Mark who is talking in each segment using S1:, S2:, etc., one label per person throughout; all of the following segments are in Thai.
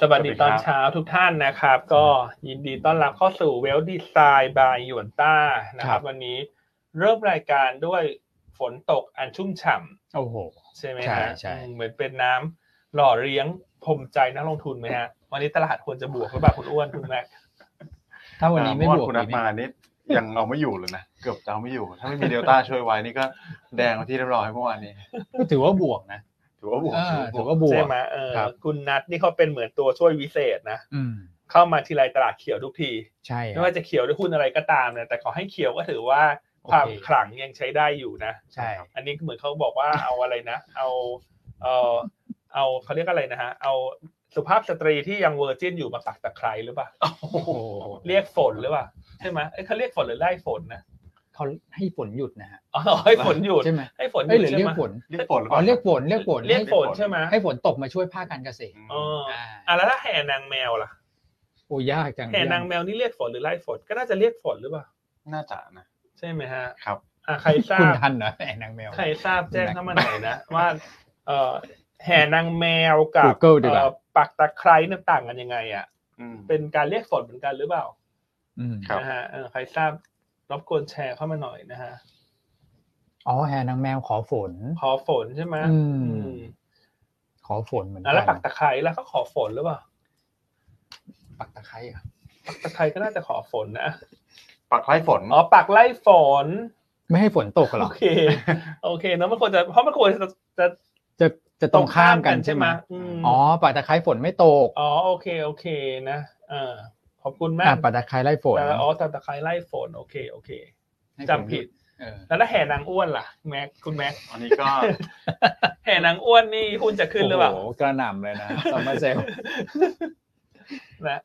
S1: สวัสดี
S2: ส
S1: ตอ
S2: วัส
S1: น
S2: ดีครับ
S1: เช้าทุกท่านนะครับ ก็ยินดีต้อนรับเข้าสู่เวลดีไซน์บายยวนต้านะค
S2: ครั
S1: รับ
S2: บ
S1: วันนี้เริ่มรายการด้วยฝนตกอันชุ่มฉ่
S2: โอ้โห
S1: ำใช่ไหม
S2: ใช่
S1: ฮะ
S2: ใช่
S1: อืมเหมือนเป็นน้ำหล่อเลี้ยงพรมใจนักลงทุนไหมฮะ วันนี้ตลาดควรจะบวกหรือเปล่าคุณอ้วนคุณแม็ก
S3: ถ้าวันนี้ไม่
S2: อ่า
S3: บวก
S2: คุณนัท
S3: อีก
S2: มานี่ยังเอาไม่อยู่เลยนะ เกือบจะเอาไม่อยู่ ถ้าไม่มีเดลต้าช่วยไว้นี่ก็แดงไปที่เรียบร้อยเมื่อวานนี้
S3: ก็ถือว่าบวกนะ
S2: ถือว่าบวก
S3: อ่า
S2: ถื
S3: ถื
S2: อ
S3: อ
S2: ว่าบ
S3: ว่าบวก
S2: วก
S1: ใช่ไหมเออ
S3: ครับ
S1: คุณนัทนี่เขาเป็นเหมือนตัวช่วยวิเศษนะ
S3: อืม
S1: เข้ามาทีไรตลาดเขียวทุกที
S3: ใช่
S1: ไม่ว่าจะเขียวด้วยหุ้นอะไรก็ตามเนี่ยแต่ขอให้เขียวก็ถือว่าความขลังยังใช้ได้อยู่นะ
S3: ใช่
S1: อันนี้เหมือนเขาบอกว่าเอาอะไรนะ เอาเออเอาเขาเรียกอะไรนะฮะ เอาสุภาพสตรีที่ยังเวอร์จินอยู่มาปักตะไคร้หรือเปล่า
S3: โอ้โห
S1: เรียกฝนหรือเปล่าใช่ไหมเอ้ยเขาเรียกฝนหรือไล่ฝนนะ
S3: เขาให้ฝนหยุดนะฮะ
S1: อ๋อให้ฝนหยุด
S3: ใช่ไหม
S1: ให้ฝนห
S3: เอ้ย
S1: ยุด
S3: หรือ
S1: ใช่
S3: เรีย
S1: ไห
S3: ก
S1: ม
S3: ฝน
S2: เรียกฝนหรือเป
S3: อ๋อ
S2: ล่า
S3: เรียกฝนเรียกฝน
S1: เรียก
S3: ให้
S1: ฝนใช่ไหม
S3: ให้ฝนตกมาช่วยภาคการเกษตร
S2: ม
S1: เออ
S3: อ่า
S1: อ่ะแล้วถ้าแห่นางแมวล่ะ
S3: โอ้ยากจัง
S1: แห่นางแมวนี่เรียกฝนหรือไล่ฝนก็น่าจะเรียกฝนหรือเปล่า
S2: น่าจะนะ
S1: ใช่ไหมฮะ
S2: ครับ
S1: อ่ะใครทรา
S3: คุณ
S1: บ
S3: ทันเหรอ แหม่นางแมว
S1: ใครทราบแจ้งเข้ามาหน่อยนะ ว่าเออแห่นางแมวกับ
S3: Google ดีกว่า
S1: เอ่อปักตะไคร้เนี่ยต่างกันยังไงอ่ะ
S2: อืม
S1: เป็นการเรียกฝนเหมือนกันหรือเปล่า
S3: อืม
S2: ครับ
S1: นะฮะเออใครทราบรบกวนแชร์เข้ามาหน่อยนะฮะ
S3: อ๋อแหนางแมวขอฝน
S1: ขอฝนใช่ไหม
S3: อืม
S1: อืม
S3: ขอฝนเหมือน
S1: อ่ะแล้ว
S3: กั
S1: ปั
S3: น
S1: กตะไคร้แล้วก็ขอฝนหรือเปล่า
S3: ปักตะไคร้เหรอ
S1: ปักตะไคร้ก็น่าจะขอฝนนะ
S2: ปักไล่ฝน
S1: อ๋อปักไล่ฝน
S3: ไม่ให้ฝนตกเหร
S1: โอ
S3: อ
S1: เค โอเคเนอะมันควรจะเพราะมันควรจะจะ
S3: จะจะตรงข้ามกันใช่ไหม
S1: อืม
S3: อ๋อปักตะไคร้ฝนไม่ตก
S1: อ๋อโอเคโอเคนะเออขอบคุณมาก
S3: อ่ะปักตะไคร้ไล่ฝน
S1: แต่ละอ๋อแต่ตะไคร้ไล่ฝนโอเคโอเค
S3: ให้ฝน
S1: จำผิด
S3: เออ
S1: แล้วถ้าแห่นางอ้วนล่ะแม็กคุณแม็ก
S2: อันนี้ก็
S1: แห่นางอ้วนนี่หุ้นจะขึ้นหรือเปล่า
S3: โโกระหน่ำเลยนะซัมเมอร์เซล
S1: นะ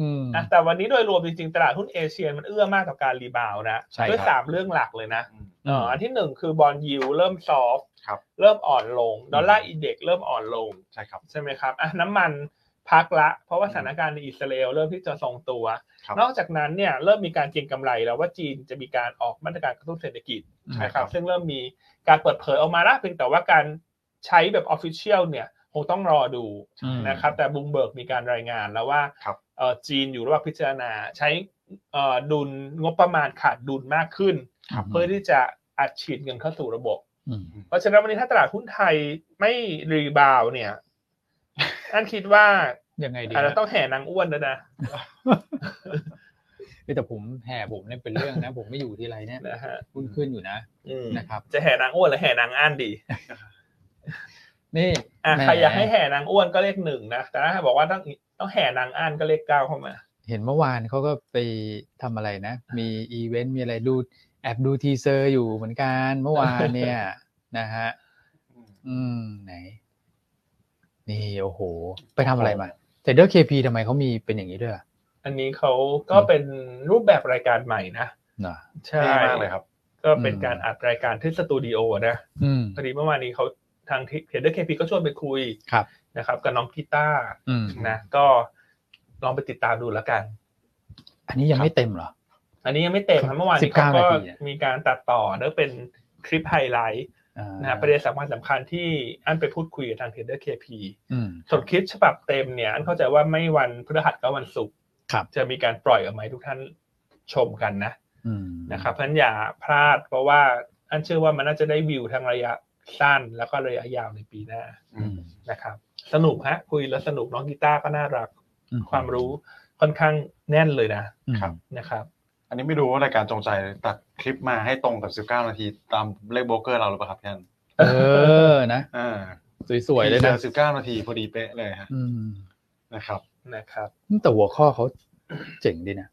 S3: อืม
S1: อ่ะแต่วันนี้โดยรวมจริงๆ ตลาดหุ้นเอเชียมันเอื้อมากกับการรีบาวด์นะ
S3: ใช่ครับ
S1: ด้วยสามเรื่องหลักเลยนะเอ่ออันที่หนึ่งคือบอลยิวเริ่มซอฟต์
S2: ครับ
S1: เริ่มอ่อนลงดอลลาร์อินเด็กซ์เริ่มอ่อนลง
S2: ใช่ครับ
S1: ใช่ไหมครับอ่ะน้ำมันพักละ เพราะว่าสถานการณ์ในอิสราเอลเริ่มที่จะทรงตัว
S2: ครับ
S1: นอกจากนั้นเนี่ยเริ่มมีการเก็งกำไรแล้วว่าจีนจะมีการออกมาตรการกระตุ้นเศรษฐกิจ
S3: ใช่
S1: นะครับซึ่งเริ่มมีการเปิดเผยออกมาละเพียงแต่ว่าการใช้แบบออฟฟิเชียลเนี่ยคงต้องรอดู
S3: อืม
S1: นะครับแต่บูมเบิร์กมีการรายงานแล้วว่า
S2: ครับ
S1: เอ่อจีนอยู่ระหว่างพิจารณาใช้เอ่อดุลงบประมาณขาดดุลมากขึ้น
S3: ครับ
S1: เพื่อที่จะอัดฉีดเงินเข้าสู่ระบบ
S3: อืม
S1: เพราะฉะนั้นวันนี้ถ้าตลาดหุ้นไทยไม่รีบาวด์เนี่ย อันคิดว่า
S3: ยังไงดี
S1: อาจจะต้องแห่นางอ้วนแล้วนะ
S3: เอ้ยแต่ผมแห่ผมเนี่ยเป็นเรื่องนะ ผมไม่อยู่ที่ไรเนี่ย
S1: นะฮะ
S3: ขึ้นขึ้นอยู่นะ
S1: อืม
S3: นะครับ
S1: จะแห่นางอ้วนหรือแห่นางอ้านดี
S3: นี่
S1: อ่ะ
S3: แหม
S1: ใครอยากให้แห่นางอ้วนก็เลขหนึ่งนะ แต่ถ้าบอกว่าต้องต้องแห่นางอ้านก็เลขเก้าเข้ามา
S3: เห็นเมื่อวานเขาก็ไปทำอะไรนะ มีอีเวนต์มีอะไรดูแอบดูทีเซอร์อยู่เหมือนกันเมื่อวานเนี่ย นะฮะ
S2: อืม
S3: อืมไหน นี่โอ้โห ไปทำอะไรมาแต่เดอร์เคพีทำไมเขามีเป็นอย่างนี้ด้วยล่ะ
S1: อันนี้เขาก็เป็นรูปแบบรายการใหม่นะ
S3: เนาะ
S1: ใช่
S2: เท่มากเลยครับ
S1: ก็เป็น
S3: อืม
S1: การอัดรายการที่สตูดิโอนะ
S3: อืม
S1: พอดีเมื่อวานนี้เขาทางเทเดอร์เคพีก็ชวนไปคุย
S3: ครับ
S1: นะครับกับน้องกีตาร์
S3: อืม
S1: นะ ก็ลองไปติดตามดูแล้วกัน
S3: อันนี้ยังไม่เต็มเหรอ
S1: อันนี้ยังไม่เต็มนะเมื่อวานนี้เขา
S3: 19
S1: ก็
S3: นาทีอะ
S1: มีการตัดต่อแล้วเป็นคลิปไฮไลท์
S3: อ่า
S1: นะประเด็นสำคัญสำคัญๆที่อันไปพูดคุยกับทางเทเดอร์เคพี
S3: อืม
S1: ส่วนคลิปฉบับเต็มเนี่ยอันเข้าใจว่าไม่วันพฤหัสก็วันศุกร์
S3: ครับ
S1: จะมีการปล่อยออกมาให้ทุกท่านชมกันนะ
S3: อืม
S1: นะครับเพราะฉะนั้นอย่าพลาดเพราะว่าอันเชื่อว่ามันน่าจะได้วิวทั้งระยะสั้นแล้วก็ระยะยาวในปีหน้า
S3: อืม
S1: นะครับ สนุกฮะคุยแล้วสนุกน้องกีตาร์ก็น่ารัก
S3: อื
S1: ความรู้ค่อนข้างแน่นเลยนะ
S3: อืม
S2: ครับ
S1: นะครับ
S2: อันนี้ไม่รู้ว่ารายการจงใจตัดคลิปมาให้ตรงกับ 19 นาทีตามเลขโบรกเกอร์เราหรือเปล่าครับพี่อัน
S3: เออนะ
S2: อ่า
S3: สวยๆเลยนะ
S2: จอ19 นาทีพอดีเป๊ะเลยฮะ
S3: อืม
S2: นะครับ
S1: นะครับ
S3: แต่หัวข้อเขาเจ๋งดีนะ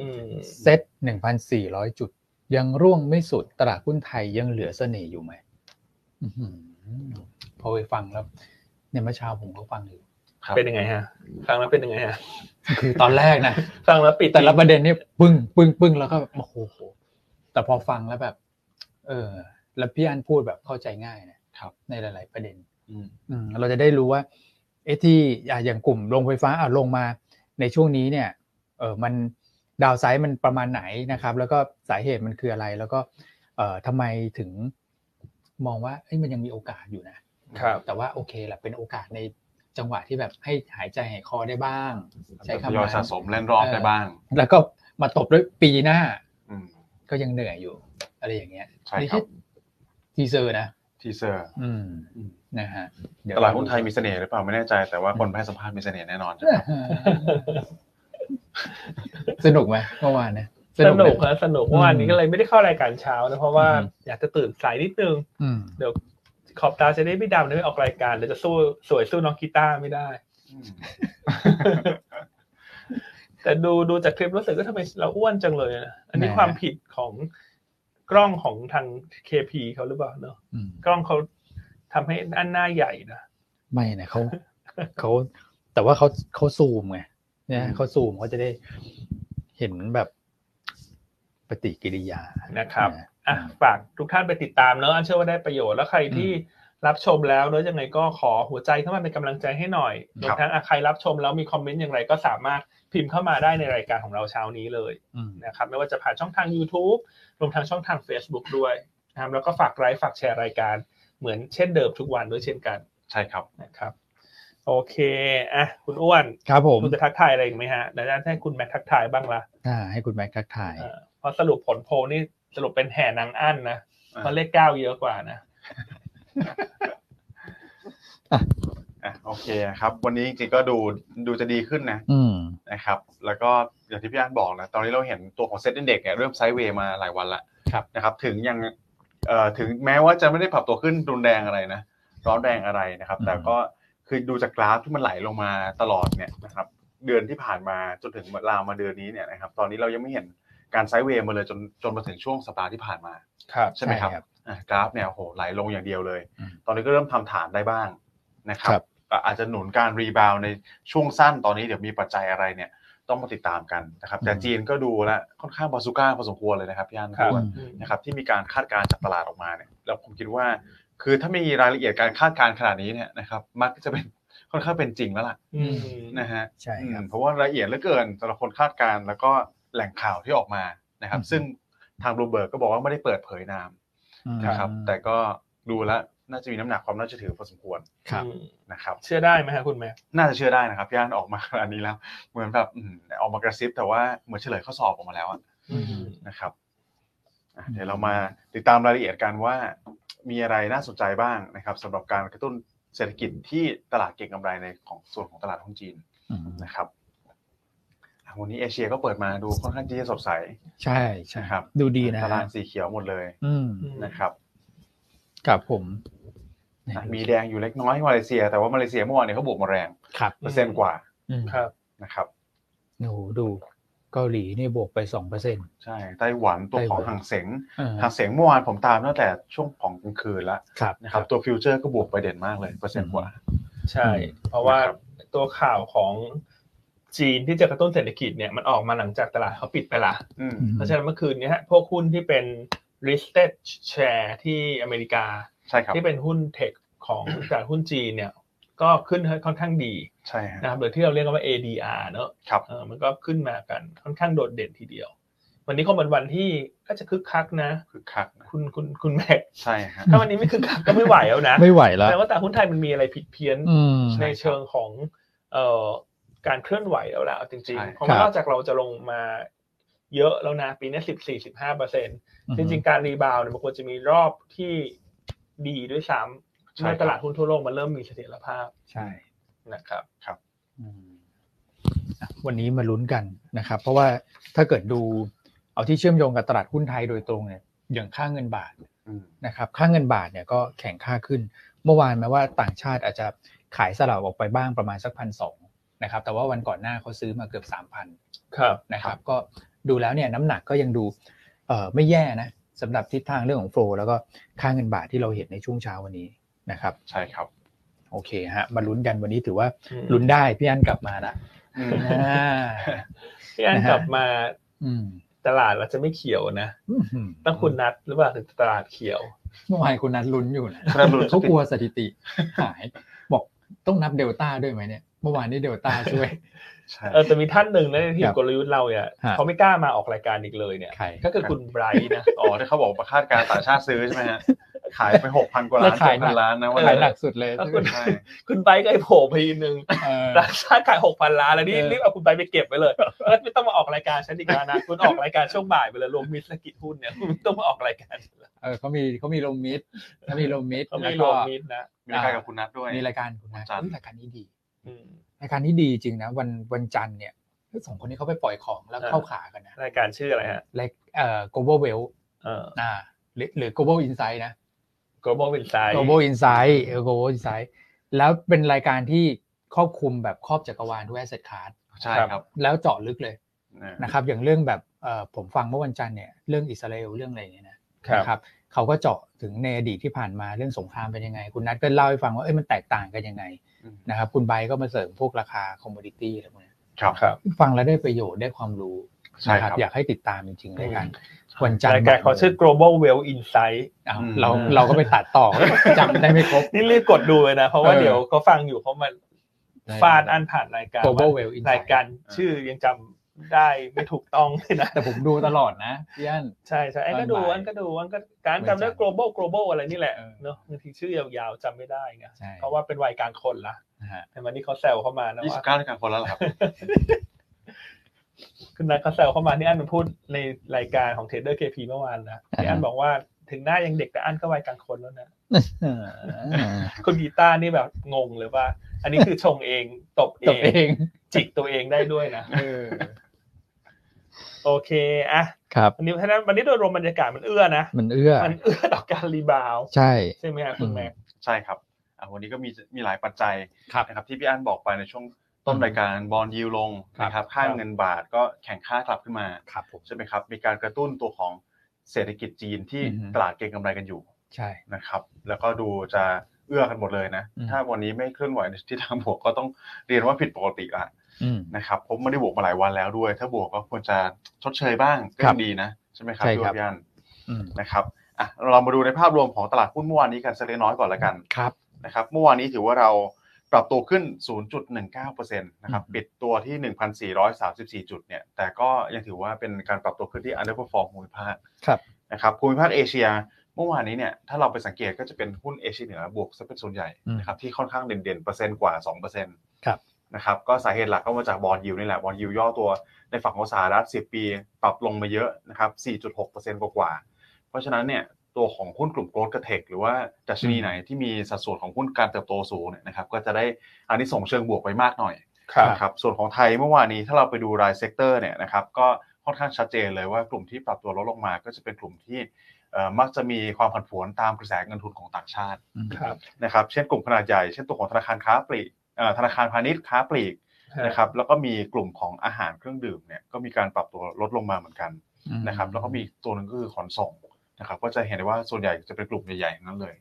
S1: อืม
S3: เซตหนึ่งพันสี่ร้อยจุด ยังร่วงไม่สุดตลาดหุ้นไทยยังเหลือเสน่ห์อยู่ไหมอื้อหือพอไปฟังแล้วเนี่ยเมื่อเช้าผมก็ฟังอยู่
S2: ครับ
S1: เป็นยังไงฮะฟังแล้วเป็นยังไงฮะ
S3: คือตอนแรกนะ
S1: ฟังแล้วปิด
S3: แต่ละประเด็นเนี่ยปึ้งปึ้งปึ้งแล้วก็โอ้โหแต่พอฟังแล้วแบบ เออ แล้วพี่อันพูดแบบเข้าใจง่ายนะครับ ในหลาย ๆ ประเด็น
S2: อืม
S3: อืมเราจะได้รู้ว่าเอะที่อ่ะอย่างกลุ่มโรงไฟฟ้าอ่ะลงมาในช่วงนี้เนี่ยเออมันดาวไซด์มันประมาณไหนนะครับ แล้วก็สาเหตุมันคืออะไร แล้วก็เอ่อทำไมถึงมองว่าเอ้ยมันยังมีโอกาสอยู่นะ
S1: ครับ
S3: แต่ว่าโอเคแหละเป็นโอกาสใน จังหวะที่แบบให้หายใจหายคอได้บ้าง ใช้คำนั้น
S2: ทยอยสะสมเล่นรอบได้บ้าง
S3: แล้วก็มาตบด้วยปีหน้า
S2: อืม
S3: ก็ยังเหนื่อยอยู่ อะไรอย่างเงี้ย
S2: ใช่ครับ
S3: นี่แค่ทีเซอร์นะ
S2: ทีเซอร์
S3: อืม
S2: อืม
S3: นะฮะ
S2: ตลาดหุ้นไทยมีเสน่ห์หรือเปล่าไม่แน่ใจแต่ว่าคนให้สัมภาษณ์มีเสน่ห์แน่นอน
S3: อ่าฮะสนุกไหมเมื่อวานนะ
S1: สนุก
S3: ไหม
S1: ฮะสนุกเมื่อวานนี้
S3: อืม
S1: ก็เลยไม่ได้เข้ารายการเช้านะเพราะว่า
S3: อืม
S1: อยากจะตื่นสายนิดนึง
S3: อืม
S1: เดี๋ยวขอบตาจะได้ไม่ดำนะไม่ออกรายการเดี๋ยวจะสู้สวยสู้น้องกีตาร์ไม่ได้
S2: อืม
S1: แต่ดูดูจากคลิปรู้สึกก็ทำไมเราอ้วนจังเลยนะอันนี้
S3: แหม
S1: ความผิดของกล้องของทาง KP เขาหรือเปล่าเนอะ
S3: อืม
S1: กล้องเขาทำให้อันหน้าใหญ่นะ
S3: ไม่นะเขาเขาแต่ว่าเขาเขาซูมไงเนี่ยเขาซูมเขาจะได้เห็นแบบปฏิกิริยา
S1: นะครับ
S3: นะ
S1: อ่ะฝากทุกท่านไปติดตามเนอะอันเชื่อว่าได้ประโยชน์แล้วใครที่รับชมแล้วเนอะยังไงก็ขอหัวใจเข้ามาเป็นกำลังใจให้หน่อยรวมทั้งอ่ะใครรับชมแล้วมีคอมเมนต์อย่างไรก็สามารถพิมพ์เข้ามาได้ในรายการของเราเช้านี้เลย
S3: อืม
S1: นะครับไม่ว่าจะผ่านช่องทาง YouTube รวมทั้งช่องทาง Facebook ด้วยนะครับแล้วก็ฝากไลค์ฝากแชร์รายการเหมือนเช่นเดิมทุกวันด้วยเช่นกัน
S2: ใช่ครับ
S1: นะครับ โอเคอ่ะคุณอ้วน
S3: ครับผม
S1: คุณจะทักทายอะไรอีกไหมฮะเดี๋ยวจะให้คุณแม็กทักทายบ้างละ
S3: อ่าให้คุณแม็กทักทาย
S1: เอ่อเพราะสรุปผลโพลนี่สรุปเป็นแห่นางอั้นนะเพราะเลขเก้าเยอะกว่านะ
S2: อ่ะโอเคนะครับ วันนี้จริงๆก็ดูดูจะดีขึ้นนะ
S3: อืม
S2: นะครับ แล้วก็อย่างที่พี่อันบอกนะตอนนี้เราเห็นตัวของเซ็ตอินเด็กซ์เนี่ยเริ่มไซด์เวย์มาหลายวันละ
S3: ครับ
S2: นะครับ ถึงยังเอ่อถึงแม้ว่าจะไม่ได้ปรับตัวขึ้นรุนแรงอะไรนะร้อนแรงอะไรนะครับ แต่ก็คือดูจากกราฟที่มันไหลลงมาตลอดเนี่ยนะครับ เดือนที่ผ่านมาจนถึงลาวมาเดือนนี้เนี่ยนะครับ ตอนนี้เรายังไม่เห็นการไซด์เวย์มาเลยจนจนมาถึงช่วงสัปดาห์ที่ผ่านมา
S1: ครับ
S2: ใช่ไหมครับ
S3: ใช่ครับ
S2: อ่ะกราฟเนี่ยโอ้โหไหลลงอย่างเดียวเลย
S3: อืม
S2: ตอนนี้ก็เริ่มทำฐานได้บ้างนะครับ
S3: ครับ
S2: ก็อาจจะหนุนการรีบาวในช่วงสั้นตอนนี้เดี๋ยวมีปัจจัยอะไรเนี่ย ต้องมาติดตามกันนะครับ แต่จีนก็ดูแลวค่อนข้างบาซูก้าพอสมควรเลยนะครับพี่อัน
S1: ครับ
S2: ณนะครับที่มีการคาดการณ์จากตลาดออกมาเนี่ยแล้วผมคิดว่า คือถ้ามีรายละเอียดการคาดการณ์ขนาดนี้เนี่ยนะครับ มักจะเป็นค่อนข้างเป็นจริงแล้วล่ะ
S1: อืม
S2: นะฮะ
S3: ใช่ครับ
S2: อืมเพราะว่าละเอียดเหลือเกินสำหรับคนคาดการณ์แล้วก็แหล่งข่าวที่ออกมานะครับ
S3: อืม
S2: ซึ่งทางบลูเบิร์กก็บอกว่าไม่ได้เปิดเผยนามนะครับ แต่ก็ดูแล้วน่าจะมีน้ำหนักความน่าเชื่อถือพอสมควร
S3: ครับ
S1: อืม
S2: นะครับ
S1: เชื่อได้ไหมฮะคุณแม่
S2: น่าจะเชื่อได้นะครับพี่อันออกมา อันนี้แล้ว เหมือนแบบอืมออกมากระซิบแต่ว่าเหมือนเฉลยข้อสอบออกมาแล้วอะ
S3: อืม
S2: นะครับอ่ะเดี๋ยวเรามาติดตามรายละเอียดกันว่า มีอะไรน่าสนใจบ้างนะครับสำหรับการกระตุ้นเศรษฐกิจที่ตลาดเก็งกำไรในของส่วนของตลาดหุ้นจีน
S3: อืม
S2: นะครับอ่ะวันนี้เอเชียก็เปิดมาดูค่อนข้างที่จะสดใส
S3: ใช่ใช่
S2: ครับ
S3: ดูดีนะ
S2: ตารา
S3: ฮะ
S2: งสีเขียวหมดเลย
S3: อืม
S2: นะครับ
S3: กับผม
S2: อ่ะมีแดงอยู่เล็กน้อยมาเลเซีย แต่ว่ามาเลเซียเมื่อวานเนี่ยเขาบวกมาแรง
S3: ครับ
S2: เปอร์เซ็นต์กว่า
S3: อืม
S1: ครับ
S2: นะครับ
S3: โอ้โหดูเกาหลีนี่บวกไปสองเปอร์เซ็นต์
S2: ใช่ไต้หวันตัวของ
S3: ไต้หวัน
S2: ห่างเสงห่างเสงเมื่อวานผมตามตั้งแต่ช่วงของกลางคืนแล้ว
S3: ครับ
S2: นะครับ ตัวฟิวเจอร์ก็บวกไปเด่นมากเลยเปอร์เซ็นต์กว่า
S1: ใช่ เพราะว่าตัวข่าวของจีนที่จะกระตุ้นเศรษฐกิจเนี่ยมันออกมาหลังจากตลาดเขาปิดไปละ
S2: อืม
S3: อืม
S1: เพราะฉะนั้นเมื่อคืนเนี้ยฮะพวกหุ้นที่เป็น listed share ที่อเมริกา
S2: ใช่ครับ
S1: ที่เป็นหุ้นเทคของตลาดหุ้นจีนเนี่ย ก็ขึ้นค่อนข้างดี
S2: ใช่ฮะ
S1: นะครับหรือที่เราเรียกกันว่า ADR เนอะ
S2: ครับ
S1: เออมันก็ขึ้นมากันค่อนข้างโดดเด่นทีเดียว วันนี้ก็เป็นวันที่ก็จะคึกคักนะ
S2: คือคักนะ
S1: คุณคุณคุณแม็ก
S2: ใช่ฮะ
S1: ถ้าวันนี้ไม่คึกคักก็ไม่ไหวแล้วนะ
S3: ไม่ไหวแล้ว
S1: แต่ว่าตลาดหุ้นไทยมันมีอะไรผิดเพี้ยน
S3: อืม
S1: ในเชิงของเอ่อการเคลื่อนไหวแล้วล่ะเอาจริงๆ เพราะว่า
S3: ครับ
S1: นอกจากเราจะลงมาเยอะแล้วนะ ปีนี้สิบสี่สิบห้าเปอร์เซ็นจริงๆ การรีบาวด์เนี่ยมันควรจะมีรอบที่ดีด้วยซ้ำ
S2: ใช่
S1: เมื่อ
S2: ค
S1: ต
S2: รับ
S1: ลาดหุ้นทั่วโลกมันเริ่มมีเสถียรภาพ
S3: ใช่
S1: นะครับ
S3: อืมอ่ะวันนี้มาลุ้นกันนะครับ เพราะว่าถ้าเกิดดูเอาที่เชื่อมโยงกับตลาดหุ้นไทยโดยตรงเนี่ยอย่างค่าเงินบาท
S2: อืม
S3: นะครับค่าเงินบาทเนี่ยก็แข็งค่าขึ้น เมื่อวานแม้ว่าต่างชาติอาจจะขายสลับออกไปบ้างประมาณสักพันสองนะครับแต่ว่าวันก่อนหน้าเขาซื้อมาเกือบ 3,000
S1: ครับ
S3: นะครับก็ดูแล้วเนี่ยน้ำหนักก็ยังดูเอ่อไม่แย่นะสำหรับทิศทางเรื่องของโฟลแล้วก็ค่าเงินบาทที่เราเห็นในช่วงเช้าวันนี้นะครับ
S2: ใช่ครับ
S3: โอเคฮะมาลุ้นกันวันนี้ถือว่า
S1: อืม
S3: ลุ้นได้พี่อันกลับมาละ
S2: อืม
S3: อ่า
S1: พี่อัน
S3: นะฮะ
S1: กลับมา
S3: อืม
S1: ตลาดเราจะไม่เขียวนะ
S3: อืม
S1: ต้องคุณนัดหรือเปล่าถึงตลาดเขียว
S3: เมื่อวานคุณนัทลุ้นอยู่ นะ
S2: กระดุด
S3: เขากลัวสถิติหาย บอกต้องนับเดลต้าด้วยไหมเนี่ย เมื่อวานนี้เดลต้าช่ วย
S2: ใช่
S1: เออแต่มีท่านหนึ่งนะในที
S3: ค
S1: ม
S3: รับ
S1: กลยุทธ์เราเนี่ย
S3: ฮะ
S1: เขาไม่กล้ามาออกรายการอีกเลยเนี่ย
S3: ใคร
S1: ก็คือคุณไบรท์นะ
S2: อ๋อที่เขาบอกประคาดการณ์ต่างชาติซื้อใช่ไหมฮะ ขายไปหกพันกว่าล้าน
S3: ขาย
S2: เจ็ด
S3: หนั
S2: พั
S3: ก
S2: นล้านนะวัน
S3: ขา
S2: นั้
S3: ย
S2: น
S3: หนักสุดเลย
S1: แล้วคุณ
S2: ใช่
S1: คุณไบค์ก็ไอ้โผล่ไปทีนึง
S3: เอ อ
S1: ราคาขายหกพันล้านแล้วนี่
S3: เออ
S1: รีบเอาคุณไบค์ไปเก็บไว้เลยแล้วไม่ต้องมาออกรายการฉันอีก แล้วนะคุณออกรายการช่วงบ่ายไปเลยรวมมิตรสกิจหุ้นเนี่ยคุณไม่ต้องมาออกรายการฉันแล้ว
S3: เออเขามีเขามีลมมิดเขามีลมมิด
S1: เขา
S3: แล้
S1: ไม่ร
S3: วก็
S1: วมมิตรนะ
S2: มีรายการกับคุณนัทด้วย
S3: มีรายการคุณนะ
S2: วันจันทร์
S3: เฮ้ยรายการนี้ดี
S1: อืม
S3: รายการนี้ดีจริงนะวันวันจันทร์เนี่ยสองคนนี้เขาไปปล่อยของแล้ว
S1: เออ
S3: เข้าขากันนะ
S1: รายการชื่ออะไรฮะ
S3: รายเอ่อ global w e a l t
S1: เออ
S3: อ่าหรือหรือ global insight นะ
S1: global insight
S3: global insight เออ global insight แล้วเป็นรายการที่ครอบคลุมแบบครอบจักรวาลด้วย asset class
S2: ใช่ครับ
S3: แล้วเจาะลึกเลย
S2: นะ
S3: นะครับอย่างเรื่องแบบเอ่อผมฟังเมื่อวันจันทร์เนี่ยเรื่องอิสราเอลเรื่องอะไรอย่างเงี้ยนะครับ นะครับเขาก็เจาะถึงในอดีตที่ผ่านมาเรื่องสงครามเป็นยังไง คุณนัทก็เล่าให้ฟังว่าเอ้ยมันแตกต่างกันยังไง
S2: อืม
S3: นะครับคุณใบก็มาเสริมพวกราคาคอมมูนิตี้อะไรพวกเนี้ย
S2: ครับ
S1: ครับ
S3: ฟังแล้วได้ประโยชน์ได้ความรู้
S2: ใช่
S3: นะครับ อยากให้ติดตามจริงๆรายการ
S1: อื
S3: วันจันทร์
S1: รายการเขาชื่อ global well insight
S3: อ้าว
S2: อืม
S3: เราเราก็ไปตัดต่อ จำได้ไม่ครบ
S1: นี่รีบกดดูเลยนะ เพราะว่า
S3: เออ
S1: เดี๋ยวเขาฟังอยู่เขามาฟาดอันผ่านรายการ
S3: global well
S1: ราย
S3: insight
S1: การชื่อยังจำได้ไม่ถูกต้องเลยนะ
S3: แต่ผมดูตลอดนะพี่ อัน
S1: ใช่ใช่ไอ้ก็ดูอันก็ดูอันก็การจำได้
S3: ไม่จำ
S1: global global อะไรนี่แหละ
S3: เออ
S1: เนอะบางทีชื่อยาวๆจำไม่ได้ไง
S3: ใช่
S1: เพราะว่าเป็นวัยกลางคนละ
S3: นะฮะ
S1: แต่วันนี้เขาแซวเข้ามานะ
S2: ยี่สิ
S1: ว่า
S2: บเก้ารายการคนแล้วเหรอครับ
S1: คุณนัทเขาแซวเข้ามานี่อันมันพูดในรายการของเทรดเดอร์เคพีเมื่อวานนะที่อันบอกว่าถึงหน้ายังเด็กแต่อันก็วัยกลางคนแล้วนะ
S3: เออ
S1: คุณกีตาร์นี่แบบงงเลยว่า อันนี้คือชงเองตบเอ
S3: ตบเอง ง
S1: จิกตัวเองได้ด้วยนะ
S3: เออ
S1: โอเคอ่ะ
S3: ครับ
S1: วันนี้เพราะฉะนั้นวันนี้โดยรวมบรรยากาศมันเอื้อนะ
S3: มันเอื้อ
S1: มันเอื้อต่อการรีบาวด์
S3: ใช่
S1: ใช่ไหมครับคุณแม็ก
S2: ใช่ครับอ่ะวันนี้ก็มีมีหลายปัจจัย
S3: ครับ
S2: นะครับที่พี่อันบอกไปในช่วงต้นรายการบอลยิวลง
S3: ครับ
S2: นะครับค่าเงินบาทก็แข่งค่ากลับขึ้นมา
S3: ครับผม
S2: ใช่ไหมครับ มีการกระตุ้นตัวของเศรษฐกิจจีนที่
S3: อือฮึ
S2: ตลาดเก็งกำไรกันอยู่
S3: ใช่
S2: นะครับ แล้วก็ดูจะเอื้อกันหมดเลยนะ
S3: อืม
S2: ถ้าวันนี้ไม่เคลื่อนไหวในทิศทางบวกก็ต้องเรียนว่าผิดปกติละ
S3: อืม
S2: นะครับผมไม่ได้บวกมาหลายวันแล้วด้วย ถ้าบวกก็ควรจะชดเชยบ้างก็
S3: ครั
S2: ยั
S3: บ
S2: งดีนะ ใช่ไหมครับ
S3: ใช่
S2: พี่
S3: ครับ
S2: ว่าพี่อัน
S3: อืม
S2: นะครับอ่ะเรามาดูในภาพรวมของตลาดหุ้นเมื่อวานนี้กันสักเล็กน้อยก่อนละกัน
S3: ครับ
S2: นะครับเมื่อวานนี้ถือว่าเราปรับตัวขึ้น 0.19%นะครับ
S3: อืม
S2: ปิดตัวที่ 1,434 จุดเนี่ยแต่ก็ยังถือว่าเป็นการปรับตัวขึ้นที่ underperform ภูมิภาค
S3: ครับ
S2: นะครับภูมิภาคเอเชีย เมื่อวานนี้เนี่ยถ้าเราไปสังเกตก็จะเป็นหุ้นเอเชียเหนือบวกซะเป็นส่วนใหญ่
S3: อืม
S2: นะครับที่ค่อนข้างเด่นๆเปอร์เซ็นต์กว่า 2%
S3: ครับ
S2: นะครับก็สาเหตุหลักก็มาจากบอลยูนี่แหละบอลยูย่อตัวในฝั่งของสหรัฐ 10 ปี ปรับลงมาเยอะนะครับ 4.6%กว่าๆเพราะฉะนั้นเนี่ยตัวของหุ้นกลุ่มโกลดกระเทคหรือว่าดัชนี
S3: อืม
S2: ไหนที่มีสัดส่วนของหุ้นการเติบโตสูงเนี่ยนะครับก็จะได้อันนี้ส่งส์เชิงบวกไปมากหน่อย
S3: ครับ
S2: นะครับส่วนของไทยเมื่อวานนี้ถ้าเราไปดูรายเซกเตอร์เนี่ยนะครับก็ค่อนข้างชัดเจนเลยว่ากลุ่มที่ปรับตัวลดลงมาก็จะเป็นกลุ่มที่เอ่อมักจะมีความผันผวนตามกระแสเงินทุนของต่างชาติ
S1: ครับ
S2: นะครับเช่นกลุ่มขนาดใหญ่ เช่นตัวของธนาคารค้าปลีกเอ่อธนาคารพาณิชย์ค้าปลีกนะครับแล้วก็มีกลุ่มของอาหารเครื่องดื่มเนี่ยก็มีการปรับตัวลดลงมาเหมือนกันนะครับแล้วก็มีอีกตัวหนึงก็คือขนส่งนะครับก็จะเห็นได้ว่าส่วนใหญ่จะเป็นกลุ่มใหญ่ๆทั้งนั้นเลย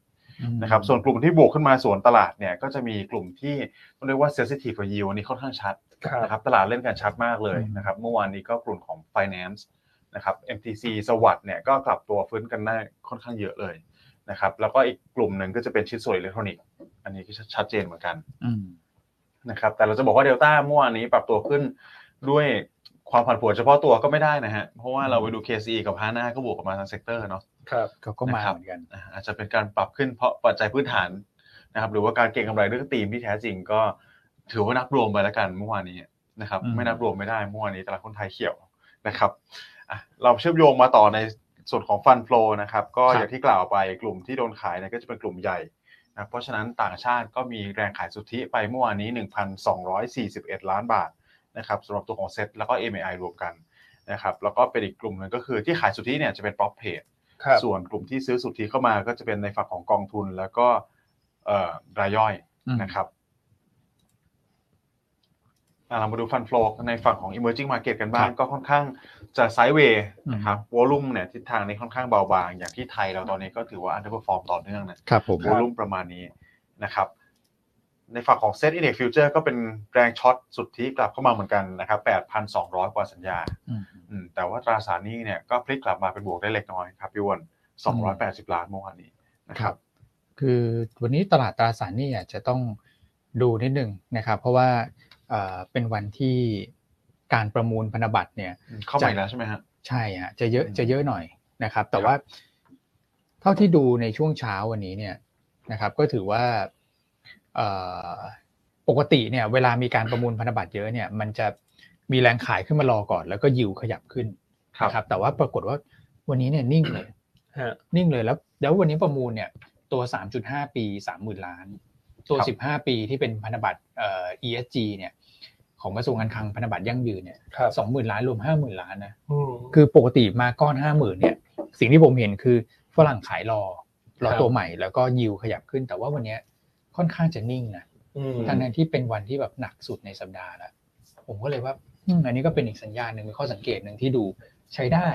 S2: นะครับส่วนกลุ่มที่บวกขึ้นมาส่วนตลาดเนี่ยก็จะมีกลุ่มที่ต้องเรียกว่า sensitive กับ yield อันนี้ค่อนข้างชัด
S1: ครับ
S2: นะครับตลาดเล่นกันชัดมากเลย
S3: อืม
S2: นะครับเมื่อวานนี้ก็กลุ่มของ finance นะครับ MTC สวัสด์เนี่ยก็กลับตัวฟื้นกันได้ค่อนข้างเยอะเลยนะครับแล้วก็อีกกลุ่มหนึ่งก็จะเป็นชิ้นส่วนอิเล็กทรอนิกส์อันนี้ก็ชัดเจนเหมือนกัน
S3: อืม
S2: นะครับแต่เราจะบอกว่าเดลต้าเมื่อวานนี้ปรับตัวขึ้นด้วยความผันผวนเฉพาะตัวก็ไม่ได้นะฮะเพราะว่าเราไปดู KCE กับฮาน่าก็บวกกันมาทั้งเซกเตอร์เนาะ
S1: ครับ
S3: เขาก็มา
S2: นะครับ
S3: เหมือนกัน
S2: อ่าอาจจะเป็นการปรับขึ้นเพราะปัจจัยพื้นฐานนะครับหรือว่าการเก็งกำไรเรื่องธีมที่แท้จริงก็ถือว่านับรวมไปแล้วกันเมื่อวานนี้นะครับ
S3: อืม
S2: ไม่นับรวมไม่ได้เมื่อวานนี้ตลาดหุ้นไทยเขียวนะครับอ่ะเราเชื่อมโยงมาต่อในส่วนของฟันฟลอนะครับก็อย่างที่กล่าวไปกลุ่มที่โดนขายเนี่ยก็จะเป็นกลุ่มใหญ่นะเพราะฉะนั้นต่างชาติก็มีแรงขายสุทธิไปเมื่อวานนี้ 1,241 ล้านบาทนะครับสำหรับตัวของเซ็ตแล้วก็ MAI รวมกันนะครับแล้วก็เป็นอีกกลุ่มหนึ่งก็คือที่ขายสุทธิเนี่ยจะเป็นป๊อปเพ
S1: ครับ
S2: ส่วนกลุ่มที่ซื้อสุทธิเข้ามาก็จะเป็นในฝั่งของกองทุนแล้วก็เอ่อรายย่อยนะครับอ่ะเรามาดูฟันฟลอในฝั่งของ emerging market กันบ้าง
S3: ครับ
S2: ก็ค่อนข้างจะไซด์เวย์
S3: อืม
S2: นะครับวอลุ่มเนี่ยทิศทางนี้ค่อนข้างเบาบาง อย่างที่ไทยเราตอนนี้ก็ถือว่า underperform ต่อเนื่องนะครับ
S3: ผม
S2: วอลุ่มประมาณนี้นะครับ ในฝั่งของ Set Index Future ก็เป็นแรงช็อตสุทธิกลับเข้ามาเหมือนกันนะครับ8,200 กว่าสัญญา
S3: อืม
S2: อืมแต่ว่าตราสารหนี้เนี่ยก็พลิกกลับมาเป็นบวกได้เล็กน้อยครับพี่อ้วน280 ล้านเมื่อวานนี้นะค
S3: ค
S2: รั
S3: รับ บ คือวันนี้ตลาดตราสารหนี้อาจจะต้องดูนิดนึงนะครับ เพราะว่าเอ่อเป็นวันที่การประมูลพันธบัตรเนี่ย
S2: เข้าใหม่แล้วใช่ไหมฮะ
S3: ใช่ฮะจะเยอะ
S2: อืม
S3: จะเยอะหน่อยนะครับ แต่
S2: ครับ
S3: ว่า เท่าที่ดูในช่วงเช้าวันนี้เนี่ยนะครับ ก็ถือว่าเอ่อปกติเนี่ย เวลามีการประมูลพันธบัตรเยอะเนี่ย มันจะมีแรงขายขึ้นมารอก่อน แล้วก็ยิวขยับขึ้น
S2: ครับ
S3: นะครับ แต่ว่าปรากฏว่าวันนี้เนี่ยนิ่งเลย
S1: ฮะ
S3: นิ่งเลยแล้วแล้ววันนี้ประมูลเนี่ยตัว 3.5 ปี 30,000 ล้าน ตัว
S2: ครับ
S3: 15 ปีที่เป็นพันธบัตรเอ่อ ESG เนี่ยของกระทรวงการคลังพันธบัตรยั่งยืนเนี่ย
S1: ครับ
S3: สองหมื่นล้านรวม 50,000 ล้านนะ
S1: อืม
S3: คือปกติมาก้อน 50,000เนี่ยสิ่งที่ผมเห็นคือฝรั่งขายรอรอ
S1: ครับ
S3: ตัวใหม่แล้วก็ยิวขยับขึ้น แต่ว่าวันเนี้ยค่อนข้างจะนิ่งนะ
S1: ม
S3: ทั้งนั้นที่เป็นวันที่แบบหนักสุดในสัปดาห์ละผมก็เลยว่าอืมอันนี้ก็เป็นอีกสัญญาณหนึ่งเป็นข้อสังเกตหนึ่งที่ดูใช้ได้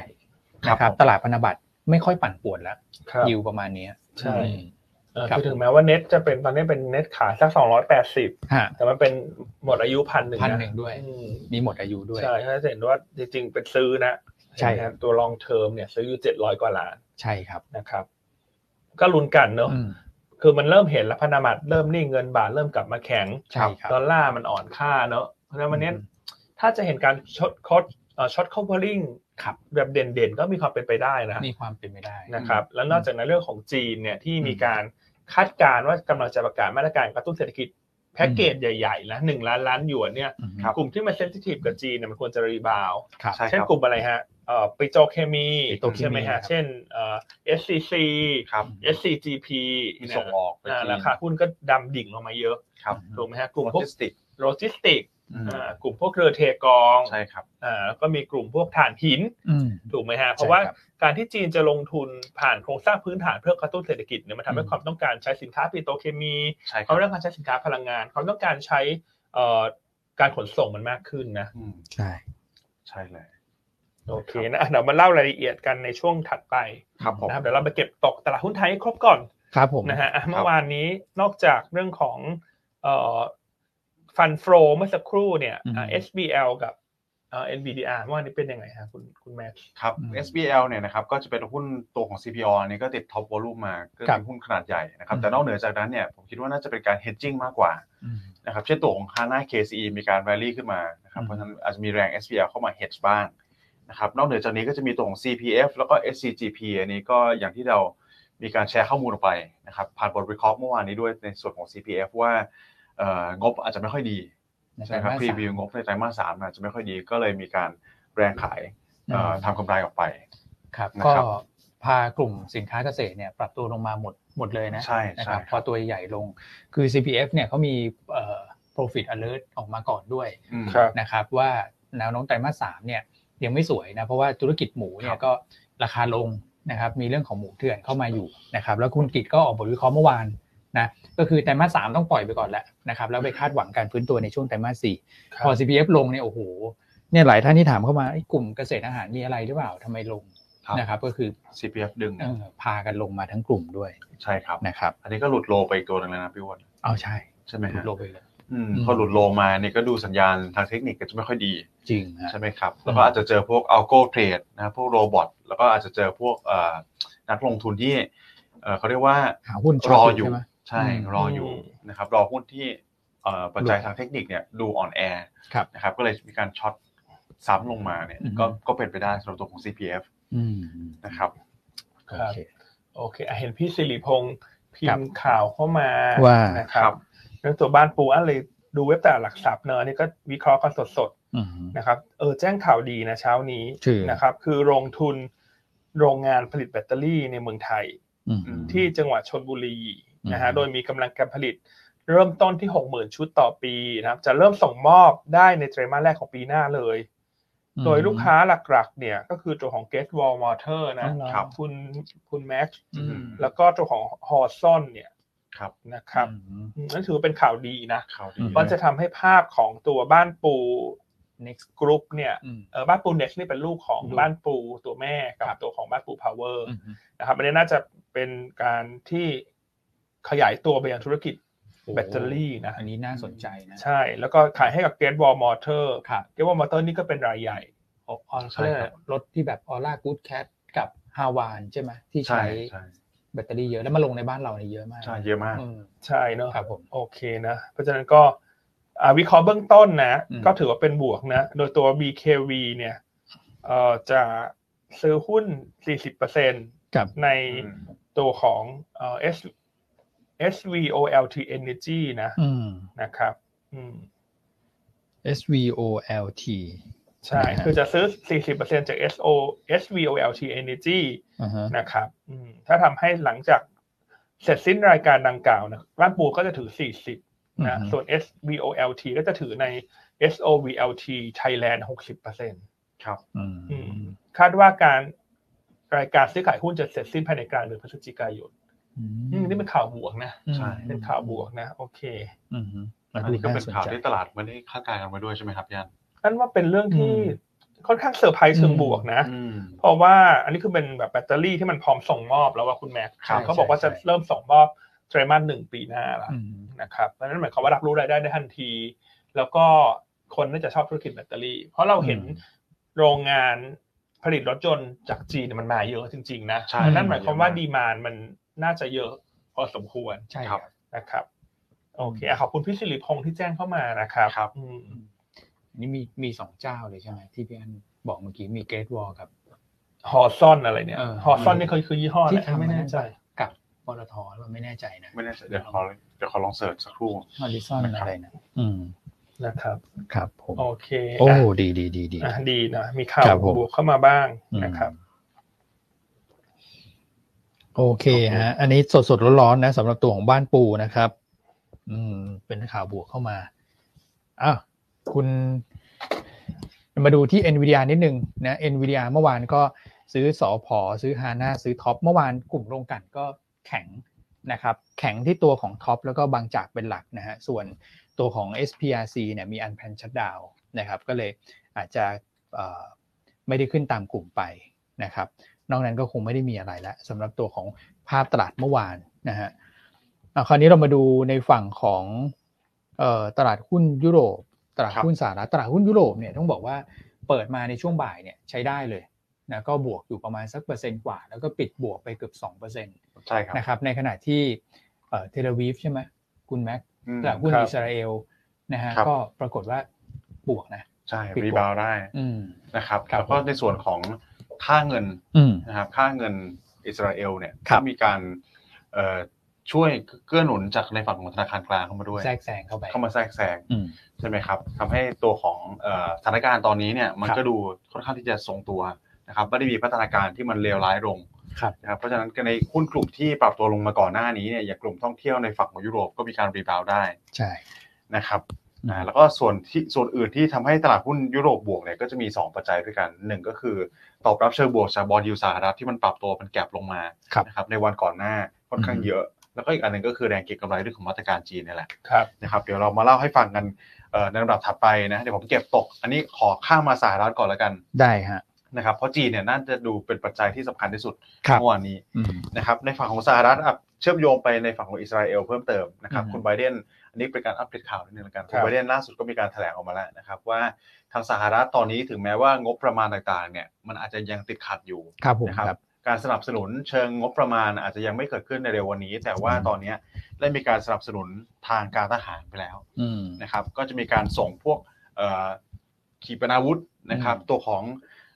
S3: นะครับตลาดพันธบัตรไม่ค่อยปั่นป่วนแล้ว
S1: ครับ
S3: ยิวประมาณเนี้ย
S1: ใช่
S3: อืม
S1: เออ
S3: ครับ
S1: คือถึงแม้ว่าเน็ตจะเป็นตอนนี้เป็นเน็ตขายสักสองร้อยแปดสิบ
S3: ฮะ
S1: แต่มันเป็นหมดอายุพันหนึ่ง
S3: พันหนึ่งด้วย มีหมดอายุด้วย
S1: ใช่ถ้าจะเห็นว่าจริงๆเป็นซื้อนะ
S3: ใช่
S1: เห็นไหมครับตัวลองเทอมเนี่ยซื้ออยู่เจ็ดร้อยกว่าล้าน
S3: ใช่ครับ
S1: นะครับ ก็ลุ้นกันเนอะ
S3: อืม
S1: คือมันเริ่มเห็นแล้วพันธบัตรเริ่มนิ่งเงินบาทเริ่มกลับมาแข็ง
S3: ใช่ครับ
S1: ดอลลาร์มันอ่อนค่าเนอะเพราะฉะนั้นวันนี้
S3: อืม
S1: ถ้าจะเห็นการช็อตคอตช็อตคอเวอริง
S3: ครับ
S1: แบบเด่นๆ ก็มีความเป็นไปได้นะ
S3: มีความเป็นไปได้
S1: นะครับ แล้วนอกจากนั้นเรื่องของจีนเนี่ยที่มีการคาดการณ์ว่ากำลังจะประกาศมาตรการกระตุ้นเศรษฐกิจแพ็กเกจใหญ่ๆนะหนึ่งล้านล้านหยวนเนี่ย
S3: อืม
S1: กลุ่มที่มันเซนซิทีฟกับจีนเนี่ยมันควรจะรีบาวด์
S3: ครับ
S2: ใช่
S1: เช่น
S2: ครับ
S1: กลุ่มอะไรฮะเอ่อปิโตรเคมี
S3: ปิโตรเคมี
S1: ใช่ไหม
S3: ครั
S1: ฮะ
S3: บ
S1: เช่นเอ่อ SCC
S2: ครับ
S1: SCGP
S2: มี
S1: เน
S2: ส่งออกไป
S1: ยอ่า
S2: จีน
S1: ราคาหุ้นก็ดำดิ่งลงมาเยอะ
S2: ครับ
S1: ถูกไหมฮะก
S2: กลุ่
S1: ลุ่มพวก
S2: มโลจิสติก
S1: โลจิสติกส์
S3: อืม
S1: อ่ากลุ่มพวกเครือเทกอง
S2: ใช่ครับ
S1: อ่าแล้วก็มีกลุ่มพวกถ่านหิน
S3: อืม
S1: ถูกไหมฮะ
S3: ใช่ครับ
S1: เพราะว่าการที่จีนจะลงทุนผ่านโครงสร้างพื้นฐานเพื่อกระตุ้นเศรษฐกิจเนี่ยมันทำให้
S3: อืม
S1: ความต้องการใช้สินค้าปิโตรเคมี
S2: ใช่ค
S1: ค
S2: รั
S1: วา
S2: บ
S1: มต้องการใช้สินค้าพลังงาน ความต้องการใช้เอ่อการขนส่งมันมากขึ้นนะ
S2: อืม
S3: ใช่
S2: ใช่เลย
S1: โอเคนะอ่ะเดี๋ยวมาเล่ารายละเอียดกันในช่วงถัดไป
S2: ครับผม
S1: นะครับเดี๋ยวเราไปเก็บตกตลาดหุ้นไทยให้ครบก่อน
S3: ครับผม
S1: นะฮะอ่ะเมื่อวานนี้นอกจากเรื่องของเอ่อฟันโฟเมื่อสักครู่เนี่ยอ่ะ SBL กับเอ่อ NVDR เมื่อวานนี้เป็นยังไงฮะคุณคุณแม่
S2: ครับ
S3: อืม
S2: SBL เนี่ยนะครับก็จะเป็นหุ้นตัวของ CPO อันนี้ก็ติดท็อปวอลุ่มมาก็
S3: ครั
S2: เป็
S3: บ
S2: นหุ้นขนาดใหญ่นะครับ
S3: อืม
S2: แต่นอกเหนือจากนั้นเนี่ยผมคิดว่าน่าจะเป็นการ hedging มากกว่า
S3: อืม
S2: นะครับเช่นตัวของ HANA KCE มีการ rally ขึ้นมานะครับ
S3: อืม
S2: เพราะฉะนั้นอาจจะมีแรง SBL เข้ามา hedge บ้างนะครับนอกเหนือจากนี้ก็จะมีตัวของ CPF แล้วก็ SCGP อันนี้ก็อย่างที่เรามีการแชร์ข้อมูลออกไปนะครับผ่านบท r e c a l เมื่อวานนี้ด้วยในส่วนของ CPF ว่าเอ่องบอาจจะไม่ค่อยดีใช่ไหมครับพรีวิวงบในไตรมาสสามอาจจะไม่ค่อยดีก็เลยมีการแรงขาย เอ่อทำกำไรออกไป
S3: ครับ
S2: นะ
S3: ก็
S2: ครับ
S3: พากลุ่มสินค้าเกษตรเนี่ยปรับตัวลงมาหมดหมดเลยนะ
S2: ใช่
S3: นะค
S2: ใช่
S3: รับพอตัวใหญ่ลงคือ CPF เนี่ยเขามีเอ่อ profit alert ออกมาก่อนด้วย
S2: อืม
S3: นะครับว่าแนวโน้มไตรมาสสามเนี่ยยังไม่สวยนะเพราะว่าธุรกิจหมูเนี่
S2: ครั
S3: ย
S2: บ
S3: ก็ราคาลงนะครับมีเรื่องของหมูเถื่อนเข้ามาอยู่นะครับแล้วคุณกิจก็ออกบทวิเคราะห์เมื่อวานนะก็คือไตรมาสสามต้องปล่อยไปก่อนแหละนะครับแล้วไปคาดหวังการฟื้นตัวในช่วงไตรมาสสี่ พอ CPF ลงเนี่ยโอ้โหเนี่ยหลายท่านที่ถามเข้ามาไอ้กลุ่มเกษตรอาหารมีอะไรหรือเปล่าทำไมลง
S2: ครับ
S3: นะครับ ก็คือ
S2: CPF ดึง
S3: เออพากันลงมาทั้งกลุ่มด้วย
S2: ใช่ครับ
S3: นะครับ
S2: อันนี้ก็หลุดโลไปอีกตัวหนึงแล้วนะพี่อ้วน
S3: เอาใช่
S2: ใช่ไหม
S3: ล
S2: ฮะ
S3: ดลงไปเลย
S2: อืม
S3: อืม
S2: พอหลุดโลมาเนี่ยก็ดูสัญญาณทางเทคนิคก็จะไม่ค่อยดี
S3: จริงฮะ
S2: ใช่ไหมครับ
S3: อืม
S2: แล้วก็อาจจะเจอพวกอัลโกเทรดนะครับพวกโรบอทแล้วก็อาจจะเจอพวกเอ่อนักลงทุนที่เอ่อเขาเรียกว่า
S3: หาหุ้นช็
S2: ร
S3: ต
S2: อ
S3: ใช่
S2: อยู่
S3: ไหม
S2: ใช่
S3: อืม
S2: รออยู่
S1: อืม
S2: นะครับรอหุ้นที่เอ่อปัจจัยทางเทคนิคเนี่ยดูอ่อนแอ
S3: ครับ
S2: นะครับก็เลยมีการช็อตซ้ำลงมาเนี่ย
S3: อืม
S2: ก็ก็เป็นไปได้สำหรับตัวของ CPF
S3: อืม
S2: นะครับ
S1: ค
S3: โอ
S1: รับ
S3: เค
S1: โอเคอ่ะเห็นพี่สิริพงษ์พิ
S3: ครั
S1: ม
S3: บ
S1: พ์ข่าวเข้ามา
S3: ว่า
S1: นะครับเรื่องตัวบ้านปูอันเลยดูเว็บตลาดหลักทรัพย์เนอะอันนี่ก็วิเคราะห์กันสด
S3: อืม
S1: ๆนะครับเออแจ้งข่าวดีนะเช้านี้
S3: คือ
S1: นะครับ คือโรงทุนโรงงานผลิตแบตเตอรี่ในเมืองไทย
S3: อืม
S1: ที่จังหวัดชนบุรีนะฮะ
S3: อืม
S1: โดยมีกำลังการผลิตเริ่มต้นที่ 60,000 ชุดต่อปีนะครับ จะเริ่มส่งมอบได้ในไตรมาสแรกของปีหน้าเลย โดยลูกค้าหลักๆ เนี่ยก็คือตัวของ g a t e Wall Motor นะ
S3: อ๋อเหอ
S2: ครับ
S1: คุณคุณแม็ก
S3: อืม
S1: แล้วก็ตัวของฮอซอนเนี่ย
S2: ครับ
S1: นะครับ
S3: อืม
S1: อืมนั่นถือว่าเป็นข่าวดีนะ
S2: ข่าวดี
S3: อืม
S1: ว่าจะทำให้ภาพของตัวบ้านปู
S3: next
S1: กรุ๊ปเนี่ย
S3: อืม
S1: เออบ้านปูเน็กนี่เป็นลูกของ
S3: ลูก
S1: บ้านปูตัวแม่กับ
S3: ครับ
S1: ตัวของบ้านปูพาวเวอร์
S3: อืม
S1: นะครับอันนี้น่าจะเป็นการที่ขยายตัวไปยังธุรกิจแบตเตอรี่นะ
S3: อันนี้น่าสนใจนะ
S1: ใช่ แล้วก็ขายให้กับเกตบอลมอเตอร์
S3: ครับ
S1: เกตบอลมอเตอร์นี่ก็เป็นรายใหญ่
S3: ออเขาเรียกอะไรรถที่แบบออร่ากู๊ดแคทกับฮาวานใช่ไหมที่
S2: ใช่
S3: ใช้
S2: ใช่
S3: แบตเตอรี่เยอะแล้วมาลงในบ้านเราเนี่ยเยอะมาก
S2: ใช่เยอะมาก
S3: อืม
S1: ใช่เนอะ
S3: ครับผม
S1: โอเคนะ เพราะฉะนั้นก็อ่าวิเคราะห์เบื้องต้นนะ
S3: อืม
S1: ก็ถือว่าเป็นบวกนะ โดยตัว BKV เนี่ยเอ่อจะซื้อหุ้น 40%
S3: กับ
S1: ใน ตัวของเอ่อ S SVOLT Energy นะ
S3: อืม
S1: นะครับ อืม
S3: SVOLT
S1: ใช่
S3: นะฮะ
S1: คือจะซื้อ 40%จาก SO SVOLT Energy
S3: อ่าฮะ
S1: นะครับอืมถ้าทำให้หลังจากเสร็จสิ้นรายการดังกล่าวนะร้านปูก็จะถือ 40นะ ส่วน SVOLT ก็จะถือใน SOVLT Thailand 60%
S3: อืม
S1: อืม คาดว่าการรายการซื้อขายหุ้นจะเสร็จสิ้นภายในกลางเดือนพฤศจิกายน
S3: อืม
S1: อืมนี่เป็นข่าวบวกนะ
S3: อืม
S2: ใช่
S1: เป็นข่าวบวกนะ โอเค
S3: อืม
S2: อั
S3: มาน ดู
S2: นี้ก็
S3: น่า
S2: เป็น
S3: สน
S2: ข่าว
S3: ใจ
S2: ที่ตลาดไม่ได้คาดการณ์กันไว้ด้วยใช่ไหมครับย่าน
S1: นั่นว่าเป็นเรื่องที่
S3: อืม
S1: ค่อนข้างเซอร์ไพรส์เชิงบวกนะ
S2: อืม
S1: เพราะว่าอันนี้คือเป็นแบบแบตเตอรี่ที่มันพร้อมส่งมอบแล้วว่าคุณแม็กซ์
S3: ครับ
S1: เขาบอกว่าจะเริ่มส่งมอบไตรมาสหนึ่งปีหน้าละ
S3: อืม
S1: นะครับเพราะฉะนั้นหมายความว่ารับรู้รายได้ได้ทันที แล้วก็คนน่าจะชอบธุรกิจแบตเตอรี่ เพราะเราเห็นโรงงานผลิตรถยนต์จากจีนเนยมันมาเยอะจริงๆนะ
S2: ใช่
S1: นั่นหมายความว่าดีมานมันน่าจะเยอะพอสมควร
S3: ใช่ครับ
S1: นะครับ โอเคอ่ะขอบคุณพี่สิริพงษ์ที่แจ้งเข้ามานะครับ
S2: ครับ
S1: อืม
S3: อันนี่มีมีสองเจ้าเลยใช่ไหมที่พี่อันบอกเมื่อกี้มีเกรดวอลกับ
S1: ฮอซอนอะไรเนี่ย
S3: เออ
S1: ฮอซอนนี่คือคือยี่ห้ออะ
S3: ที่
S1: ไร
S3: ทำ
S1: ไม่
S3: ไม่แน่
S1: แน่
S3: ใจ
S1: ใจ
S3: กับปตทหรือเปล่าไม่แน่ใจนะ
S2: ไม่แน่ใจเดี๋ยวขอเดี๋ยวขอลองเสิร์ชสักครู่
S3: ฮอริซอน
S2: นะครับ
S3: อะไรนะอืม
S1: นะครับ
S3: ครับผม
S1: โอเค
S3: โอ้
S1: อ่ะ
S3: ดีดีดีดี
S1: อ่ะดีนะมีข่าว
S3: ครับผม
S1: บวกเข้ามาบ้างนะครับ
S3: โอเคฮะ อันนี้สดสดๆร้อนๆนะสำหรับตัวของบ้านปูนะครับ อืม เป็นข่าวบวกเข้ามาอ้าวคุณ มาดูที่ NVIDIA นิดนึงนะ NVIDIA เมื่อวานก็ซื้อสอพอซื้อ HANA ซื้อท็อปเมื่อวานกลุ่มโรงกลันก็แข็งนะครับ แข็งที่ตัวของท็อปแล้วก็บางจากเป็นหลักนะฮะ ส่วนตัวของ SPRC เนี่ยมีอันแพนชัดดาวนะครับ ก็เลยอาจจะเอ่อไม่ได้ขึ้นตามกลุ่มไปนะครับ นอกนั้นก็คงไม่ได้มีอะไรแล้วสำหรับตัวของภาพตลาดเมื่อวานนะฮะอ่ะคราวนี้เรามาดูในฝั่งของเอ่อตลาดหุ้นยุโรป ตลาด
S2: ครับ
S3: หุ้นสหรัฐตลาดหุ้นยุโรปเนี่ยต้องบอกว่าเปิดมาในช่วงบ่ายเนี่ยใช้ได้เลยนะก็บวกอยู่ประมาณสักเปอร์เซ็นต์กว่า แล้วก็ปิดบวกไปเกือบ2%น
S2: ใช่ครับ
S3: ะครับในขณะที่เอ่อเทเลวีฟใช่ไหมคุณแม็ก
S2: อืม
S3: ตลาดหุ้น
S1: ครับ
S3: อิสราเอลนะฮะ
S2: ครับ
S3: ก็ปรากฏว่าบวกนะ
S2: ใช่
S3: ปิดบวก
S2: รีบาวได้
S3: อืม
S2: นะครับ
S3: ครับ
S2: แล้วก็ในส่วนของค่าเงิน
S3: อืม
S2: นะครับค่าเงินอิสราเอลเนี่ย
S3: ครับ
S2: ก็มีการเอ่อช่วยเกื้อหนุนจากในฝั่งของธนาคารกลางเข้ามาด้วย
S3: แทรกแซงเข้าไป
S2: เข้ามาแทรกแซง
S3: อืม
S2: ใช่ไหมครับทำให้ตัวของเอ่อสถานการณ์ตอนนี้เนี่ยมัน
S3: ครับ
S2: ก็ดูค่อนข้างที่จะทรงตัวนะครับไม่ได้มีพัฒนาการที่มันเลวร้ายลง
S3: ครับ
S2: นะครับเพราะฉะนั้นในหุ้นกลุ่มที่ปรับตัวลงมาก่อนหน้านี้เนี่ยอย่างกลุ่มท่องเที่ยวในฝั่งของยุโรปก็มีการรีบาวด์ได้
S3: ใช่
S2: นะครับ
S3: อืม
S2: อ่าแล้วก็ส่วนที่ส่วนอื่นที่ทำให้ตลาดหุ้นยุโรปบวกเนี่ยก็จะมี 2 ปัจจัยด้วยกันหนึ่งก็คือตอบรับเชิงบวกจากบอลยูสหรัฐที่มันปรับตัวมันแก็บลงมา
S3: ครับ
S2: นะครับในวันก่อนหน้าค่อนข้างเยอะ แล้วก็อีกอันหนึ่งก็คือแรงเก็งกำไรเรื่องของมาตรการจีนนี่แหละ
S1: ครับ
S2: นะครับเดี๋ยวเรามาเล่าให้ฟังกันเอ่อในลำดับถัดไปนะเดี๋ยวผมเก็บตก อันนี้ขอข้ามมาสหรัฐก่อนแล้วกัน
S3: ได้ฮะ
S2: นะครับเพราะจีนเนี่ยน่าจะดูเป็นปัจจัยที่สำคัญที่สุด
S3: ครับ
S2: เมื่อวานนี้
S3: อืม
S2: นะครับในฝั่งของสหรัฐอ่ะเชื่อมโยงไปในฝั่งของอิสราเอลเพิ่มเติมนะครับ
S3: อืม
S2: คุณไบเดนอันนี้เป็นการอัปเดตข่าวนิดนึงแล้วกัน
S1: ครับ
S2: คุณไบเดนล่าสุดก็มีการแถลงออกมาแล้วนะครับว่าทางสหรัฐตอนนี้ถึงแม้ว่างบประมาณต่างๆเนี่ยมันอาจจะยังติดขัดอยู่
S3: ครับผม
S2: นะ
S3: ค
S2: ค
S3: รั
S2: รับ บการสนับสนุนเชิงงบประมาณอาจจะยังไม่เกิดขึ้นในเร็ววันนี้ แต่ว่า
S3: อืม
S2: ตอนเนี้ยได้มีการสนับสนุนทางการทหารไปแล้ว
S3: อืม
S2: นะครับก็จะมีการส่งพวกเอ่อขีปนาวุธนะครับ
S3: อืม
S2: ตัวของ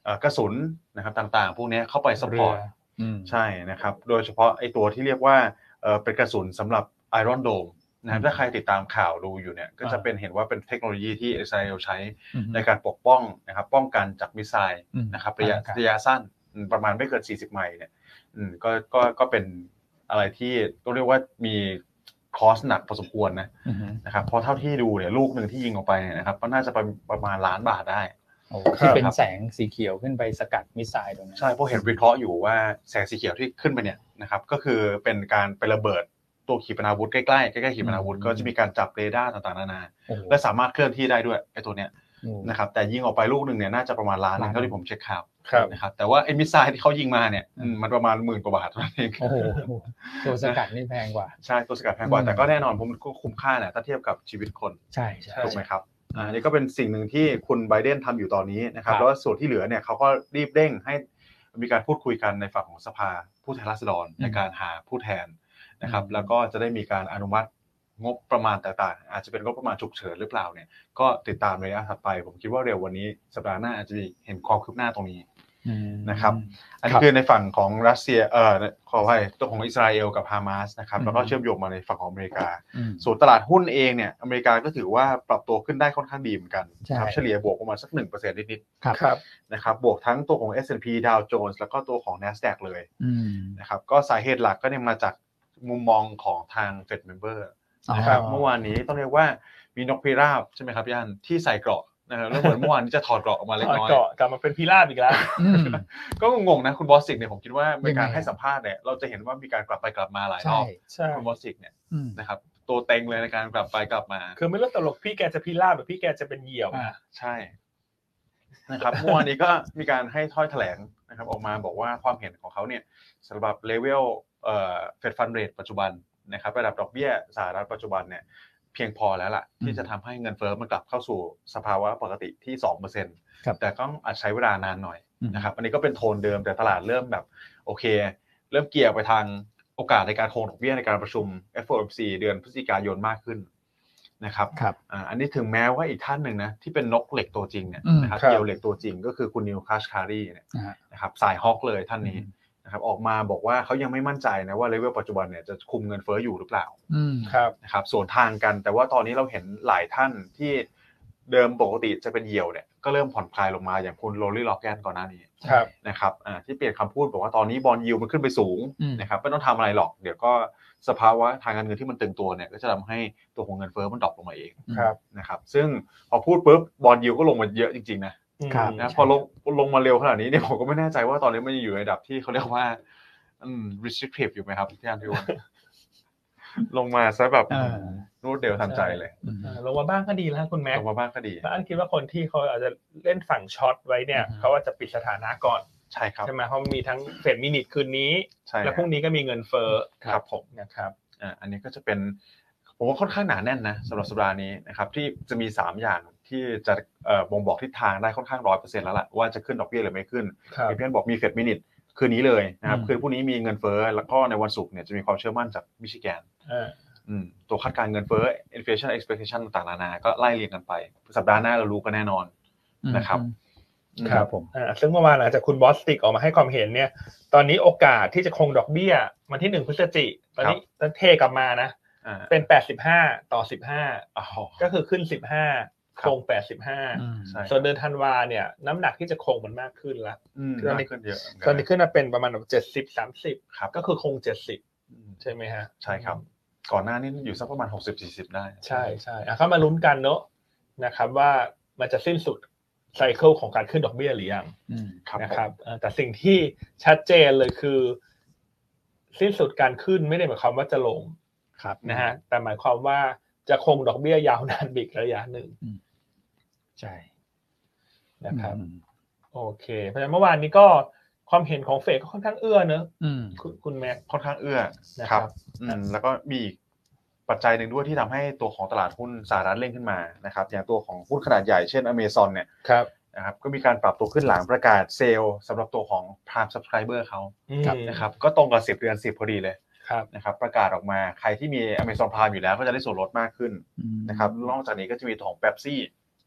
S2: เอ่อกระสุนนะครับต่างๆ พวกเนี้ยเข้าไปสปอร์ต
S3: อืม
S2: ใช่นะครับโดยเฉพาะไอ้ตัวที่เรียกว่าเอ่อเป็นกระสุนสำหรับไอรอนโดมนะครับ
S3: อืม
S2: ถ้าใครติดตามข่าวดูอยู่เนี่ยก็จะ
S3: อ่า
S2: เป็นเห็นว่าเป็นเทคโนโลยีที่อิสราเอลใช้
S3: อืม
S2: ในการปกป้องนะครับป้องกันจากมิสไซล์
S3: อืม
S2: นะครับระยะ
S3: อ่า
S2: ระยะสั้นอืมประมาณไม่เกิน 40 ไมล์เนี่ยอืมก็ก็ก็เป็นอะไรที่ต้องเรียกว่ามีคอสหนักพอสมควรนะ
S3: อือฮึ
S2: นะครับเพราะเท่าที่ดูเนี่ยลูกหนึ่งที่ยิงออกไปเนี่ยนะครับก็น่าจะประประมาณล้านบาทได้
S3: โอ้
S2: ครับ
S3: ที่เป็นแสงสีเขียวขึ้นไปสกัดมิสไซล์ตรงนั้น
S2: ใช่เพราะเห็นวิเคราะห์อยู่ว่าแสงสีเขียวที่ขึ้นไปเนี่ยนะครับก็คือเป็นการไประเบิดตัวขีปนาวุธใกล้ๆใกล้ๆขีปนาวุธก็จะมีการจับเรดาร์ต่างๆนานา
S3: โอ้โห
S2: และสามารถเคลื่อนที่ได้ด้วยไอ้ตัวเนี้ย
S3: โอ้โห
S2: นะครับแต่ยิงออกไปลูกหนึ่งเนี่ยน่าจะประมาณล้านหนึงเท่าที่ผมเช็คข่าว
S1: ครับ
S2: นะครับแต่ว่าไอ้มิสไซล์ที่เขายิงมาเนี่ย
S3: อืม
S2: อืมมันประมาณหมื่นกว่าบาทเท่านั้นเอง
S3: โอ้โหตัวสกัดนี่แพงกว่า
S2: ใช่ตัวสกัดแพงกว่า
S3: อืม
S2: แต่ก็แน่นอนผมก็คุ้มค่านะถ้าเทียบกับชีวิตคน
S3: ใช่ใช่
S2: ถูกไหมครับอ่านี่ก็เป็นสิ่งหนึ่งที่คุณไบเดนทำอยู่ตอนนี้นะครับ
S3: ครับ
S2: แล้วส่วนที่เหลือเนี่ยเขาก็รีบเร่งให้มีการพูดคุยกันในฝั่งของสภาผู้แทนราษฎรในการหาผู้แทนนะครับแล้วก็จะได้มีการอนุมัติงบประมาณต่างๆ อาจจะเป็นงบประมาณฉุกเฉินหรือเปล่าเนี่ยก็ติดตามระยะถัดไป ผมคิดว่าเร็ววันนี้สัปดาห์หน้าอาจจะมีเห็นความคืบหน้าตรงนี้
S3: อืม
S2: นะครับ อัน
S3: ครั
S2: นี้
S3: บ
S2: คือในฝั่งของรัสเซียเอ่อขออภัยตัวของอิสราเอลกับฮามาสนะครับ
S3: อืม
S2: แล้วก็เชื่อมโยงมาในฝั่งของอเมริกา
S3: อืม
S2: ส่วนตลาดหุ้นเองเนี่ยอเมริกาก็ถือว่าปรับตัวขึ้นได้ค่อนข้างดีเหมือนกัน
S3: ใช่
S2: นะครับเฉลี่ยบวกประมาณสัก1%นิด
S3: ครับ
S1: ครับ
S2: ๆนะครับบวกทั้งตัวของ S&P Dow Jones แล้วก็ตัวของ NASDAQ เลย
S3: อืม
S2: นะครับก็สาเหตุหลักก็เนี่ยมาจากมุมมองของทาง Fed Member นะครับเมื่อวานนี้ต้องเรียกว่ามีนกพิราบใช่ไหมครับย่านที่ใส่เกราะนะครับแล้วเหมือนเมื่อวานนี้จะถอดเกราะออกมาเล็กน้อย
S1: เกาะกลับมาเป็นพิราบอีกแล้ว
S3: อืม
S2: ก็งงๆนะคุณบอสสิกเนี่ยผมคิดว่าเป็นการ
S3: ยังไงอะ
S2: ให้สัมภาษณ์เนี่ยเราจะเห็นว่ามีการกลับไปกลับมาหลายร
S3: ใช่
S2: อบ
S1: ใช่
S2: คุณบอสสิกเนี่ย
S3: อืม
S2: นะครับตัวเต็งเลยในการกลับไปกลับมา
S1: คือไม่เลิกตลกพี่แกจะพิราบหรือพี่แกจะเป็นเหยี่ยวนะ
S2: ใช่นะครับ เมื่อวานนี้ก็มีการให้ถ้อยแถลงนะครับออกมาบอกว่าความเห็นของเขาเนี่ยสำหรับเลเวลเอ่อเฟดฟันเรทปัจจุบันนะครับระดับดอกเบี้ยสหรัฐปัจจุบันเนี่ยเพียงพอแล้วล่ะ ที่จะทำให้เงินเฟ้อมันกลับเข้าสู่สภาวะปกติที่
S3: ครับ
S2: 2%แต่ต้องอาจใช้เวลานานหน่อย
S3: อืม
S2: นะครับอันนี้ก็เป็นโทนเดิมแต่ตลาดเริ่มแบบโอเค เริ่มเกี่ยวไปทางโอกาสในการคงดอกเบี้ยในการประชุม FOMC เดือนพฤศจิกายนมากขึ้นนะครับ
S3: ครับ
S2: อ่าอันนี้ถึงแม้ว่าอีกท่านหนึ่งนะที่เป็นนกเหล็กตัวจริงเนี่ย
S3: อืม
S2: นะครับ
S1: ครับ
S2: เกี่ยวเหล็กตัวจริงก็คือคุณนิวคาชคารีเนี่ย
S3: อ่า
S2: นะครับสายฮอกเลยท่านนี้นะครับออกมาบอกว่าเขายังไม่มั่นใจนะว่าเลเวลปัจจุบันเนี่ยจะคุมเงินเฟ้ออยู่หรือเปล่า
S3: อืม
S1: ครับ
S2: นะครับส่วนทางกันแต่ว่าตอนนี้เราเห็นหลายท่านที่เดิมปกติจะเป็นเหยี่ยวเนี่ยก็เริ่มผ่อนคลายลงมาอย่างคุณโรลลี่ล็อกแกนก่อนหน้านี้
S1: ครับ
S2: นะครับอ่าที่เปลี่ยนคำพูดบอกว่าตอนนี้บอลยิวมันขึ้นไปสูง
S3: อืม
S2: นะครับไม่ต้องทำอะไรหรอก เดี๋ยวก็สภาวะทางการเงินที่มันตึงตัวเนี่ยก็จะทำให้ตัวของเงินเฟ้อมันดรอปลงมาเอง
S1: ครับ
S2: นะครับซึ่งพอพูดปุ๊บบอลยิวก็ลงมาเยอะจริงๆนะ
S3: ครับ
S1: อืม
S2: นะพอลงลงมาเร็วขนาดนี้เนี่ยผมก็ไม่แน่ใจว่าตอนนี้มันอยู่ในระดับที่เขาเรียกว่าอืม restrictive อยู่ไหมครับพี่อันพี่อ้ วัน ลงมาซะแบบ
S3: เออ
S2: รวดเร็วทันใจเลย
S3: อืม
S1: เออลงมาบ้างก็ดีแล้วคุณแม็ก
S2: ลงมาบ้างก็ดี
S1: แต่อันคิดว่าคนที่เขาอาจจะเล่นฝั่งช็อตไว้เนี่ย
S3: อืม
S1: เขาอาจจะปิดสถานะก่อน
S2: ใช่ครับ
S1: ใช่ไหมเพราะมันมีทั้งเฟดมินิทคืนนี้
S2: ใช่
S1: แล้วพรุ่งนี้ก็มีเงินเฟ้อ
S2: ครับผม
S1: นะครับ
S2: อ่าอันนี้ก็จะเป็นผมว่าค่อนข้างหนาแน่นนะสำหรับสัปดาห์นี้นะครับที่จะมี 3 อย่างที่จะเอ่อบ่งบอกทิศทางได้ค่อนข้างร้อยเปอร์เซ็นต์แล้วล่ะว่าจะขึ้นดอกเบี้ยหรือไม่ขึ้น
S1: ครับ
S2: เพื่อนบอกมีเฟดมินิทคืนนี้เลยนะครับ
S3: อืม
S2: คืนพรุ่งนี้มีเงินเฟ้อแล้วก็ในวันศุกร์เนี่ยจะมีความเชื่อมั่นจากมิชิแกน
S1: เออ
S2: อืมตัวคาดการณ์เงินเฟ้อ inflation expectation ต่างๆนานาก็ไล่เรียงกันไป สัปดาห์หน้าเรารู้กันแน่นอน นะครับ อืม
S3: ครับผม
S1: อ่าซึ่งเมื่อวานหลังจากคุณบอสติกออกมาให้ความเห็นเนี่ย ตอนนี้โอกาสที่จะคงดอกเบี้ยวันที่หนึ่งพฤศจิตอนนี้เทกลับมานะ
S2: อ่า
S1: เป็นแปดสิบห้าต่อสิบห้า
S2: อ๋อ
S1: ก็คือขึ้นสิบห้า
S2: ครั
S1: ค
S2: บ
S1: งแปดสิบห้า
S3: อืม
S2: ใช่
S1: ส่วนเดือนธันวาเนี่ยน้ำหนักที่จะคงมันมากขึ้นละ
S2: อืม
S1: ตอนนี้
S2: มากขึ้นเยอะเหมือ
S1: ต
S2: น
S1: อ
S2: กัน น
S1: นี้ขึ้นมาเป็นประมาณเจ็ดสิบสามสิบ
S2: ครับ
S1: ก็คือคงเจ็ดสิบ
S2: อืม
S1: ใช่ไหมฮะ
S2: ใช่ครับ ก่อนหน้านี้อยู่สักประมาณ 60 40 ได้
S1: ใช่ใช่อ่ะก็มาลุ้นกันเนอะนะครับว่ามันจะสิ้นสุดไซเคิลของการขึ้นดอกเบี้ยหรือยัง
S3: อืม
S2: ครับผม
S1: นะครับเอ่อแต่สิ่งที่ชัดเจนเลยคือ สิ้นสุดการขึ้นไม่ได้หมายความว่าจะลง
S3: ครับ
S1: นะฮะแต่หมายความว่าจะคงดอกเบี้ยยาวนานไปอีกระยะหนึ่ง
S3: ใช่
S1: นะครับ
S3: อืม
S1: โอเค เพราะฉะนั้นเมื่อวานนี้ก็ความเห็นของเฟดก็ค่อนข้างเอื้อเนอะ
S3: อืม
S1: คุณคุณแม็ก
S2: ค่อนข้างเอื้อ
S1: นะ
S2: ค
S1: ครั
S2: รับบ อืมแล้วก็มีอีกปัจจัยหนึ่งด้วยที่ทำให้ตัวของตลาดหุ้นสหรัฐเร่งขึ้นมานะครับอย่างตัวของหุ้นขนาดใหญ่เช่นอเมซอนเนี่ย
S1: ครับ
S2: นะครับก็มีการปรับตัวขึ้นหลังประกาศเซลล์สำหรับตัวของ Prime Subscriber เขา
S3: ครับ
S1: อืม
S2: นะครับก็ตรงกับ 10 เดือน 10 พอดีเลย
S1: ครับ
S2: นะครับประกาศออกมาใครที่มี Amazon Prime อยู่แล้วก็จะได้ส่วนลดมากขึ้น
S3: อืม
S2: นะครับนอกจากนี้ก็จะมีตัวของ Pepsi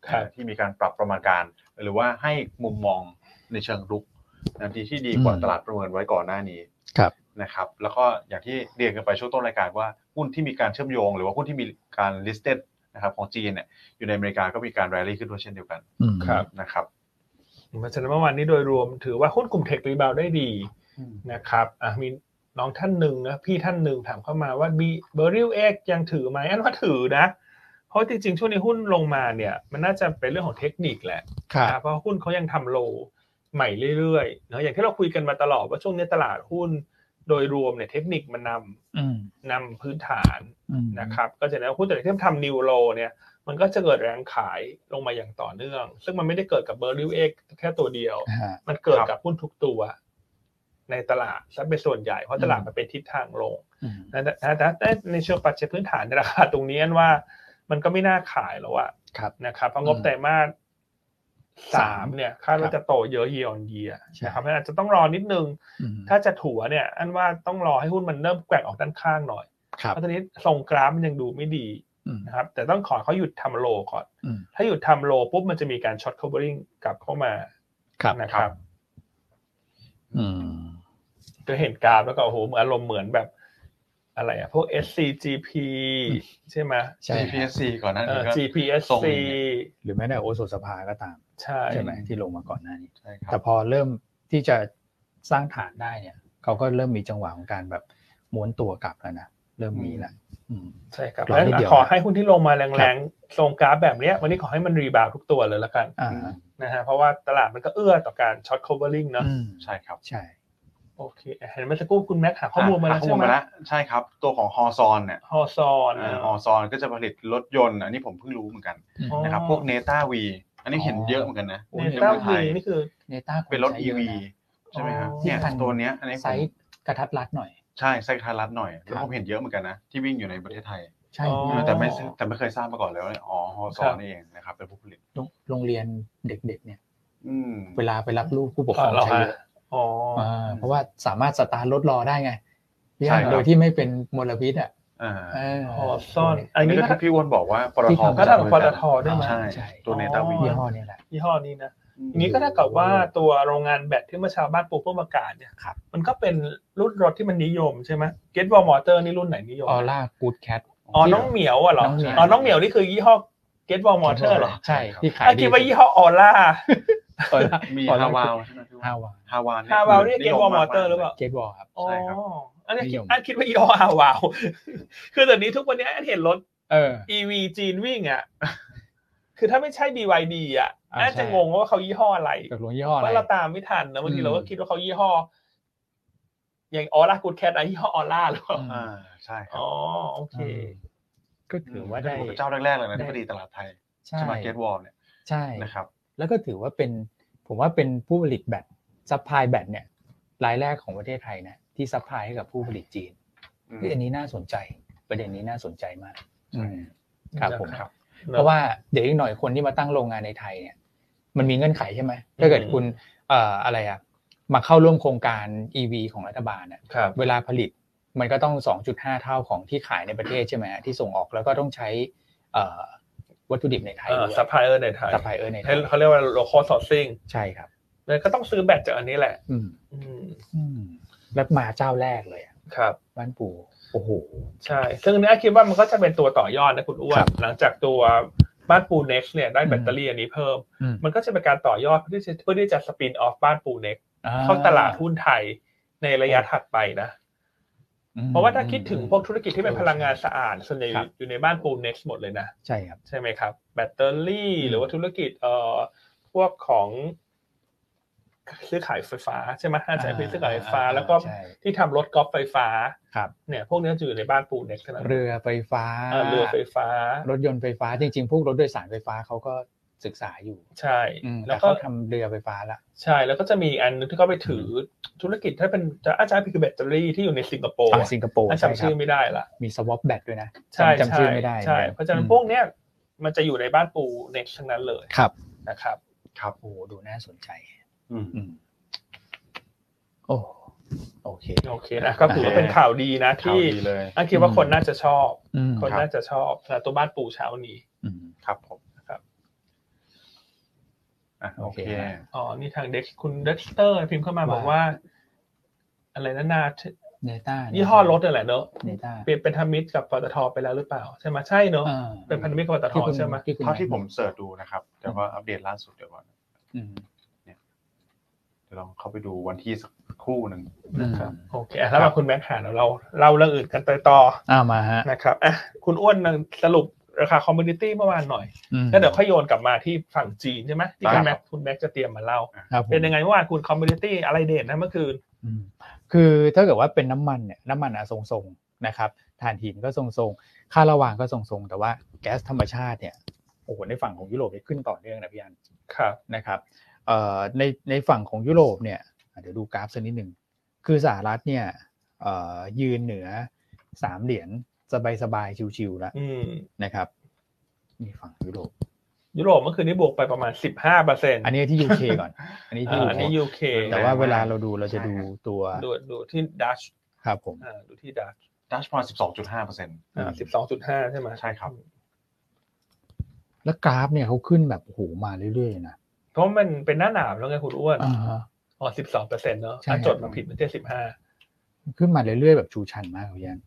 S1: ครับ
S2: ที่มีการปรับประมาณการ หรือว่าให้มุมมองในเชิงรุกนะที่ที่ดีกว่า
S3: อืม
S2: ตลาดประเมินไว้ก่อนหน้านี้
S3: ครับ
S2: นะครับ แล้วก็อย่างที่เรียนกันไปช่วงต้นรายการว่าหุ้นที่มีการเชื่อมโยง หรือว่าหุ้นที่มีการ listed นะครับของจีนเนี่ยอยู่ในอเมริกาก็มีการ r ร l ลี่ขึ้นด้วยเช่นเดียวกัน
S1: ครับ
S2: นะครับ
S1: เพราะฉะนั้นเมื่อวานนี้โดยรวมถือว่าหุ้นกลุ่มเทครีบาวได้ดี นะครับอ่ะมีน้องท่านหนึ่งนะพี่ท่านหนึ่งถามเข้ามาว่าบีเบอร์ริลเอ็กยังถือไหมอันว่าถือนะ เพราะจริงๆ ช่วงนี้หุ้นลงมาเนี่ย มันน่าจะเป็นเรื่องของเทคนิคแหละ
S3: ครับ
S1: นะเพราะหุ้นเขายังทำโลใหม่เรื่อยๆเนอะอย่างที่เราคุยกันมาตลอดว่าช่วงนี้ตลาดหุ้นโดยรวมเนี่ยเทคนิคมันน
S3: อืม
S1: ำนำพื้นฐาน
S3: อืม
S1: นะครับ ก็จะแล้วาหุ้นตัวไหนที่มันทำนิวโลเนี่ย มันก็จะเกิดแรงขายลงมาอย่างต่อเนื่อง ซึ่งมันไม่ได้เกิดกับเบอร์ริลเอ็กแค่ตัวเดียว
S3: ฮะ
S1: มันเกิดกับหุ้นทุกตัว ในตลาดซะเป็นส่วนใหญ่เพราะตลาดมันเป็นทิศทางลง
S3: อืม
S1: นะแต่แต่แต่ในเชิงปัจจัยพื้นฐานในราคาตรงนี้อันว่ามันก็ไม่น่าขายแล้วอะ
S3: ครับ
S1: นะครับเพราะงบ
S3: อืม
S1: ไตรมาส
S3: สา
S1: สาม มเนี่ยคาดว่า
S3: ครับ
S1: จะโตเยอะเยียนเยีย
S3: ใช่
S1: นะครับเพราะฉะนั้นอาจจะต้องรอนิดนึง
S3: อืม
S1: ถ้าจะถัวเนี่ย อันว่าต้องรอให้หุ้นมันเริ่มแกว่งออกด้านข้างหน่อย
S3: ครั
S1: เพ
S3: บ
S1: ราะตอนนี้ทรงกราฟมันยังดูไม่ดี
S3: อืม
S1: นะครับ แต่ต้องขอเขาหยุดทำโลก่อน
S3: อืม
S1: ถ้าหยุดทำโลปุ๊บมันจะมีการช็อตคัฟเวอริงกลับเข้ามา
S3: ครับ
S1: นะครับ
S3: อืม
S1: ก็เห็นกราฟแล้วก็โอ้โหเหมือนอารมณ์เหมือนแบบอะไรอะพวก SCGP ใช่ไหม
S3: ใช่
S2: GPSC ก่อนหนั้าน
S1: เอ่อ
S2: ก็ ส่ง
S1: GPSC
S3: หรือแม้แต่โอโซสภาก็ตาม
S1: ใช่
S3: ใช่ไหมที่ลงมาก่อนหน้านี้
S2: ใช่ครั
S3: แต่
S2: บ
S3: พอเริ่มที่จะสร้างฐานได้เนี่ยเขาก็เริ่มมีจังหวะของการแบบม้วนตัวกลับแล้วนะเริ่มมีแล้วอืม
S1: ใช่ครับ
S3: รอนิดเดียว
S1: ขอให้หุ้นที่ลงมาแรงๆทรงกราฟแบบเนี้ยวันนี้ขอให้มันรีบาวด์ทุกตัวเลยละกัน
S3: อ่า
S1: นะฮะเพราะว่าตลาดมันก็เอื้อต่อการช็อต covering เนาะ
S3: อืม
S2: ใช่ครับ
S3: ใช่
S1: โอเคเห็นเมื่อสักครู่คุณแม็กหาข้อมูลมา
S2: ห
S1: แล้ว
S2: ข้อ
S1: ใช่
S2: มูล
S1: ไหม
S2: มาแล้วใช่ครับ ตัวของฮอซอนเนี่ย
S1: ฮอซอน
S2: อ่าฮอซอนก็จะผลิตรถยนต์อันนี้ผมเพิ่งรู้เหมือนกัน
S3: อ๋อ
S2: นะครับพวกเนต้าวีอันนี้เห็นเยอะเหมือนกันนะ
S1: เน
S2: ใน
S1: ต้า
S2: เมืองไท
S1: วี
S2: ย
S1: นี่คือ
S3: เนต้าคง
S2: เป็นรถ
S3: ใช้
S2: E
S3: ยะ
S2: V
S3: นะ
S2: ใช่ไหมครับ
S1: อ๋อ
S2: เนี่ย
S3: ที่คัน
S2: ตัวเนี้ยอันนี้ผม
S3: ไซส์กระทัดรัดหน่อย
S2: ใช่ไซส์คารัดหน่อยแล้
S3: คว รับ
S2: ผมเห็นเยอะเหมือนกันนะที่วิ่งอยู่ในประเทศไทย
S3: ใช่
S1: อ๋อ
S2: เออแต่ไม่แต่ไม่เคยทราบมาก่อนเลยว่าเนี่ยอ๋อฮอซอนนี่เองนะครับเป็นผู้ผลิต
S3: โรงโรงเรียนเด็กๆเนี่ย
S2: อืม
S3: เวลาไปรับลูกผู้ปกครอ
S1: อ๋อ
S3: ง
S1: เหรอ
S3: ใช้เย
S1: ฮะ
S3: อะ
S1: อ๋ออ่า
S3: าเพราะว่าสามารถสตาร์ทรถรอได้ไงพี่
S2: ใช่
S3: อัน
S2: ครับ
S3: โดยที่ไม่เป็นมลพิษอ่ะ
S2: อ่า
S3: เออ
S1: ฮอซอนอัน
S2: อัน
S1: นี้
S2: นี้ก็
S1: ก็
S2: ที่พี่อ้วนบอกว่าปต
S3: ที่
S2: ท
S3: ทำ
S1: ก็ทำกับปตทด้วยมั้ย
S2: ใช่
S3: ใช่
S2: ตัวเนต้าวี
S3: ยี่ห้อเนี่ยแหละ
S1: ยี่ห้อนี้นะ ทีนี้ก็เท่ากับว่าตัวโรงงานแบตที่เมื่อเช้าบ้านปูเพิ่มอากาศเนี่ย
S3: ครับ
S1: มันก็เป็นรุ่นรถที่มันนิยมใช่ไหมเกตวอลมอเตอร์นี่รุ่นไหนนิยม
S3: ออร่ากูดแคท
S1: อ๋อ น้องเหมียวอ่ะเหรอ
S3: น้องเหมียว
S1: อ๋อ น้องเหมียวนี่คือยี่ห้อเกตวอลมอเตอร์เหรอ
S3: ใช่ที่ขาย
S1: อ่ะคิดว่ายี่ห้อออร่า
S3: ออร่า
S2: มี
S3: ออร่
S2: ฮาวาวใช่ไหมพี่อ้วน
S3: ฮาวาว
S2: ฮาวาน
S1: ฮาวาวนี่เกตวอลมอเตอร์หรือเปล่า
S3: เกตบอลครับ
S1: อ๋อ
S2: ใช่ครับ
S1: อันนี้
S3: นิยม
S1: อันคิดว่ายี่ห้อฮาวาว คือตอนนี้ทุกวันนี้อันเห็นรถ
S3: เออ
S1: EV จีนวิ่ง อ่ะ คือถ้าไม่ใช่ BYD อ่ะ
S3: อ่า
S1: น่าจะ
S3: ใช่
S1: งงว่าเขายี่ห้ออะไร
S3: ตกลงยี่ห้ออะไร
S1: ว่าเราตามไม่ทันนะบางที
S3: อืม
S1: เราก็คิดว่าเขายี่ห้อ อย่างออร่ากูดแคทอะไรยี่ห้อออร่าหรือเปล่า
S2: อ่าใช่ครับ
S1: อ๋อโอเค
S3: อืมก็ถือว่าได้
S2: เป็นเจ้าแรกๆเลยนะ
S3: ได้
S2: ที่พอดีตลาดไทย
S3: ใช่
S2: ใช่ไหมเกตวอลเนี่ย
S3: ใช่
S2: นะครับ
S3: แล้วก็ถือว่าเป็นผมว่าเป็นผู้ผลิตแบตซัพพลายแบตเนี่ยรายแรกของประเทศไทยนะที่ซัพพลายให้กับผู้ผลิตจีน
S2: อืม
S3: คืออันนี้น่าสนใจ ประเด็นนี้น่าสนใจมาก
S2: ใช่
S3: อืมครับผม
S1: ครับ
S3: เพราะว่าเดี๋ยวอีกหน่อยคนที่มาตั้งโรงงานในไทยเนี่ย มันมีเงื่อนไขใช่ไหมถ้าเกิดคุณเอ่ออะไรอะมาเข้าร่วมโครงการ EV ของรัฐบาลน่ะ
S1: ครับ
S3: เวลาผลิตมันก็ต้อง 2.5 เท่าของที่ขายในประเทศใช่ไหมฮะที่ส่งออกแล้วก็ต้องใช้เอ่อวัตถุดิบในไทย
S1: เอ่อ
S3: ด้วย
S1: ซัพพลายเออร์ในไทย
S3: ซัพพลายเออร์ในไทย
S1: เขาเรียกว่าโลคอสซอร์ซิ่ง
S3: ใช่ครับ
S1: แล้วก็ต้องซื้อแบตจากอันนี้แหละ
S3: อืม
S1: อืม
S3: อืมแล้วมาเจ้าแรกเลยอะ
S1: ครับ
S3: บ้านปู่โอ้โห
S1: ใช่ ซึ่งเนี้ยคิดว่ามันก็จะเป็นตัวต่อยอดนะคุณอ้ว
S3: คน รับ
S1: หลังจากตัวบ้านปูเน็กซ์เนี่ยได้แบตเตอรี่อันนี้เพิ่ม
S3: อืม
S1: มันก็จะเป็นการต่อยอดเพื่อที่จะเพื่อที่จะสปินออฟบ้านปูเน็กซ์
S3: อ่
S1: เข้าตลาดหุ้นไทยในระยะถัดไปนะ
S3: อืม
S1: เพราะว่าถ้าคิดถึงพวกธุรกิจที่เป็นพลังงานสะอาดส่วนใหญ่
S3: ครับ
S1: อยู่ในบ้านปูเน็กซ์หมดเลยนะ
S3: ใช่ครับ
S1: ใช่ไหมครับ แบตเตอรี่
S3: อืม
S1: หรือว่าธุรกิจเอ่อพวกของซื้อขายไฟฟ้าใช่ไหมห้างจ่ายซื้อขายไฟฟ้า แล้วก็
S3: ใช่
S1: ที่ทำรถกอล์ฟไฟฟ้า
S3: ครับ
S1: เนี่ยพวกนี้จะอยู่ในบ้านปูเน็กซ์นะ
S3: เรือไฟฟ้า
S1: เออเรือไฟฟ้า
S3: รถยนต์ไฟฟ้าจริงๆ พวกรถโดยสารไฟฟ้าเขาก็ศึกษาอยู่
S1: ใช่
S3: อืม
S1: แล้
S3: แต่
S1: วก็
S3: เขาทำเรือไฟฟ้าละ
S1: ใช่แล้วก็จะมีอีกอันนึงที่เขาไปถือธุรกิจถ้าเป็นจะอาจารย์พิคือแบตเตอรี่ที่อยู่ในสิงคโปร์
S3: อ่าสิงคโปร์
S1: อัน
S3: ใช่
S1: จำ
S3: ครั
S1: ชื่
S3: บ
S1: อไม่ได้ละ
S3: มีสวอปแบตด้วยนะ
S1: ใช่
S3: จำจำชื่อไม่ได้
S1: ใช่เพราะฉะนั้นพวกเนี้ยมันจะอยู่ในบ้านปูเน็กซ์ทั้งนั้นเลย
S3: ครับ
S1: นะครับ
S3: ครับโอ้โหดูน่าสนใจ
S2: อืม
S3: อืม โอ้โอเค
S1: โอเคนะก็ถือว่าเป็นข่าวดีนะ
S2: ข่าว
S1: ที่
S2: ดีเลย
S1: อันคิดว่าคนน่าจะชอบ
S3: อืม
S1: คนน่าจะชอบนะตัวบ้านปูเช้านี้
S3: อืม
S2: ครับผม
S1: ครับ
S2: อ่ะโอเค
S3: โอเคนะ
S1: อ๋อนี่ทางเด็กคุณเด็กเตอร์พิมพ์เข้ามา
S3: ว่า
S1: บอกว่า อะไรนะนา
S3: เนต้า
S1: ยี่ห้อรถนั่นแหละเนอะ
S3: เนต้า
S1: เปลี่ยนเป็นธมิตรกับปตทไปแล้วหรือเปล่า ใช่ไหมใช่เนอะ
S3: อ่า
S1: เป็นพันธมิตรกับปตท
S3: ที่คุณ
S1: ใช่ไหม
S3: ที่คุณ
S2: เท่าที่ผมเสิร์ชดูนะครับเดี๋ยวว่าอัปเดตล่าสุดเดี๋ยวก่อน
S3: อืม
S2: เดี๋ยวลองเข้าไปดูวันที่สักครู่หนึ่ง
S1: นะครับ
S3: อืม
S1: โอเคอ่ะแล้วมาคุณแม็กหาแล้วเราเล่าเรื่องอื่นกันไปต่อ
S3: อ้าวมาฮะ
S1: นะครับอ่ะคุณอ้วนสรุปราคาคอมมูนิตี้เมื่อวานหน่อย
S3: อืม
S1: แล้วเดี๋ยวค่อยโยนกลับมาที่ฝั่งจีนใช่ไหมที่
S2: ครั
S1: คุณ
S2: บ
S1: แม็กคุณแม็กจะเตรียมมาเล่า
S3: ครับผม
S1: เป็นยังไงเมื่อวานคุณคอมมูนิตี้อะไรเด่นนะเมื่อคืน
S3: อืมคือถ้าเกิดว่าเป็นน้ำมันเนี่ยน้ำมันอะทรงๆนะครับถ่านหินก็ทรงๆ ค่าระหว่างก็ทรงๆ แต่ว่าแก๊สธรรมชาติเนี่ยโอ้โหในฝั่งของยุโรปเนี่ยขึ้นต่อเนื่องนะพี่อัน
S1: ครับ
S3: นะครับเอ่อในในฝั่งของยุโรปเนี่ยอ่ะเดี๋ยวดูกราฟสักนิดหนึ่งคือสหรัฐเนี่ยเอ่อยืนเหนือสามเหรียญสบายสบายๆชิวๆแล้ว
S1: อืม
S3: นะครับนี่ฝั่งยุโรป
S1: ยุโรปเมื่อคืนนี้บวกไปประมาณสิบห้าเปอร์เซ็นต์
S3: อันนี้ที่ UK ก่อน อันนี้ที่
S2: อ่า
S1: อันนี้
S3: UK
S1: ยูเค
S3: แต่ว่าเวลาเราดูเราจะดูตัว
S1: ดูดูที่ดัช
S3: ครับผม
S1: อ่าดูที่ดัช
S2: ดัชพอร์สิบสองจุดห้าเปอร์เซ็นต์
S1: อ่าสิบสองจุดห้าใช่ไหม
S2: ใช่ครับ
S3: แล้วกราฟเนี่ยเขาขึ้นแบบโอ้โหมาเรื่อยๆนะ
S1: เพราะมันเป็นหน้าหนาวแล้วไงคุณอ้วน
S3: อ่าฮะ
S1: อ๋อสิบสองเปอร์เซ็นต์เนาะ
S3: ใช่
S1: ถ้า
S3: ครับ
S1: จดมาผิดมันจะสิบห้า
S3: ขึ้นมาเรื่อยๆแบบชูชันมากคุณยัน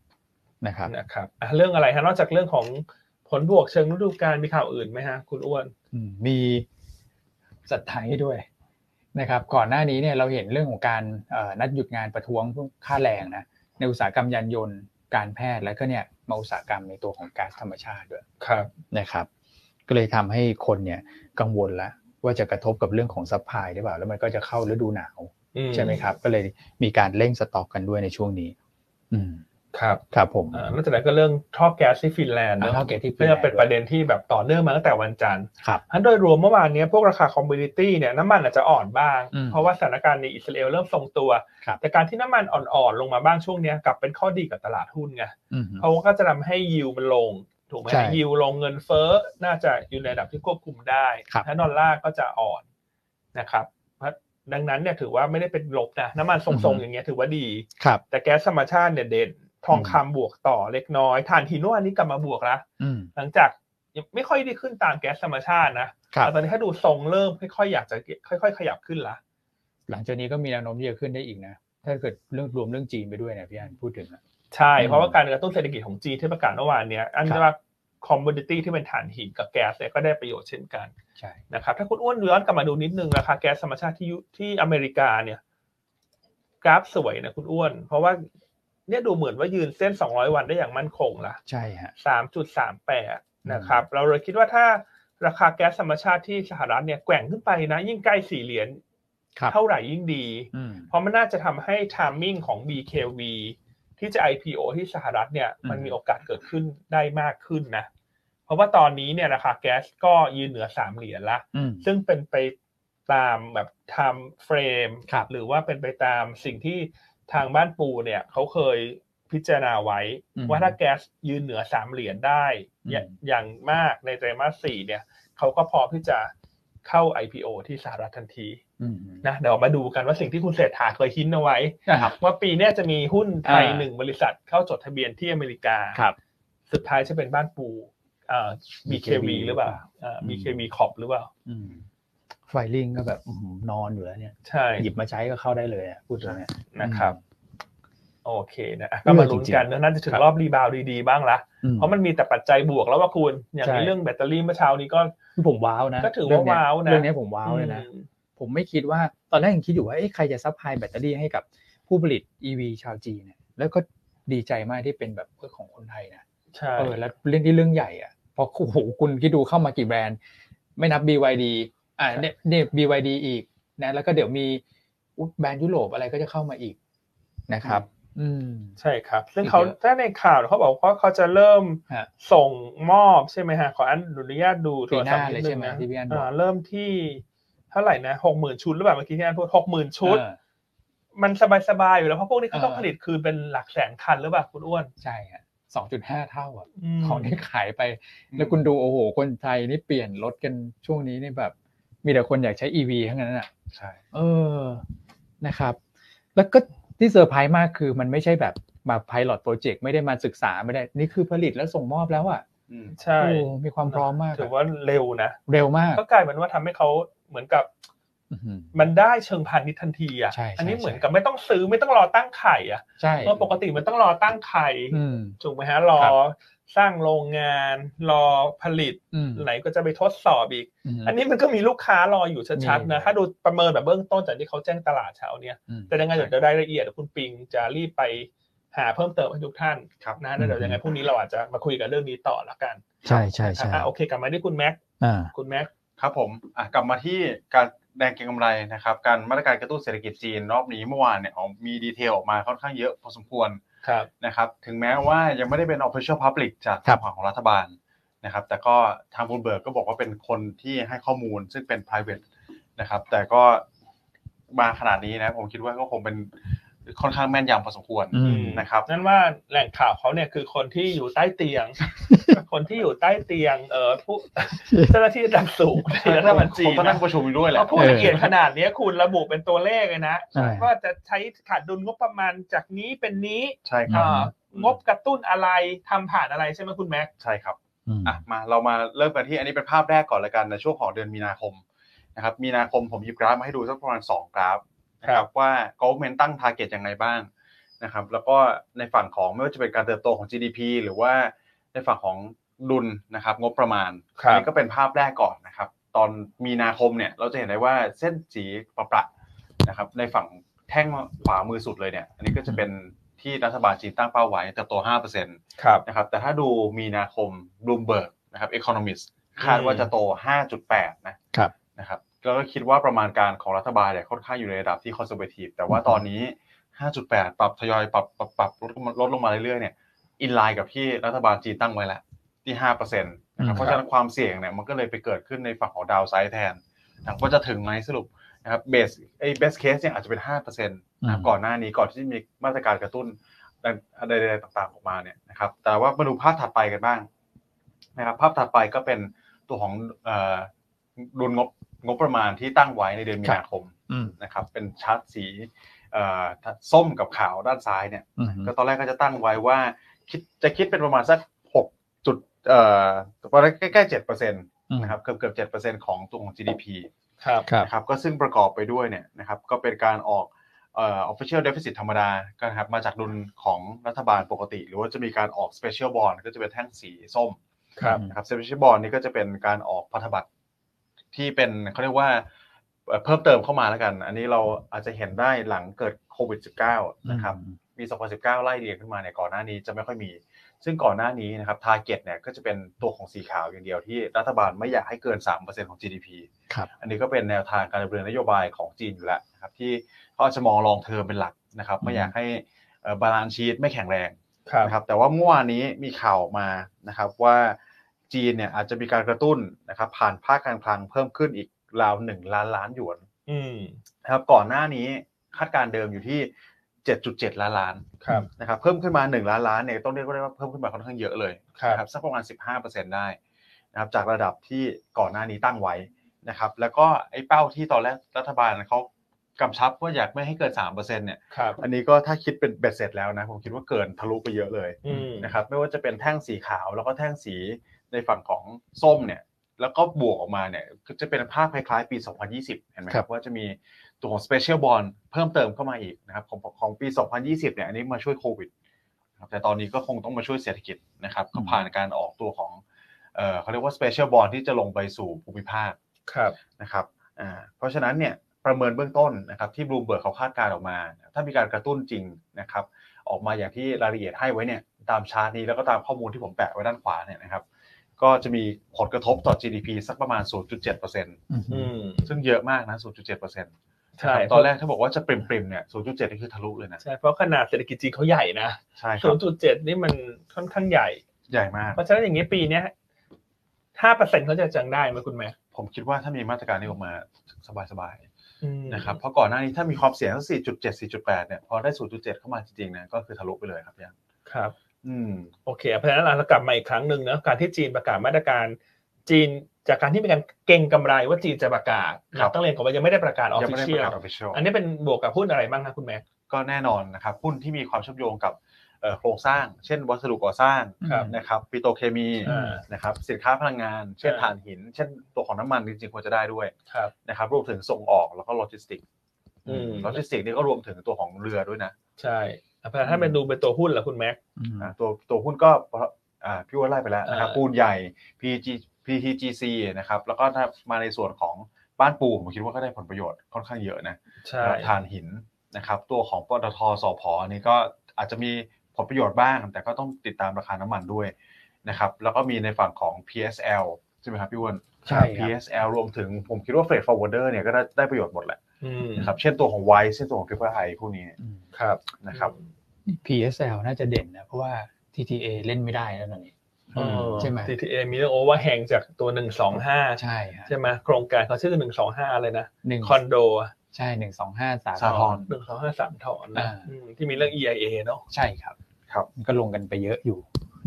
S3: นะครับ
S1: นะครับอ่ะเรื่องอะไรฮะนอกจากเรื่องของผลบวกเชิงฤดูกาลมีข่าวอื่นไหมฮะ คุณอ้วน
S3: อืมมีสัตว์ไทยด้วยนะครับ ก่อนหน้านี้เนี่ยเราเห็นเรื่องของการเอ่อนัดหยุดงานประท้วงพวกค่าแรงนะในอุตสาหกรรมยานยนต์การแพทย์แล้วก็เนี่ยมาอุตสาหกรรมในตัวของก๊าซธรรมชาติด้วย
S1: ครับ
S3: นะครับก็เลยทำให้คนเนี่ยกังวลละว่าจะกระทบกับเรื่องของซัพพลายหรือเปล่า แล้วมันก็จะเข้าฤดูหนาว ใช่ไหมครับ ก็เลยมีการเร่งสต็อกกันด้วยในช่วงนี้ อืม
S1: ครับ
S3: ครับผม
S1: อ่านอกจากนั้นก็เรื่องท่อแก๊สที่ฟินแลนด์เนอะ
S3: เท่าแก่ที่
S1: ก็จะเป็นประเด็นที่แบบต่อเนื่องมาตั้งแต่วันจันทร์
S3: ครับ
S1: อันโดยรวมเมื่อวานเนี้ยพวกราคาคอมมูนิตี้เนี่ยน้ำมันอาจจะอ่อนบ้าง
S3: อืม
S1: เพราะว่าสถานการณ์ในอิสราเอลเริ่มทรงตัว
S3: ครับ
S1: แต่การที่น้ำมันอ่อนๆลงมาบ้างช่วงเนี้ยกลับเป็นข้อดีกับตลาดหุ้นไง
S3: อืม
S1: เขาก็จะทำให้ยิวมันลง ถูกไหม
S3: ใช่
S1: ยิวลงเงินเฟ้อน่าจะอยู่ในระดับที่ควบคุมได้
S3: ครับ
S1: และดอลลาร์ก็จะอ่อนนะครับเพราะดังนั้นเนี่ยถือว่าไม่ได้เป็นลบนะน้ำมันทรงๆอย่างเงี้ยถือว่าดี
S3: ครับ
S1: แต่แก๊สธรรมชาติเนี่ยเด่นทองคำบวกต่อเล็กน้อยถ่านหินเมื่อวานนี้กลับมาบวกละ
S3: อืม
S1: หลังจากยังไม่ค่อยได้ขึ้นตามแก๊สธรรมชาตินะครับ แต่ตอนนี้ถ้าดูทรงเริ่มค่อยๆอยากจะค่อย ๆ ขยับขึ้นละ
S3: หลังจากนี้ก็มีแนวโน้มที่จะขึ้นได้อีกนะ ถ้าเกิดเรื่องรวมเรื่องจีนไปด้วยเนะพี่อันพูดถึงอะ
S1: ใช่
S3: อืม
S1: เพราะว่าการกระตุ้นเศรษฐกิจของจีนที่ประกาศเมื่อวานเนี่ยอัน
S3: ครับ
S1: นี้ว่าคอมมูนิตี้ที่เป็นถ่านหินกับแก๊สเนี่ยก็ได้ประโยชน์เช่นกัน
S3: ใช่
S1: นะครับถ้าคุณอ้วนย้อนกลับมาดูนิดนึงราคาแก๊สธรรมชาติที่ยุที่อเมริกาเนี่ยกราฟสวยนะคุณอ้วน เพราะว่าเนี่ยดูเหมือนว่ายืนเส้น 200 วันได้อย่างมั่นคงละ
S3: ใช่ฮะ
S1: 3.38 นะครับ เราเลยคิดว่าถ้าราคาแก๊สธรรมชาติที่สหรัฐเนี่ยแกว่งขึ้นไปนะ ยิ่งใกล้สี่เหรียญ
S3: ครับ
S1: เท่าไหร่ยิ่งดี
S3: อืม
S1: เพราะมันน่าจะทำให้ทามมิ่งของ BKV ที่จะ IPO ที่สหรัฐเนี่ย
S3: อืม
S1: มันมีโอกาสเกิดขึ้นได้มากขึ้นนะ เพราะว่าตอนนี้เนี่ยราคาแก๊สก็ยืนเหนือสามเหรียญละ
S3: อืม
S1: ซึ่งเป็นไปตามแบบไทม์เฟรม
S3: ครับ
S1: หรือว่าเป็นไปตามสิ่งที่ทางบ้านปูเนี่ยเขาเคยพิจารณาไว้
S3: อืม
S1: ว่าถ้าแก๊สยืนเหนือสามเหรียญได้อย่า
S3: อืม
S1: อย่างมากในไตรมาสสี่เนี่ยเขาก็พร้อมที่จะเข้า IPO ที่สหรัฐทันที
S3: อืม
S1: นะเดี๋ยวมาดูกันว่าสิ่งที่คุณเศรษฐาเคยหินเอาไว้
S3: นะครับ
S1: ว่าปีเนี้ยจะมีหุ้นไทย
S3: อ่า
S1: หนึ่งบริษัทเข้าจดทะเบียนที่อเมริกา
S3: ครับ
S1: สุดท้ายจะเป็นบ้านปูเอ่อ BKV
S3: BKV
S1: หรือเปล่าเอ่อ
S3: อืม
S1: BKV Corp หรือเปล่า
S3: อืมไฟลิงก็แบบอื้อหือนอนอยู่แล้วเนี่ย
S1: ใช่
S3: หยิบมาใช้ก็เข้าได้เลยอะพูดตรงเนี้ย
S1: นะครับ โอเคนะ
S3: เรื่
S1: ก็
S3: อง
S1: มาลุ้นกัน
S3: จริงๆ
S1: นะน่าจะถึง
S3: ครับ
S1: รอบรีบาวดีๆบ้างละ
S3: อืม
S1: เพราะมันมีแต่ปัจจัยบวกแล้วว่าคุณอย่าง
S3: ใช่
S1: ในเรื่องแบตเตอรี่เมื่อเช้านี้ก็
S3: คือผมว้าวนะ
S1: ก็ถือว่า
S3: เรื่องเนี้ย
S1: ว้าวนะ
S3: เรื่องเนี้ยผมว้าวเลยนะ
S1: อืม
S3: ผมไม่คิดว่าตอนแรกยังคิดอยู่ว่าเอ๊ะใครจะซัพพลายแบตเตอรี่ให้กับผู้ผลิต EV ชาวจีนเนี่ยแล้วก็ดีใจมากที่เป็นแบบเออของคนไทยนะ
S1: ใช่
S3: เออแล้วเรื่องที่เรื่องใหญ่อ่ะเพราะโอ้โห คุณคิดดูเข้ามากี่แบรนด์ ไม่นับ BYD อ่าเนี่ยเนี่ย BYD อีกนะแล้วก็เดี๋ยวมีอุ๊ยแบรนด์ยุโรปอะไรก็จะเข้ามาอีกนะครับ อืม
S1: ใช่ครับ ซึ่งเขา
S3: อีกเยอะ
S1: ถ้าในข่าวเขาบอกว่าเขาจะเริ่ม
S3: ฮะ
S1: ส่งมอบใช่ไหมฮะขออนุญาตดูโทรศัพท์
S3: ปีหน้าเล
S1: นิ
S3: ย
S1: ดนึ
S3: ใช่
S1: ง
S3: ไหม
S1: นะ
S3: ที่พี่อันบอก
S1: อ่าเริ่มที่เท่าไหร่นะหกหมื่นชุดหรือเปล่าเมื่อกี้ที่อันพูดหกหมื่นชุด
S3: เออ
S1: มันสบายๆอยู่แล้วเพราะพวกนี้เขาต้อง
S3: เออ
S1: ผลิตคืนเป็นหลักแสนคันหรือเปล่าคุณอ้วน
S3: ใช่ฮะสองจุดห้าเท่าอ่ะ
S1: ม
S3: ของที่ขายไป แล้วคุณดูโอ้โห คนไทยนี่เปลี่ยนรถกันช่วงนี้นี่แบบ มีแต่คนอยากใช้ EV ทั้งนั้นอ่ะ
S2: ใช่
S3: เออ นะครับ แล้วก็ที่เซอร์ไพรส์มากคือมันไม่ใช่แบบมาพาย o t ตโปรเจกต์ไม่ได้มาศึกษาไม่ได้ นี่คือผลิตแล้วส่งมอบแล้วอ่ะ
S2: อืม
S1: ใช่
S3: โอ้มีความพร้อมมาก
S1: ถือ
S3: อะ
S1: ว่าเร็วนะ
S3: เร็วมาก
S1: ก็กลายเป็นว่าทำให้เขาเหมือนกับ
S3: อื้อหือ
S1: มันได้เชิงพาณิชย์ทันทีอ่ะ
S3: ใช่ใช่
S1: อันนี้เหมือน
S3: ใช่
S1: กับไม่ต้องซื้อไม่ต้องรอตั้งไข่อ่ะ
S3: ใช่
S1: เพราะปกติมันต้องรอตั้งไข่
S3: อืม
S1: ถูกไหมฮะรอ
S3: ครับ
S1: สร้างโรงงาน รอผลิต
S3: อืม
S1: ไหนก็จะไปทดสอบอีก
S3: ม
S1: อันนี้มันก็มีลูกค้ารออยู่ชัดๆ
S3: มี
S1: นะถ้าดูประเมินแบบเบื้องต้นจากที่เขาแจ้งตลาดเช้าเนี่ย
S3: อืม
S1: แต่ยังไงเดี๋ยวจะรายละเอียดเดี๋ยวคุณปิงจะรีบไปหาเพิ่มเติมให้ทุกท่าน
S2: ครับ
S1: นะแล้วเดี๋ยว
S3: อืม
S1: ยังไงพรุ่งนี้เราอาจจะมาคุยกันเรื่องนี้ต่อละกัน
S3: ใช่ใช่ใช่
S1: อ่ะโอเคกลับมาที่คุณแม็ก
S3: อ่า
S1: คุณแม็ก
S2: ครับผมอ่ะกลับมาที่การแดงเก็งกำไรนะครับ การมาตรการกระตุ้นเศรษฐกิจจีนรอบนี้เมื่อวานเนี่ยออกมีดีเทลออกมาค่อนข้างเยอะพอสมควร
S1: ครับ
S2: นะครับถึงแม้ว่ายังไม่ได้เป็น official public จาก
S3: ครับ
S2: ฝั่งของรัฐบาลนะครับ แต่ก็ทางบลูเบิร์กก็บอกว่าเป็นคนที่ให้ข้อมูลซึ่งเป็น private นะครับ แต่ก็มาขนาดนี้นะผมคิดว่าก็คงเป็นค่อนข้างแม่นยำพอสมควร
S3: อืม
S2: นะครับ
S1: นั่นว่าแหล่งข่าวเขาเนี่ยคือคนที่อยู่ใต้เตี ยง คนที่อยู่ใต้เตียง เออผู้ เจ้าหน้าที่ระดับสูงใน รัฐบาลจี
S2: คน งต้องนั่งประชุมอยู่ด้วยแหละ
S1: เราพูดละเอียดขนาดเนี้ยคุณระบุเป็นตัวเลขเลยนะ
S3: ใช่
S1: ว่าจะใช้ขาดดุลงบประมาณจากนี้เป็นนี้
S2: ใช่ครั
S1: อ่า
S2: บ
S1: งบกระตุ้นอะไรทำผ่านอะไรใช่ไหมคุณแม็ก
S2: ใช่ครับ
S3: อืม
S2: อ่ะมาเรามาเริ่มกันที่อันนี้เป็นภาพแรกก่อนละกันในช่วงของเดือนมีนาคมนะครับมีนาคมผมหยิบกราฟมาให้ดูสักประมาณ2กราฟ
S1: ครับ
S2: นะว่า government ตั้ง target ยังไงบ้างนะครับ แล้วก็ในฝั่งของไม่ว่าจะเป็นการเติบโตของ GDP หรือว่าในฝั่งของดุลนะครับ งบประมาณ
S1: ครับ
S2: อันนี้ก็เป็นภาพแรกก่อนนะครับ ตอนมีนาคมเนี่ยเราจะเห็นได้ว่าเส้นสีประประนะครับ ในฝั่งแท่งขวามือสุดเลยเนี่ย อันนี้ก็จะเป็นที่รัฐบาลจีนตั้งเป้าไว้เติบโต 5%
S1: ครับ
S2: นะครับแต่ถ้าดูมีนาคมบลูมเบิร์กนะครับ Economist คาดว่าจะโต 5.8 นะครับ นะครับแล้วก็คิดว่าประมาณการของรัฐบาลเนี่ยค่อนข้างอยู่ในระดับที่คอนเซอร์เวทีฟแต่ว่าตอนนี้ 5.8 ปรับทยอยปรับปรับปรับลดลดลงมาเรื่อยๆเนี่ยอินไลน์กับที่รัฐบาลจีนตั้งไว้แล้วที่ 5%นะครับเพราะฉะนั้นความเสี่ยงเนี่ยมันก็เลยไปเกิดขึ้นในฝั่งของดาวไซด์แทนนะครับว่าจะถึงไหมสรุปนะครับเบสไอ้เบสเคสเนี่ยอาจจะเป็น 5%นะครับก่อนหน้านี้ก่อนที่จะมีมาตรการกระตุ้น ใดๆต่างๆออกมาเนี่ยนะครับ แต่ว่ามาดูภาพถัดไปกันบ้างนะครับ ภาพถัดไปก็เป็นตัวของเอ่อดุลงบงบประมาณที่ตั้งไว้ในเดือนมีนาคม
S3: อืม
S2: นะครับ เป็นชาร์ตสีเอ่อส้มกับขาวด้านซ้ายเนี่ย
S3: อืม
S2: ก็ตอนแรกก็จะตั้งไว้ว่าคิดจะคิดเป็นประมาณสักหกจุดเอ่อประมาณใกล้ๆเจ็ดเปอร์เซ็นต์นะครับ เกือบเกือบเจ็ดเปอร์เซ็นต์ของตัวของ GDP
S1: ครับ
S3: ครับ
S2: นะครับก็ซึ่งประกอบไปด้วยเนี่ยนะครับก็เป็นการออกเอ่อ official deficit ธรรมดาก็นะครับมาจากดุลของรัฐบาลปกติ หรือว่าจะมีการออก special bond ก็จะเป็นแท่งสีส้ม
S1: ครับ
S2: นะครับ special bond นี่ก็จะเป็นการออกพันธบัตรที่เป็นเขาเรียกว่าเอ่อเพิ่มเติมเข้ามาแล้วกัน อันนี้เราอาจจะเห็นได้หลังเกิดโควิด -19 นะครับ ปี 2019 ไล่เรียงขึ้นมาเนี่ยก่อนหน้านี้จะไม่ค่อยมี ซึ่งก่อนหน้านี้นะครับทาร์เก็ตเนี่ยก็จะเป็นตัวของสีขาวอย่างเดียวที่รัฐบาลไม่อยากให้เกิน 3%ของ GDP
S3: ครับ
S2: อันนี้ก็เป็นแนวทางการดำเนินนโยบายของจีนอยู่แล้วนะครับที่เขาอาจจะมองลองเทอมเป็นหลักนะครับไม่อยากให้บาลานซ์ชีตไม่แข็งแรง
S1: ครับ
S2: นะครับแต่ว่าเมื่อวานนี้มีข่าวออกมานะครับว่าจีนเนี่ยอาจจะมีการกระตุ้นนะครับผ่านภาคการคลังเพิ่มขึ้นอีกราวหนึ่งล้านล้านหยวน
S1: อืม
S2: นะครับก่อนหน้านี้คาดการณ์เดิมอยู่ที่ 7.7 ล้านล้าน
S1: ครับ
S2: นะครับเพิ่มขึ้นมา 1 ล้านล้านเนี่ยต้องเรียกว่าได้ว่าเพิ่มขึ้นมาค่อนข้างเยอะเลย
S1: ครับ
S2: นะครับสักประมาณ 15%ได้นะครับจากระดับที่ก่อนหน้านี้ตั้งไว้นะครับแล้วก็ไอ้เป้าที่ตอนแรกรัฐบาลเขากำชับว่าอยากไม่ให้เกิน 3%เนี่ย
S1: ครับ
S2: อันนี้ก็ถ้าคิดเป็นเบ็ดเสร็จแล้วนะผมคิดว่าเกินทะลุไปเยอะเลย
S1: อืม
S2: นะครับไม่ว่าจะเป็นแท่งสีขาวแล้วก็แท่งสีในฝั่งของส้มเนี่ยแล้วก็บวกออกมาเนี่ยก็จะเป็นภาพคล้ายๆ ปี 2020 เห็นไหมค
S3: ครั
S2: รับบ ว่าจะมีตัวของ Special Bond เพิ่มเติมเข้ามาอีกนะครับของของปี 2020 เนี่ยอันนี้มาช่วยโควิด นะครับแต่ตอนนี้ก็คงต้องมาช่วยเศรษฐกิจนะครับก็ผ่านการออกตัวของเอ่อเขาเรียกว่า special bond ที่จะลงไปสู่ภูมิภาค
S1: ครับ
S2: นะครับอ่าเพราะฉะนั้นเนี่ยประเมินเบื้องต้นนะครับที่บลูเบิร์กเขาคาดการณ์ออกมา ถ้ามีการกระตุ้นจริงนะครับออกมาอย่างที่รายละเอียดให้ไว้เนี่ยตามชาร์ตนี้แล้วก็ตามข้อมูลที่ผมแปะไว้ด้านขวาเนี่ยนะครับก็จะมีผลกระทบต่อ GDP สักประมาณ 0.7%
S1: อืม
S2: ซึ่งเยอะมากนะ 0.7%
S1: ใช่
S2: ตอนแรกถ้าบอกว่าจะปริมๆเนี่ย 0.7นี่คือทะลุเลยนะ
S1: ใช่ เพราะขนาดเศรษฐกิจจีนเขาใหญ่นะ
S2: ใช่ค
S1: ศู
S2: รับ
S1: นย์จุดเจ็ดนี่มันค่อนข้างใหญ่
S2: ใหญ่มาก
S1: เพราะฉะนั้นอย่างนี้ปีเนี้ยห้าเปอร์เซ็นต์เขาจะจังได้ไหมคุณแม่
S2: ผมคิดว่าถ้ามีมาตรการนี้ออกมาสบาย
S1: อืม
S2: ๆนะครับ เพราะก่อนหน้านี้ถ้ามีความเสี่ยงสัก4.7 4.8 เนี่ย พอได้ 0.7 เข้ามาจริงๆนะก็คือทะลุไปเลยครับเนี่ย
S1: ครับ
S2: อืม
S1: โอเค เพราะฉะนั้นเรากลับมาอีกครั้งหนึ่งนะการที่จีนประกาศมาตรการ จีนจากการที่มีการเก่งกำไรว่าจีนจะประกาศ
S2: ครับ
S1: ต้องเรียนก่อนว่ายังไม่ได้ประกาศออฟ
S2: ยัง
S1: ฟิ
S2: ไม่ได้
S1: เชี
S2: ป
S1: ยล
S2: ระกาศ official
S1: อันนี้เป็นบวกกับหุ้นอะไรบ้างคะคุณแม่
S2: ก็แน่นอนนะครับหุ้นที่มีความเชื่อมโยงกับเอ่อโครงสร้าง เช่น วัสดุก่อสร้าง
S1: ครับ
S2: นะครับปิโตรเคมี
S1: อ่า
S2: นะครับสินค้าพลังงาน เช่น
S1: ใช่
S2: ถ่านหิน เช่นตัวของน้ำมันจริงๆควรจะได้ด้วย
S1: ครับ
S2: นะครับรวมถึงส่งออกแล้วก็โลจิสติกส์
S1: อืม
S2: โลจิสติกส์นี่ก็รวมถึงตัวของเรือด้วยนะ
S1: ใช่เพราะฉะนั้นถ้าเป็นดูเป็นตัวหุ้นเหรอคุณแม็ก
S2: อ่าตัวตัวหุ้นก็อ่าพี่อ้ว่าไล่ไปแล้วนะครับ
S1: อ่า
S2: ปูนใหญ่ PG PTGC นะครับแล้วก็ถ้ามาในส่วนของบ้านปูผมคิดว่าก็ได้ผลประโยชน์ค่อนข้างเยอะนะ
S1: ใช่
S2: ทานหินนะครับตัวของปตทสพอันนี้ก็อาจจะมีผลประโยชน์บ้าง แต่ก็ต้องติดตามราคาน้ำมันด้วยนะครับแล้วก็มีในฝั่งของ PSL ใช่ไหมครับพี่อ้วน
S3: ใช่ครับ
S2: PSL รวมถึงผมคิดว่า Freight Forwarder เนี่ยก็ได้ได้ประโยชน์หมดแหละ
S1: อืม
S2: นะครับเช่นตัวของ Wise เช่นตัวของ Triple I พวกนี้
S3: อืม
S1: ครับ
S2: นะครับ
S3: PSL น่าจะเด่นนะ เพราะว่า TTA เล่นไม่ได้แล้วตอนนี้
S1: เออ
S3: ใช่ไหม
S1: TTA มีเรื่องโอเวอร์แฮงจากตัวหนึ่งสองห้า
S3: ใช่ฮะ
S1: ใช่ไหมโครงการเขาชื่อหนึ่งสองห้าอะไรนะ
S3: หนึ่ง
S1: คอนโดอะ
S3: ใช่หนึ่งสองห้าสา
S2: สา
S3: ท
S2: ธ
S3: ร
S2: ร
S1: หนึ่งสองห้าสามถอนนะ
S3: อ่า
S1: อืมที่มีเรื่อง EIA เนอะ
S3: ใช่ครับ
S2: ครับ
S3: มันก็ลงกันไปเยอะอยู่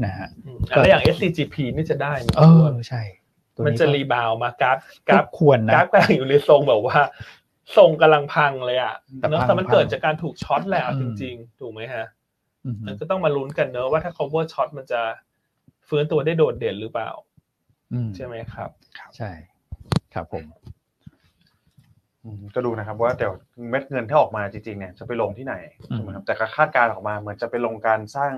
S3: นะฮะ
S1: อืมอ่ะแล้วอย่าง SCGP นี่จะได้ไหม
S3: เออ ใช่ตัว
S1: มันจะ
S3: ก็
S1: รีบาวมากราฟกราฟ
S3: ก็ควรนะ
S1: กราฟกำลังอยู่ในทรงแบบว่าทรงกำลังพังเลยอ่ะ
S3: แต่พัง
S1: เนอะแต่มัน
S3: พัง
S1: เกิดจากการถูกช็อตแหละเอา
S3: อื
S1: จ
S3: ม
S1: ริง ๆ ถูกไหมฮะ
S3: อือฮึ
S1: มันก็ต้องมาลุ้นกันเนอะว่าถ้า cover ช็อตมันจะฟื้นตัวได้โดดเด่นหรือเปล่า
S3: อืม
S1: ใช่ไหมครับ
S3: ใช่ ครับผม
S2: อืมก็ดูนะครับว่าเดี๋ยวเม็ดเงินที่ออกมาจริงๆเนี่ยจะไปลงที่ไหน
S3: อืม
S2: ใช่ไหมครับแต่ก็คาดการณ์ออกมาเหมือนจะไปลงการสร้าง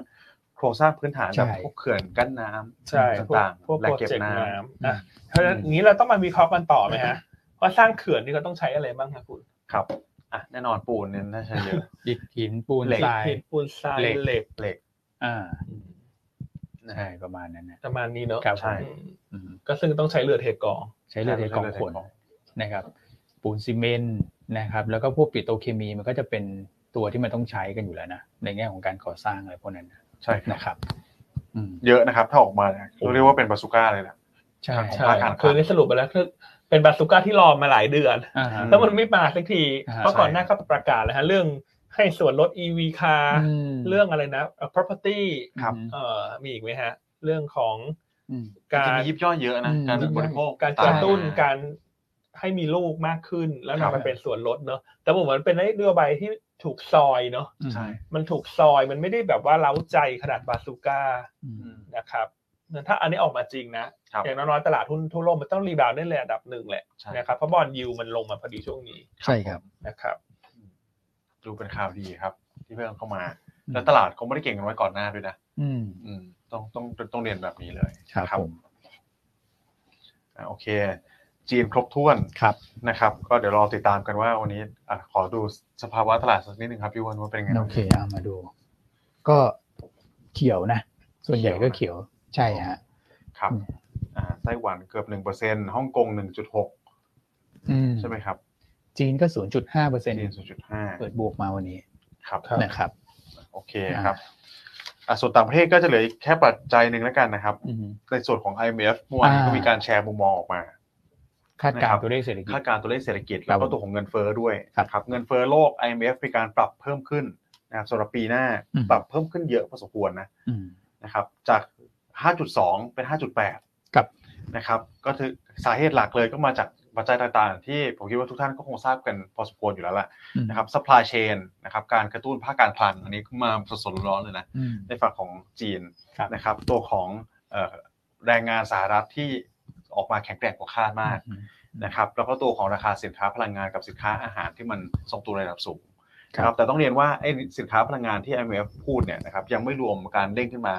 S2: โครงสร้างพื้นฐาน
S3: ใช่
S2: แบบพวกเขื่อนกั้นน้ำ
S1: ใช่พวก
S2: ต่าง
S1: พวก
S2: ๆและ
S1: โปร
S2: เก็บ
S1: เจกต์
S2: น้
S1: น้ำอ่ะเพราะฉะนั้นอย่างนี้เราต้องมาวิเคราะห์กันต่อไหมฮะว่าสร้างเขื่อนนี่เราต้องใช้อะไรบ้างครับคุณ
S2: ำครับอ่ะแน่นอนปูนเนี่ยน่าจะเยอะ
S3: อิฐหินปูน
S2: เหล็ก
S3: ทราย
S1: หินปูนทราย
S3: เหล็ก
S1: เหล็ก
S2: เหล็ก
S3: อ่า
S1: อืม
S2: นะ
S3: ใช่
S2: ฮะ
S3: ประมาณนั้นนะ
S1: ประมาณนี้เนอะ
S3: ครับ
S2: ใช่
S1: อืม
S3: อืม
S1: ก็ซึ่งต้องใช้เรือเทกอง
S3: ใช้เรือเทกองขน นะครับปูนซีเมนต์นะครับแล้วก็พวกปิโตรเคมีมันก็จะเป็นตัวที่มันต้องใช้กันอยู่แล้วนะในแง่ของการก่อสร้างอะไรพวกนั้นนะ
S2: ใช่ครับ
S3: นะครับอืม
S2: เยอะนะครับ ถ้าออกมาเนี่ยเรียกว่าเป็นบาซูก้าเลยแหละ
S3: ใช่
S2: ของ
S1: ใช่
S2: ภาคการ
S1: คือนี่สรุปไปแล้วคือเป็นบาซูก้าที่รอมาหลายเดือน
S3: อ่าฮะ
S1: แล้วมันไม่มาสักที
S3: อ่า
S1: เพราะก่อนหน้าก็ประกาศแล้วฮะเรื่องให้ส่วนลด EV car
S3: ม
S1: เรื่องอะไรนะเอ่อ property
S2: ครับ
S1: เอ่อมีอีกไหมฮะ เรื่องของ
S3: อืม
S2: จ
S1: การ
S2: ริงๆมียิบย่อยเยอะนะ
S3: อืม
S2: การบริโภค
S1: การกระตุ้น
S3: ใช่
S1: การให้มีลูกมากขึ้น แล้ว
S2: ครับ
S1: นำมาเป็นส่วนลดเนอะแต่ผมว่ามันเป็นนโยบายที่ถูกซอยเนอะ
S3: อืม
S2: ใช่
S1: มันถูกซอยมันไม่ได้แบบว่าเล้าใจขนาดบาซูก้า
S3: อืม
S2: อืม
S1: นะครับถ้าอันนี้ออกมาจริงนะ
S2: ครับ
S1: อย่างน้อยๆตลาดหุ้นทั่วโลกมันต้องรีบาวด์ได้เลยอันดับหนึ่งแหละ
S2: ใช่
S1: นะครับเพราะบอลยูมันลงมาพอดีช่วงนี้
S3: ใช่ครับ
S1: นะครับ
S2: ดูเป็นข่าวดีครับ ที่เพิ่มเข้ามา
S3: อืม
S2: แล้วตลาดเขาไม่ได้เก่งกันไว้ก่อนหน้าด้วยนะ
S3: อืม
S2: อืมต้องต้องต้องเรียนแบบนี้เลย
S3: ครับ
S2: ครับ
S3: ผม
S2: อ่ะโอเค จีนครบถ้วน
S3: ครับ
S2: นะครับ ก็เดี๋ยวรอติดตามกันว่าวันนี้อ่ะขอดูสภาวะตลาดสักนิดหนึ่งครับพี่อ้วันว่าเป็นยังไง
S3: โอเคเอามาดู ก็เขียวนะ ส่วนใหญ่ก็เขียวใช่ฮะ
S2: ครับ
S3: อืม
S2: อ่าไต้หวันเกือบหนึ่งเปอร์เซ็นฮ่องกงหนึ่งจุดหก
S3: อืม
S2: ใช่ไหมครับ
S3: จีนก็ศูนย์จุดห้าเปอร์เซ็น
S2: จีนศูนย์จุดห้า
S3: เปิดบวกมาวันนี้
S2: ครับ
S1: ครับ
S3: นะครับ
S2: โอเคครับอ่ะส่วนต่างประเทศก็จะเหลืออีกแค่ปัจจัยหนึ่งแล้วกันนะครับ
S3: อืม
S2: ในส่วนของ IMF เมื่อวานนี้ก็
S3: อ่ามี
S2: มีการแชร์มุมมองออกมา
S3: คาดการ
S2: นะครับ
S3: ณ์ตัวเลขเศรษฐกิจ
S2: คาดการณ์ตัวเลขเศรษฐกิจ
S3: ครั
S2: แล้
S3: บ
S2: วก็ตัวของเงินเฟ้อด้วย
S3: ครับ
S2: นะครับเงินเฟ้อโลก IMF มีการปรับเพิ่มขึ้นนะครับสำหรับปีหน้า
S3: อืม
S2: ปรับเพิ่มขึ้นเยอะพอสมควรนะ
S3: อืม
S2: นะครับจาก 5.2 เป็น 5.8
S3: ครับ
S2: นะครับก็คือสาเหตุหลักเลยก็มาจากปัจจัยต่างๆ ที่ผมคิดว่าทุกท่านก็คงทราบกันพอสมควรอยู่แล้วแหละ
S3: อืม
S2: นะครับ supply chain นะครับการกระตุ้นภาคการคลังอันนี้มาสดๆร้อนๆเลยนะ
S3: อืม
S2: ในฝั่งของจีน
S3: ครับ
S2: นะครับตัวของเอ่อแรงงานสหรัฐที่ออกมาแข็งแกร่งกว่าคาดมาก
S3: อืม
S2: นะครับแล้วก็ตัวของราคาสินค้าพลังงานกับสินค้าอาหารที่มันทรงตัวในระดับสูง
S3: ครับ
S2: นะแต่ต้องเรียนว่าไอ้สินค้าพลังงานที่ IMF พูดเนี่ยนะครับยังไม่รวมการเด้งขึ้นมา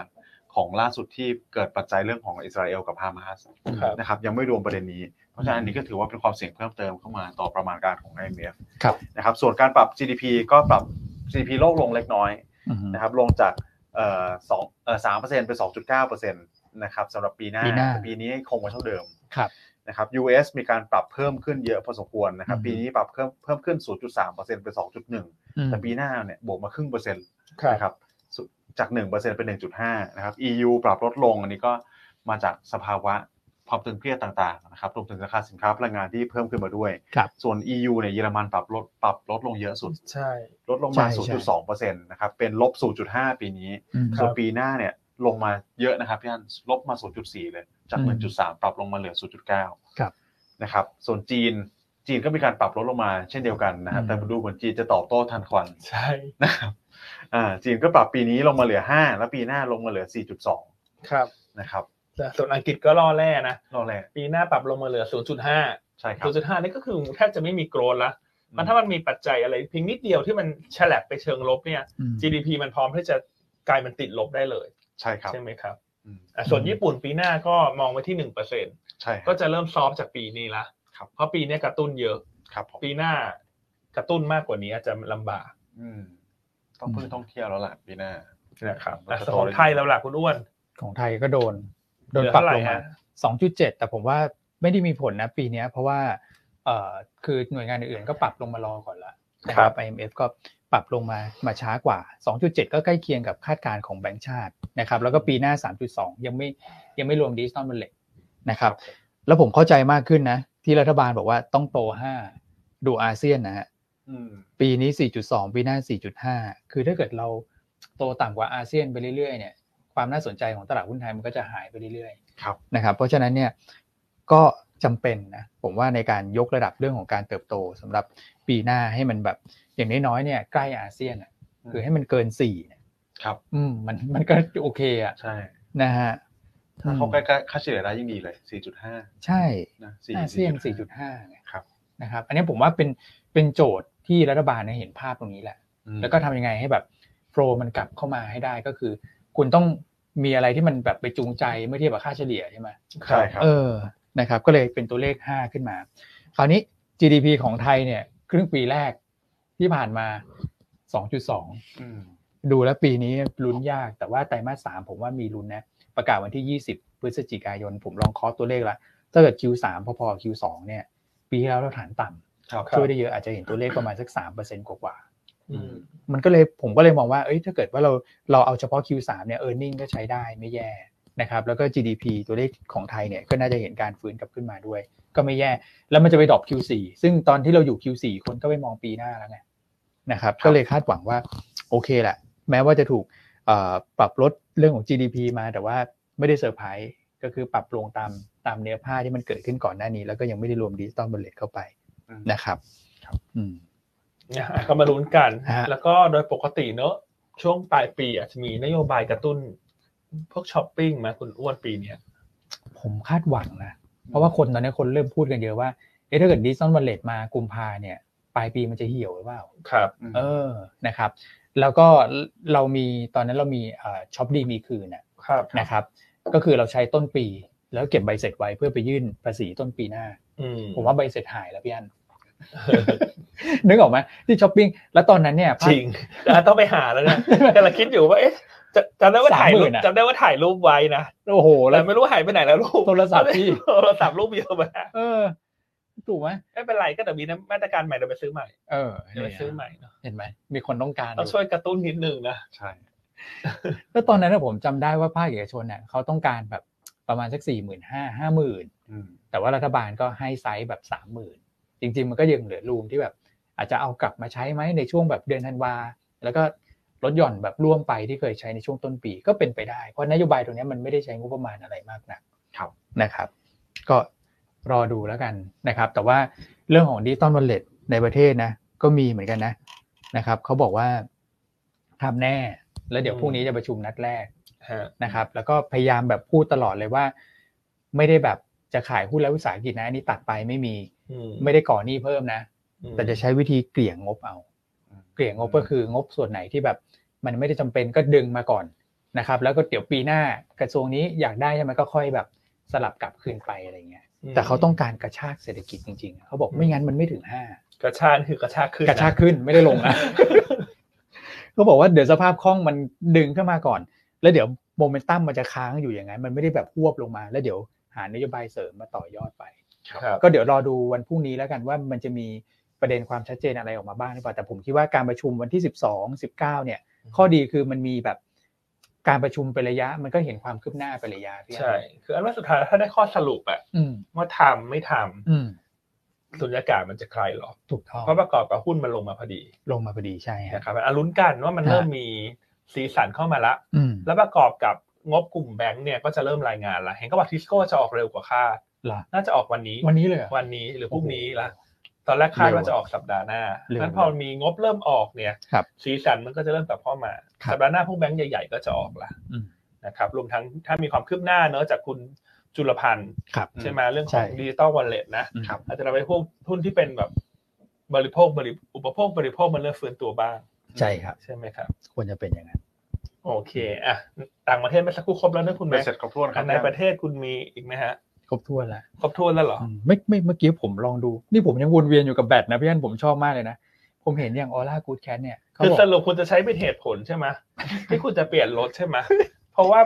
S2: ของล่าสุดที่เกิดปัจจัยเรื่องของอิสราเอลกับฮามาส
S1: ครับ
S2: นะครับยังไม่รวมประเด็นนี้ เพราะฉะนั้นอันนี้ก็ถือว่าเป็นความเสี่ยงเพิ่มเติมเข้ามาต่อประมาณการของ IMF
S3: ครับ
S2: นะครับส่วนการปรับ GDP ก็ปรับ GDP โลกลงเล็กน้อย
S3: อือฮึ
S2: นะครับลงจากเอ่อสองเอ่อสามเปอร์เซ็นต์เป็นสองจุดเก้าเปอร์เซ็นต์นะครับสำหรับปีหน้า
S3: ปีหน้า
S2: แต่ปีนี้คงไว้เท่าเดิม
S3: ครับ
S2: นะครับ US มีการปรับเพิ่มขึ้นเยอะพอสมควรนะครับ
S3: อืม
S2: ปีนี้ปรับเพิ่มเพิ่มขึ้น 0.3เปอร์เซ็นต์เป็น 2.1 แต่ปีหน้าเนี่ยบวกมาครึ่งเปอร์เซ็นต์นะครับสุดจาก1เปอร์เซ็นต์เป็น 1.5นะครับ EU ปรับลดลงอันนี้ก็มาจากสภาวะความตึงเครียดต่างๆนะครับรวมถึงราคาสินค้าพลังงานที่เพิ่มขึ้นมาด้วย
S3: ครับ
S2: ส่วน EU เนี่ยเยอรมันปรับลดปรับลดลงเยอะสุด
S1: ใช่
S2: ลดลง
S3: ใช่
S2: มา
S3: ใช่
S2: 0.2%นะครับ เป็นลบ 0.5 ปีนี้
S3: อืม
S2: ส่วนปีหน้าเนี่ยลงมาเยอะนะครับพี่อันลบมา 0.4 เลย จาก
S3: อืม
S2: 1.3 ปรับลงมาเหลือ 0.9
S3: ครับ
S2: นะครับ ส่วนจีน จีนก็มีการปรับลดลงมาเช่นเดียวกันนะครับ
S3: อืม
S2: แต่ดูเหมือนจีนจะตอบโต้ทันควัน
S1: ใช่
S2: นะครับ อ่า จีนก็ปรับปีนี้ลงมาเหลือ 5 แล้วปีหน้าลงมาเหลือ 4.2
S1: ครับ
S2: นะครับ
S1: แต่ส่วนอังกฤษก็ล่อแร่นะ
S2: รอแหละ
S1: ปีหน้าปรับลงมาเหลือ 0.5
S2: ใช่ครับ
S1: 0.5นี่ก็คือแทบจะไม่มีโกรนละมันถ้ามันมีปัจจัยอะไรเพียงนิดเดียวที่มันฉลับไปเชิงลบเนี่ย
S3: อืม
S1: GDP มันพร้อมที่จะกลายมันติดลบได้เลย
S2: ใช่ครับ
S1: ใช่ไหมครับ
S2: อืม
S1: อ่ะส่วนญี่ปุ่นปีหน้าก็มองไว้ที่ 1%
S2: ใช่ค
S1: ก็
S2: รับ
S1: จะเริ่มซอฟต์จากปีนี้ละ
S2: ครับ
S1: เพราะปีเนี้ยกระตุ้นเยอะ
S2: ครับผม
S1: ปีหน้ากระตุ้นมากกว่านี้อาจจะลำบาก
S2: อืมต้องพึ่งท่องเที่ยวแล้วล่ะปีหน้า
S1: นะครับ
S2: มัน
S1: อ่ะ
S2: จะ
S1: ส่วน
S2: โต
S1: ของ
S2: ได้
S1: ไทยเราล่ะคุณอ้วน
S3: ของไทยก็โดน โดน
S1: เหลือ
S3: ปรับ
S1: เท่าไหร่
S3: ลงมา
S1: ฮะ
S3: สองจุดเจ็ดแต่ผมว่าไม่ได้มีผลนะปีเนี้ย เพราะว่าเอ่อคือหน่วยงานอื่นๆก็ปรับลงมารอก่อนละนะ IMF ก็ปรับลงมามาช้ากว่า 2.7 ก็ใกล้เคียงกับคาดการณ์ของแบงก์ชาตินะครับ แล้วก็ปีหน้า 3.2 ยังไม่ยังไม่รวมดิจิตอลบัลเลตนะครับ แล้วผมเข้าใจมากขึ้นนะ ที่รัฐบาลบอกว่าต้องโต 5 ดูอาเซียนนะฮะ
S2: อืม
S3: ปีนี้ 4.2 ปีหน้า 4.5 คือถ้าเกิดเราโตต่ำกว่าอาเซียนไปเรื่อยๆ เนี่ย ความน่าสนใจของตลาดหุ้นไทยมันก็จะหายไปเรื่อย
S2: ครับ
S3: ๆ นะครับ เพราะฉะนั้นเนี่ยก็จำเป็นนะ ผมว่าในการยกระดับเรื่องของการเติบโตสำหรับปีหน้าให้มันแบบอย่างน้อยๆ เนี่ยใกล้อาเซียนอะคือให้มันเกิน4เนี่ย
S2: ครับ
S3: อืมมันมันก็โอเคอะ
S2: ใช่
S3: นะฮะ
S2: ถ้าเข้าใกล้ๆค่าเฉลี่ยได้ยิ่งดีเลย 4.5
S3: ใช่
S2: นะ
S3: อาเซียน
S2: 4.5
S3: 4.5ไง
S2: ครับ
S3: นะครับ อันนี้ผมว่าเป็นเป็นโจทย์ที่รัฐบาลเนี่ยเห็นภาพตรงนี้แหละ แล้วก็ทำยังไงให้แบบโฟล์มันกลับเข้ามาให้ได้ก็คือ คุณต้องมีอะไรที่มันแบบไปจูงใจเมื่อเทียบกับค่าเฉลี่ยใช่ไหม
S2: ใช่ครับ
S3: เออ นะครับ ก็เลยเป็นตัวเลข 5 ขึ้นมา คราวนี้ GDP ของไทยเนี่ย ครึ่งปีแรกที่ผ่านมา 2.2
S2: อืม
S3: ดูแล้วปีนี้ลุ้นยาก แต่ว่าไตรมาสสามผมว่ามีลุ้นนะ ประกาศวันที่ 20 พฤศจิกายน ผมลองเคอสตัวเลขละ ถ้าเกิด Q3 พอๆ Q2 เนี่ย ปีที่แล้วเราฐานต่
S2: ครับ
S1: ครั
S3: ำ
S1: บ
S3: ช่วยได้เยอะอาจจะเห็นตัวเลขประมาณสัก 3%กว่าๆ
S1: อืม
S3: มันก็เลยผมก็เลยมองว่า เอ้ย ถ้าเกิดว่าเราเราเอาเฉพาะ Q3 เนี่ย e a r n i n g ก็ใช้ได้ไม่แย่นะครับ แล้วก็ GDP ตัวเลขของไทยเนี่ย ก็น่าจะเห็นการฟื้นกลับขึ้นมาด้วย ก็ไม่แย่ แล้วมันจะไปดรอป Q4 ซึ่งตอนที่เราอยู่ Q4 คนก็ไปมองปีหน้าแล้วไงนะครับ ก็เลยคาดหวังว่า โอเคแหละ แม้ว่าจะถูกเอ่อปรับลดเรื่องของ GDP มาแต่ว่าไม่ได้เซอร์ไพรส์ก็คือปรับลงตามตามเนื้อผ้าที่มันเกิดขึ้นก่อนหน้านี้ แล้วก็ยังไม่ได้รวมดิจิตอลบัลเลตเข้าไปนะครับอืม
S1: เนี่ยก็มาลุ้นกัน
S3: ฮะ
S1: แล้วก็โดยปกติเนอะช่วงปลายปีอาจจะมีนโยบายกระตุ้น พวกช้อปปิ้งไหมาคุณอ้วนปีเนี้ย
S3: ผมคาดหวังนะ เพราะว่าคนตอนนี้คนเริ่มพูดกันเยอะว่า เอ๊ะถ้าเกิดดิจิตอลวอลเล็ตมากุมภาเนี่ย ปลายปีมันจะเหี่ยวหรือเปล่า
S1: ครับ
S3: เออ นะครับ แล้วก็เรามีตอนนั้นเรามีช็อปดีมีคืนน่ะ
S1: ครับ
S3: นะครับ ก็คือเราใช้ต้นปี แล้วเก็บใบเสร็จไว้เพื่อไปยื่นภาษีต้นปีหน้า
S1: อืม
S3: ผมว่าใบเสร็จหายแล้วพี่อัน นึกออกไหมที่ช้อปปิ้ง แล้วตอนนั้นเนี่ยภา
S1: จ
S3: ค
S1: ริงนะต้องไปหาแล้วนะกำลังคิดอยู่ว่าเอ๊ะจะจำได้ว่าถ่ายรูป
S3: สามหมื่นอะ
S1: จำได้ว่าถ่ายรูปไว้นะ
S3: โอ้โห แล้
S1: แต่
S3: ว
S1: ไม่รู้หายไปไหนแล้วรูป
S3: โทรศัพท์พี่
S1: โทรศัพท์รูปเยอะมาก
S3: เออ ถูกไหม
S1: ไม่เป็นไรก็เดี๋ยวมีมาตรการใหม่เดี๋ยวไปซื้อใหม่
S3: เออ
S1: เดี๋ยวไปซื้อใหม่เนอะ
S3: เห็นไหมมีคนต้องการอยู่
S1: ต้องช่วยกระตุ้นนิดนึงนะ
S2: ใช่
S3: แล้วตอนนั้นนะผมจำได้ว่าภาคเอกชนเนี่ยเขาต้องการแบบประมาณสักสี่หมื่นห้าห้าหมื่น
S2: อืม
S3: แต่ว่ารัฐบาลก็ให้ไซส์แบบสามหมื่นจริง ๆ มันก็ยังเหลือรูมที่แบบ อาจจะเอากลับมาใช้ไหมในช่วงแบบเดือนธันวาแล้วก็ลดหย่อนแบบร่วมไปที่เคยใช้ในช่วงต้นปีก็เป็นไปได้ เพราะนโยบายตรงเนี้ยมันไม่ได้ใช้งบประมาณอะไรมากนัก
S2: ครับ
S3: นะครับ ก็รอดูแล้วกันนะครับ แต่ว่าเรื่องของดิจิตอลวอลเล็ตในประเทศนะ ก็มีเหมือนกันนะนะครับเขาบอกว่าทำแน่ แล้วเดี๋ยวพรุ่งนี้จะประชุมนัดแรก
S1: ฮะ
S3: นะครับแล้วก็พยายามแบบพูดตลอดเลยว่า ไม่ได้แบบจะขายหุ้นและวิสาหกิจนะอันนี้ตัดไปไม่มี
S1: อืม
S3: ไม่ได้ก่อหนี้เพิ่มนะ
S1: อืม
S3: แต่จะใช้วิธีเกลี่ยงงบเอา
S2: อืม
S3: เกลี่ยงงบก็คืองบส่วนไหนที่แบบมันไม่ได้จำเป็นก็ดึงมาก่อนนะครับ แล้วก็เดี๋ยวปีหน้ากระทรวงนี้อยากได้ใช่ไหมก็ค่อยแบบสลับกลับคืนไปอะไรเงี้ยแต่เขาต้องการกระชากเศรษฐกิจจริงๆเขาบอกไม่งั้นมันไม่ถึงห้าก
S1: ระชากคือกระชากขึ้น
S3: กระชากขึ้นไม่ได้ลงนะ เขาบอกว่าเดี๋ยวสภาพคล่องมันดึงขึ้นมาก่อน แล้วเดี๋ยวโมเมนตัมมันจะค้างอยู่อย่างนั้น มันไม่ได้แบบพวบลงมา แล้วเดี๋ยวหานโยบายเสริมมาต่อยอดไป
S1: ครับ
S3: ก็เดี๋ยวรอดูวันพรุ่งนี้แล้วกันว่ามันจะมีประเด็นความชัดเจนอะไรออกมาบ้างหรือเปล่าแต่ผมคิดว่าการประชุมวันที่ 12 19 เนี่ย ข้อดีคือมันมีแบบการประชุมเป็นระยะ มันก็เห็นความคืบหน้าเป็นระยะพี่อัน
S1: ใช่คืออันว่าสุดท้ายถ้าได้ข้อสรุปอะ
S3: อืม
S1: ว่าทำไม่ทำ
S3: อืม
S1: สุญญากาศมันจะคลายล็อก
S3: ถูกต้อง
S1: เพราะประกอบกับหุ้นมันลงมาพอดี
S3: ลงมาพอดีใช่ฮะ
S1: นะครับอ่ะลุ้นกันว่ามัน
S3: ฮะ
S1: เริ่มมีสีสันเข้ามาละ
S3: อืม
S1: แล้วประกอบกับงบกลุ่มแบงก์เนี่ยก็จะเริ่มรายงานละเห็นก็ว่าทิสโก้จะออกเร็วกว่าคาด
S3: เหรอ
S1: น่าจะออกวันนี้
S3: วันนี้เลยเหรอ
S1: วันนี้หรือพรุ่งนี้ละตอนแรกคาดว่าจะออกสัปดาห์หน้า
S3: เร็ว
S1: งั้นพอมีงบเริ่มออกเนี่ย
S3: ครับ
S1: สีสันมันก็จะเริ่มกลับเข้ามา
S3: ครับ
S1: สัปดาห์หน้าพวกแบงก์ใหญ่ๆก็จะออกละ
S3: อืม
S1: นะครับรวมทั้งถ้ามีความคืบหน้าเนอะจากคุณจุลพันธ์
S3: ครับ
S1: ใช่ไหมเรื่องข
S3: ใช่
S1: องดิจิตอลวอลเล็ตนะ
S3: อืม
S2: ครับ
S1: อาจจะทำให้พวกหุ้นที่เป็นแบบบริโภคบริอุปโภคบริโภคมันเริ่มฟื้นตัวบ้าง
S3: ใช่ครับ
S1: ใช่ไหมครับ
S3: ควรจะเป็นอย่างนั้น
S1: โอเค อ่ะ ต่างประเทศไปสักครู่ครบแล้วนะคุณ
S2: ไป
S1: แม่
S2: เสร็จครบถ้วนค
S1: อั
S2: รั
S1: น
S2: บ
S1: ในประเทศคุณมีอีกไหมฮะ
S3: ครบถ้วนแล้ว
S1: ครบถ้วนแล้วเหรอ
S3: อืมไม่ไม่เมื่อกี้ผมลองดู นี่ผมยังวนเวียนอยู่กับแบตนะพี่อันผมชอบมากเลยนะ ผมเห็นอย่างออร่ากูดแคทเนี่ยเขา
S1: คือ
S3: บอก
S1: สรุปคุณจะใช้เป็นเหตุผลใช่ไหม ที่คุณจะเปลี่ยนรถใช่ไหมเพราะว่า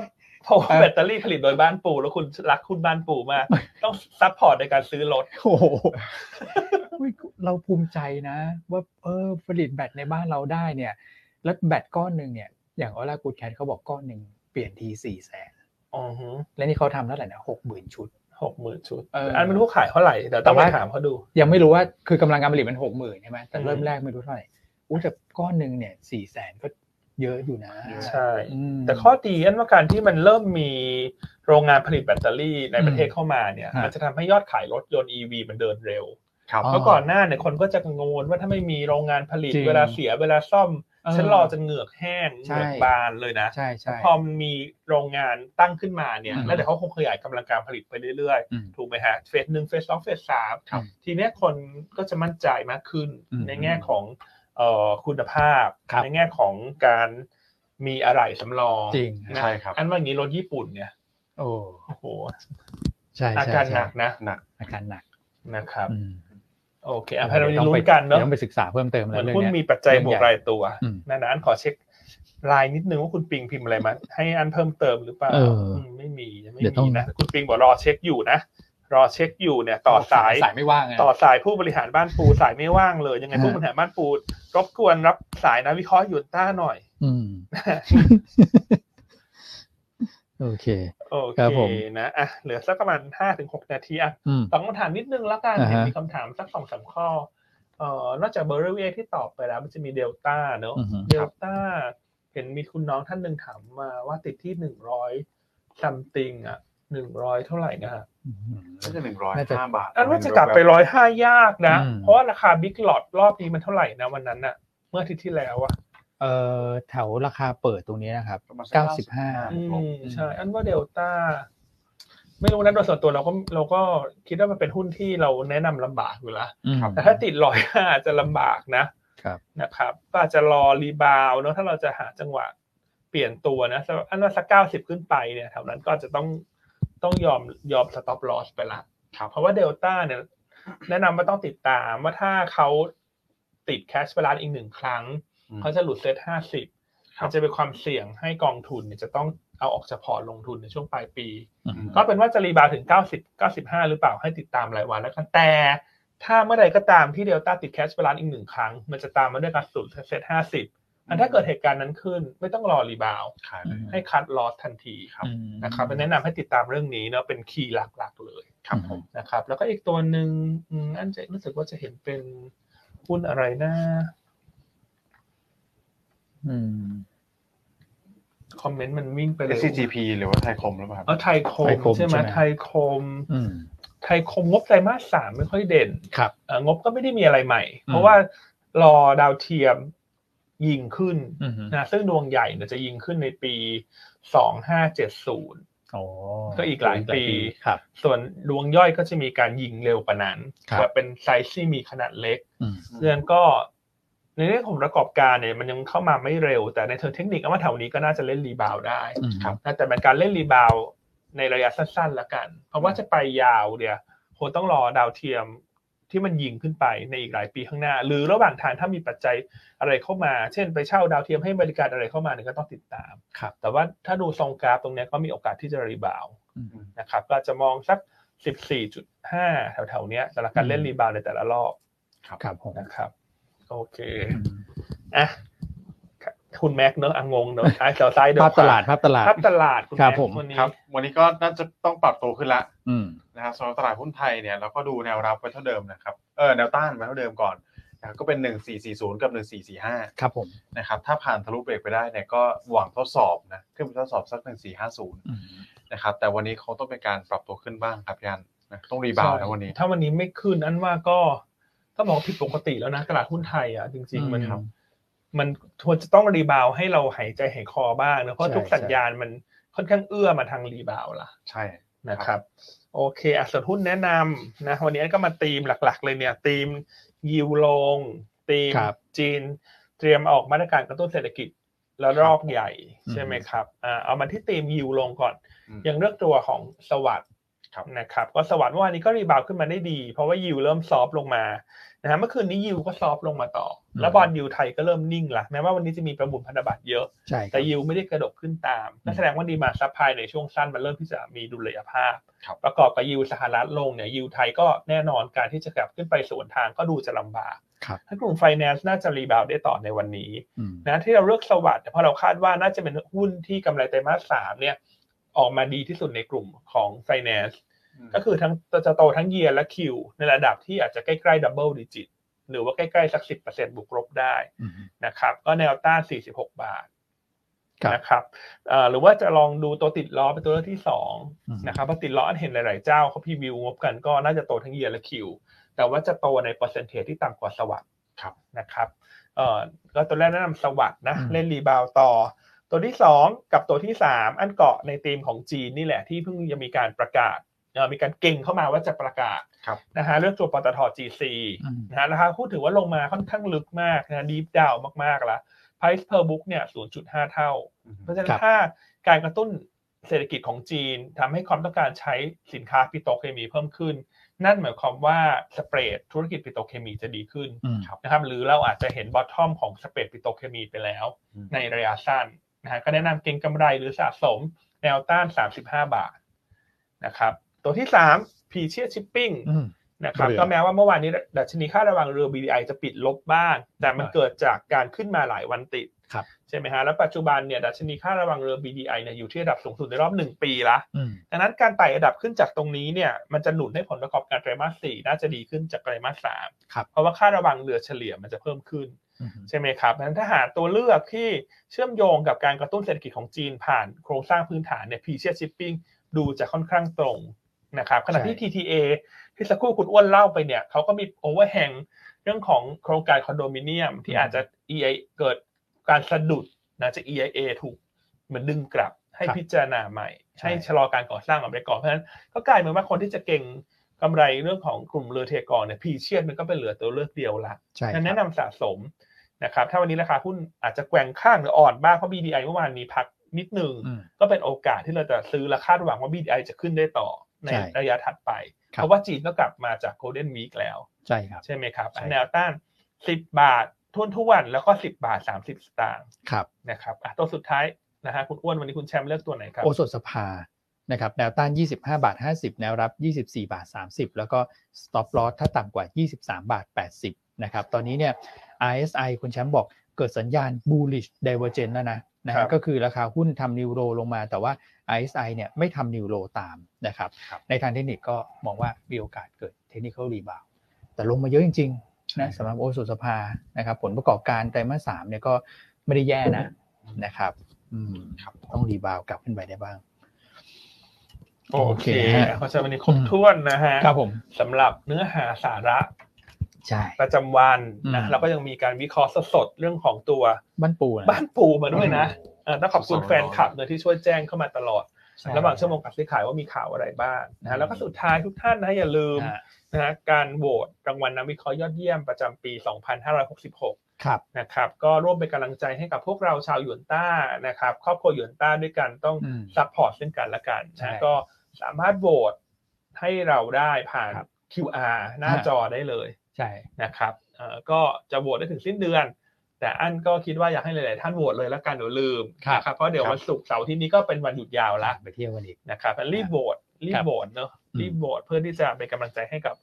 S1: เพราะว่า
S3: ครับ
S1: แบตเตอรี่ผลิตโดยบ้านปู่แล้วคุณรักคุณบ้านปู่มาก ต้องซัพพอร์ตในการซื้อรถ
S3: โอ้โหอุ๊ยเราภูมิใจนะ ว่าเออผลิตแบตในบ้านเราได้เนี่ย แล้วแบตก้อนหนึ่งเนี่ย อย่างออร่ากูดแคทเขาบอกก้อนหนึ่งเปลี่ยนทีสี่แสน
S1: อ๋อ
S3: และนี่เขาทำเท่าไหร่นะหกหมื่นชุด
S1: หกหมื่นชุด
S3: เอออั
S1: อันเป็นผู้ขายเท่าไหร่ เดี๋ยวต้องไป
S3: แต่ว่า
S1: ถามเขาดู
S3: ยังไม่รู้ว่าคือกำลังการผลิตมันหกหมื่นใช่ไหมแต่เริ่ม
S1: อืม
S3: แรกไม่รู้เท่าไหร่อู้แต่ก้อนหนึ่งเนี่ยสี่แสนก็เยอะอยู่นะ
S2: เยอะ
S1: ใช่
S3: อืม
S1: แต่ข้อดีอันว่าการที่มันเริ่มมีโรงงานผลิตแบตเตอรี่ในประเทศเข้ามาเนี่ย
S3: ฮะ
S1: มันจะทำให้ยอดขายรถยนต์ EV มันเดินเร็ว
S2: ครับ
S3: อ๋อ
S1: เพราะก่อนหน้าเนี่ยคนก็จะกังวลว่าถ้าไม่มีโรงงานผลิต
S3: จริง
S1: เวลาเสียเวลาซ่อม
S3: เออ
S1: ฉันรอจนเหงือกแห้งเห
S3: ใช่
S1: งือกบานเลยนะ
S3: ใช่ใช่
S1: พอมันมีโรงงานตั้งขึ้นมาเนี่ย
S3: อืม
S1: แล้วเดี๋ยวเขาคงขยายกำลังการผลิตไปเรื่อย
S3: อืม
S1: ๆ ถูกไหมฮะเฟสหนึ่งเฟสสองเฟสสาม
S3: ครับ
S1: ทีเนี้ยคนก็จะมั่นใจมากขึ้น
S3: อืม
S1: ในแง่ของเอ่อคุณภาพ
S3: ครับ
S1: ในแง่ของการมีอะไรสำรอง
S3: จริง
S1: นะ
S2: ใช่ครับ
S1: อันว่าอย่างนี้รถญี่ปุ่นเนี่ย
S3: โอ้
S1: โอ้โห
S3: ใช่
S1: อา
S3: ใช่
S1: การห
S3: ใช่
S1: นักนะ
S2: หนัก
S3: อาการหนัก
S1: นะครับ
S3: อืม
S1: โอเคอ่ะเรา
S3: ดี๋ยวต้อง
S1: ลุ้
S3: ไป
S1: นกันเนาะ
S3: ดี๋ยวต้องไปศึกษาเพิ่มเติม
S1: เห
S3: แล้ว
S1: มือน
S3: เรื่อง
S1: หุ้น
S3: เนี้ย
S1: มีปัจจัยบวกรายตัว
S3: อืม
S1: นะนะอันขอเช็คไลน์นิดนึงว่าคุณปิงพิมพ์อะไรมา ให้อันเพิ่มเติมหรือเปล่า
S3: เออ
S1: อืมไม่มียังไม่
S3: เดี๋ยวต้อ
S1: มี
S3: ง
S1: นะคุณปิงบอกรอเช็คอยู่นะ รอเช็คอยู่เนี่ย ต่อสาย
S3: สายไม่ว่างไง
S1: ต่อสายผู้บริหารบ้านปูสายไม่ว่างเลย ยังไง
S3: ฮะ
S1: ผู้บริหารบ้านปูรบกวนรับสายนะวิเคราะห์หยุดต้าหน่อย
S3: อื ม โอเค
S1: โอเค
S3: ครับผม
S1: นะอ่ะเหลือสักประมาณห้าถึงหกนาทีอ่ะ
S3: อืม
S1: ตอบคำถามนิดนึงแล้วกัน
S3: อ่าฮะ
S1: เห็นมีคำถามสักสองสามข้อเอ่อนอกจากเบอร์เรเวที่ตอบไปแล้ว มันจะมีเดลต้าเนอะ
S3: อือฮึ
S1: เดลต้าเห็นมีคุณน้องท่านหนึ่งถามมาว่าติดที่หนึ่งร้อยซัมติงอ่ะหนึ่งร้อยเท่าไหร่นะฮะ
S3: อืม
S2: น่าจะหนึ่งร้อย
S3: น่าจะ
S2: ห้าบาท
S1: อันว่าจะกลับไปร้อยห้ายากนะ
S3: อืม
S1: เพราะว่าราคาบิ๊กหลอดรอบนี้มันเท่าไหร่นะวันนั้นอะเมื่ออาทิตย์ที่แล้วอะ
S3: เอ่อแถวราคาเปิดตรงนี้นะครับ
S2: ประมณสั
S3: เก้าสิบห้า
S1: อื
S2: ลบ
S1: มใช่ อันว่าเดลต้าไม่รู้นะโดยส่วนตัวเราก็เราก็คิดว่ามันเป็นหุ้นที่เราแนะนำลำบากอยู่ละ
S3: ครับ
S1: แต่ถ้าติดร้อยห้าจะลำบากนะครับ นะครับ ก็อาจจะรอรีบาวด์เนอะถ้าเราจะหาจังหวะเปลี่ยนตัวนะสำหรับอันว่าสักเก้าสิบขึ้นไปเนี่ยแถวนั้นก็จะต้องต้องยอมยอมสต็อปลอสไปละ
S2: ครับ
S1: เพราะว่าเดลต้าเนี่ยแนะนำว่าต้องติดตามว่าถ้าเขาติดแคชบาลานอีกหนึ่งครั้ง
S2: อืม
S1: เขาจะหลุดเซตห้าสิบ
S2: ครับ
S1: มันจะเป็นความเสี่ยงให้กองทุนเนี่ยจะต้องเอาออกจากพอร์ตลงทุนในช่วงปลายปี
S3: อืม
S1: ก็เป็นว่าจะรีบาวถึง 90 95 หรือเปล่าให้ติดตามรายวันแล้วกันแต่ ถ้าเมื่อใดก็ตามที่เดลต้าติดแคชบาลานซ์อีกหนึ่งครั้ง มันจะตามมาด้วยการสูตรเซตห้าสิบอันถ้าเกิดเหตุการณ์นั้นขึ้น ไม่ต้องรอรีบาว
S2: ขายเลย
S3: อืม
S1: ให้คัดลอสทันทีครับ
S3: อืม
S1: นะครับแนะนำให้ติดตามเรื่องนี้เนาะเป็นคีย์หลักๆเลย
S2: ครับผม
S1: นะครับ แล้วก็อีกตัวหนึ่งอืมอันจะรู้สึกว่าจะเห็นเป็นหุ้นอะไรนะ
S3: อืม
S1: คอมเมนต์มันวิ่งไปเลย
S2: SCGP หรือว่าไทยคมหรือเปล่าครับ
S1: เออไทยค
S3: ไทย
S1: ม
S3: คม
S1: ใช่ไหม
S3: ใช่ไหม
S1: ไทยคม
S3: อืม
S1: ไทยคมงบไตรมาสสามไม่ค่อยเด่น
S3: ครับ
S1: เอ่องบก็ไม่ได้มีอะไรใหม่
S3: อืม
S1: เพราะว่ารอดาวเทียมยิงขึ้น
S3: อืม
S1: นะซึ่งดวงใหญ่เนี่ยจะยิงขึ้นในปี 2570
S3: โอ้
S1: ก็อีกหลายปี
S3: ครับ
S1: ส่วนดวงย่อยก็จะมีการยิงเร็วกว่านั้น
S3: ครับ
S1: แต่เป็นไซส์ที่มีขนาดเล็ก
S3: อืม
S1: เรื่องก็ในเรื่องของประกอบการเนี่ยมันยังเข้ามาไม่เร็ว แต่ในเชิงเทคนิคเอาว่าแถวนี้ก็น่าจะเล่นรีบาวด์ได้
S3: อืม
S1: ครับนะแต่เป็นการเล่นรีบาวด์ในระยะสั้นๆละกัน เพราะว่าจะไปยาวเนี่ยคงต้องรอดาวเทียมที่มันยิงขึ้นไปในอีกหลายปีข้างหน้า หรือระหว่างทางถ้ามีปัจจัยอะไรเข้ามา เช่น ไปเช่าดาวเทียมให้บริการอะไรเข้ามาเนี่ยก็ต้องติดตาม
S3: ครับ
S1: แต่ว่าถ้าดูทรงกราฟตรงเนี้ยก็มีโอกาสที่จะรีบาวด์ นะครับก็จะมองสัก 14.5 แถวๆเนี้ยสำหรับการเล่น
S3: อืม
S1: รีบาวด์ในแต่ละรอบ
S3: ครับผม
S1: นะครับ โอเค
S3: อืม
S1: อ่ะคุณแม็กเนอะอ่ะงงเนอะอ่ะแถวซ้ายเดิน
S3: ภาพตลาดภาพตลาด
S1: ภาพตลาดคุณ
S3: ครับ
S1: แม็ก
S3: ผม
S1: วันนี้
S2: ครับ วันนี้ก็น่าจะต้องปรับตัวขึ้นละ
S3: อืม
S2: นะครับสำหรับตลาดหุ้นไทยเนี่ยเราก็ดูแนวรับไว้เท่าเดิมนะครับเออแนวต้านไว้เท่าเดิมก่อนนะครับก็เป็น1440กับ1445
S3: ครับผม
S2: นะครับถ้าผ่านทะลุเบรกไปได้เนี่ยก็หวังทดสอบนะขึ้นไปทดสอบสักหนึ่งสี่ห้าศูนย์
S3: อืม
S2: นะครับแต่วันนี้คงต้องเป็นการปรับตัวขึ้นบ้างครับยันนะต้องรีบาวด์นะวันนี้
S1: ถ้าวันนี้ไม่ขึ้นอันว่าก็ต้องบอกผิดปกติแล้วนะตลาดหุ้นไทยอ่ะจริง ๆ มัน
S3: ครับ
S1: มันควรจะต้องรีบาวด์ให้เราหายใจหายคอบ้างเนอะเพ
S3: ใช่
S1: ราะทุกสัญ
S3: ใช่
S1: ญาณมันค่อนข้างเอื้อมาทางรีบาวด์ละ
S2: ใช่
S1: นะครับโอเคอ่ะส่วนหุ้นแนะนำนะวันนี้ก็มาตีมหลักๆ เลยเนี่ยตีมยิวลงตีม
S3: ครับ
S1: จีน เตรียมออกมาตรการกระตุ้นเศรษฐกิจระลอกใหญ่
S3: อืม
S1: ใช่ไหมครับอ่าเอามาที่ตีมยิวลงก่อน
S2: อืม
S1: อย่างเลือกตัวของสวัสด
S2: ครับ
S1: นะครับก็สวัสดเมื่อวานนี้ก็รีบาวด์ขึ้นมาได้ดี เพราะว่ายิวเริ่มซอฟต์ลงมานะฮะเมื่อคืนนี้ยิวก็ซอฟต์ลงมาต่อ แล้วบอลยิวไทยก็เริ่มนิ่งละแม้ว่าวันนี้จะมีประมูลพันธบัตรเยอะ
S3: ใช่ครั
S1: แต่
S3: บ
S1: ยิวไม่ได้กระดกขึ้นตาม
S3: อืม
S1: นั่นแสดงว่าดีมาซัพพลายในช่วงสั้นมันเริ่มที่จะมีดุลยภาพ
S2: ครับ
S1: ประกอบกับยิวสหรัฐลงเนี่ยยิวไทยก็แน่นอนการที่จะกลับขึ้นไปสวนทางก็ดูจะลำบาก
S3: ครับ
S1: ถ้ากลุ่มไฟแนนซ์น่าจะรีบาวด์ได้ต่อในวันนี้
S3: อืม
S1: นะที่เราเลือกสวัสด์เนี่ยเพราะเราคาดว่าน่าจะเป็นหุ้นที่กำไรไตรมาสสามเนี่ยออกมาดีที่สุดในกลุ่มของไฟแนนซ์ก็คือทั้งจะโตทั้งเยียร์และคิวในระดับที่อาจจะใกล้ๆดับเบิลดิจิตหรือว่าใกล้ๆสัก10%บวกลบได้ นะครับก็แนวต้าน 46 บาท
S3: ครับ
S1: นะครับเอ่อหรือว่าจะลองดูตัวติดล้อเป็นตัวเลือกที่สอง
S3: อืม
S1: นะครับเพราะติดล้ออันเห็นหลาย ๆ เจ้าเขาพรีวิวงบกันก็น่าจะโตทั้งเยียร์และคิว แต่ว่าจะโตในเปอร์เซ็นเทจที่ต่ำกว่าสวัสด์
S2: ครับ
S1: นะครับเอ่อก็ตัวแรกแนะนำสวัสด์นะ
S3: อืม
S1: เล่นรีบาวด์ต่อ ตัวที่สองกับตัวที่สามอันเกาะในธีมของจีนนี่แหละที่เพิ่งจะมีการประกาศเอ่อมีการเก่งเข้ามาว่าจะประกาศ
S2: ครับ
S1: นะฮะเรื่องตัวปตท GC
S3: อืม
S1: นะฮะราคาหุ้นถือว่าลงมาค่อนข้างลึกมากนะดีฟดาวมากๆละ price per book เนี่ย 0.5 เท่า เพราะฉะนั้
S3: ครั
S1: น
S3: บ
S1: ถ้าการกระตุ้นเศรษฐกิจของจีนทำให้ความต้องการใช้สินค้าปิโตรเคมีเพิ่มขึ้น นั่นหมายความว่าสเปรดธุรกิจปิโตรเคมีจะดีขึ้น
S3: อืม
S1: นะครับหรือเราอาจจะเห็นบอททอมของสเปรดปิโตรเคมีไปแล้ว ในระยะสั้นนะฮะก็แนะนำเก็งกำไรหรือสะสมแนวต้าน 35 บาทนะครับตัวที่3 p ีเชียชิปปิ้ง
S3: อืม
S1: นะครับ
S3: เรือ
S1: ก็แม้ว่าเมื่อวานนี้ดัชนีค่าระวังเรือ BDI จะปิดลบบ้าง แต่มันเกิดจากการขึ้นมาหลายวันติด
S3: ครับ
S1: ใช่ไหมฮะแล้วปัจจุบันเนี่ยดัชนีค่าระวังเรือ BDI เนี่ยอยู่ที่ระดับสูงสุดในรอบ 1 ปีละ
S3: อืม
S1: ดังนั้นการไต่ระดับขึ้นจากตรงนี้เนี่ยมันจะหนุนให้ผลประกอบการไตรมาสสี่น่าจะดีขึ้นจากไตรมาสสาม
S3: ครับ
S1: เพราะว่าค่าระวังเรือเฉลี่ยมันจะเพิ่มขึ้น
S3: อืม
S1: ใช่ไหมครับงั้นถ้าหาตัวเลือกที่เชื่อมโยงกับการกระตุ้นเศรษฐกิจของจีนผ่านโครงสร้างพื้นฐานเนี่ยพีเชียชิปปิ้งดูจะค่อนข้างตรงนะครับขณะที่
S3: ใช่
S1: TTA ที่สักครู่คุณอ้วนเล่าไปเนี่ยเขาก็มีโอเวอร์แฮงเรื่องของโครงการคอนโดมิเนียมที่อาจจะ EI เกิดการสะดุดนะจะ EIA ถูกเหมือนดึงกลับให้
S3: ครับ
S1: พิจารณาใหม่
S3: ใช่
S1: ให้ชะลอการก่อสร้างออกไปก่อนเพราะฉะนั้นก็กลายเป็นว่าคนที่จะเก่งกำไรเรื่องของกลุ่มเรือเทกรเนี่ยพีเชียมันก็เป็นเหลือตัวเลือกเดียวละ
S3: ใช่
S1: ดังนั้น
S3: ค
S1: แนะ
S3: รับ
S1: นำสะสมนะครับ ถ้าวันนี้ราคาหุ้นอาจจะแกว่งข้างหรืออ่อนบ้างเพราะ BDI เมื่อวานนี้พักนิดหนึ่ง
S3: อืม
S1: ก็เป็นโอกาสที่เราจะซื้อและคาดหวังว่า BDI จะขึ้นได้ต่อใน
S3: ใช่
S1: ระยะถัดไป
S3: ครับ
S1: เพราะว่าจีนก็กลับมาจาก Golden Week แล้ว
S3: ใช่ครับ
S1: ใช่ไหมครับ
S3: ใช่
S1: แนวต้าน 10 บาททุนทุวันๆแล้วก็ 10 บาท 30 สตางค์
S3: ครับ
S1: นะครับอ่ะตัวสุดท้ายนะฮะคุณอ้วนวันนี้คุณแชมป์เลือกตัวไหนครับ
S3: โอสถสภานะครับแนวต้าน 25 บาท 50 แนวรับ 24 บาท 30 แล้วก็ stop loss ถ้าต่ำกว่า 23 บาท 80 นะครับ ตอนนี้เนี่ย RSI คุณแชมป์บอกเกิดสัญญาณ bullish divergence แล้วนะนะฮะก็คือราคาหุ้นทำนิวโรลงมา แต่ว่า RSI เนี่ยไม่ทำนิวโรตามนะครับ
S2: ครับ
S3: ในทางเทคนิคก็มองว่ามีโอกาสเกิด technical rebound แต่ลงมาเยอะจริงๆนะสำหรับโอสถสภานะครับผลประกอบการไตรมาสสามเนี่ยก็ไม่ได้แย่นะนะครับ อืม
S2: ครับ
S3: ต้องรีบาวกลับขึ้นไปได้บ้าง
S1: ฮะเพราะฉะนั้นวันนี้ครบถ้วนนะฮะ
S3: ครับผม
S1: สำหรับเนื้อหาสาระ
S3: ใช่
S1: ประจำวันนะ
S3: อืม
S1: เราก็ยังมีการวิเคราะห์สดๆเรื่องของตัว
S3: บ้านปูนะ
S1: บ้านปูมาด้วยนะเอ่อต้องขอบคุณ
S2: สองร้อย
S1: แฟนคลับเนยที่ช่วยแจ้งเข้ามาตลอด
S3: ใช่
S1: ระหว่างชั่วโมงการซื้อขายว่ามีข่าวอะไรบ้างนะ
S3: อื
S1: ฮะ
S3: ม
S1: แล้วก็สุดท้ายทุกท่านนะอย่าลืม
S3: ฮะ
S1: นะฮะการโหวตรางวัลนักวิเคราะห์ยอดเยี่ยมประจำปี 2566
S3: ครับ
S1: นะครับก็ร่วมเป็นกำลังใจให้กับพวกเราชาวหยวนต้านะครับครอบครัวหยวนต้าด้วยกันต้อง
S3: อืม
S1: ซัพพอร์ตซึ่งกันและกัน
S3: ใช่
S1: นะก็สามารถโหวตให้เราได้ผ่าน
S3: ครับ
S1: QR หน้าจอได้เลย
S3: ใช่
S1: นะครับเอ่อก็จะโหวตได้ถึงสิ้นเดือน แต่อันก็คิดว่าอยากให้หลาย ๆ ท่านโหวตเลยละกันเดี๋ยวลืม
S3: ครับ
S1: นะเพราะเดี๋ยววันศุกร์เสาร์อาที่นี้ก็เป็นวันหยุดยาวละ
S3: ไปเที่ยวกันอีก
S1: นะครับรีบโหวตรีบโหวตเนอะ
S3: อืม
S1: รีบโหวตเพื่อที่จะเป็นกำลังใจให้กับ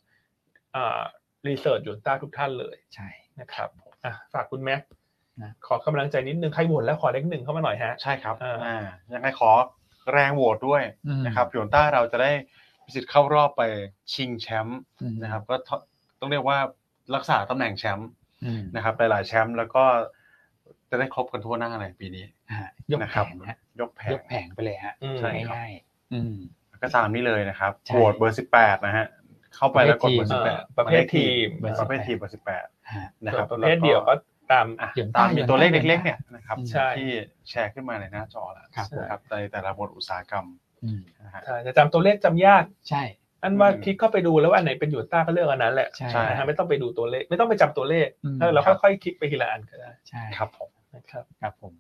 S1: รีเสิร์ชยูนต้าทุกท่านเลย
S3: ใช่
S1: นะครับอ่ะฝากคุณแม็กซ์
S3: นะ
S1: ขอกำลังใจนิดนึงใครโหวตแล้วขอเลขหนึ่งเข้ามาหน่อยฮะ
S2: ใช่ครับ
S1: อ่า
S2: อ่ายังไงขอแรงโหวตด้วยนะครับพิอนต้าเราจะได้มีสิทธิ์เข้ารอบไปชิงแชมป์
S3: อืม
S2: นะครับ ก็ต้องเรียกว่ารักษาตำแหน่งแชมป์
S3: อืม
S2: นะครับ หลาย ๆ แชมป์แล้วก็ จะได้ครบกันทั่วหน้าเลยปีนี้
S3: ฮะยก
S2: นะ
S3: แผ
S2: ครับ
S3: งฮะ
S2: ยกแผง
S3: ยกแผงไปเลยฮะ
S1: อืม
S2: ใช่ ครับ
S3: ง่ายๆอืม
S2: ก็ตามนี้เลยนะครับ
S3: ใช่
S2: โหวตเบอร์สิบแปดนะฮะเข้าไปแล้วกดเบอร์
S1: เอ่
S2: สิบแป
S1: อ
S2: ด
S1: ประเภททีม
S2: ป
S3: ประ ระ
S2: เภ
S3: เภ
S2: ท
S3: ทที
S2: ทีม
S3: ม
S2: เบอร์สิบแปด
S3: ฮะ
S1: ส่
S2: นะ
S1: ว
S2: ครั
S1: น
S2: บ
S1: ประเภทเดียวก็ตาม
S2: อ่ะ
S3: อย่าง
S2: ตาม
S3: ใต้
S2: มีตัวเลข
S3: อย่างใต้
S2: เล็ก ๆ เนี่ยนะครับ
S1: ใช่
S2: ที่แชร์ขึ้นมาในหน้าจอแล้ว
S3: ครับ
S2: นะครับในแต่ละบทอุตสาหกรรม
S3: อืม
S2: นะฮะ
S1: ใช่จะจำตัวเลขจำยาก
S3: ใช่
S1: อันว่า
S2: อืม
S1: คลิกเข้าไปดูแล้วว่าอันไหนเป็นยูนต้าก็เลือกอันนั้นแหละ
S3: ใช่
S2: ใช่
S1: นะฮะไม่ต้องไปดูตัวเลข ไม่ต้องไปจำตัวเลข
S3: อืม
S1: เออเรา
S2: ครับ
S1: ค่อยๆคลิกไปทีละอันก็ได้
S3: ใช่
S2: ครับผม
S1: นะครับ
S3: ครับผม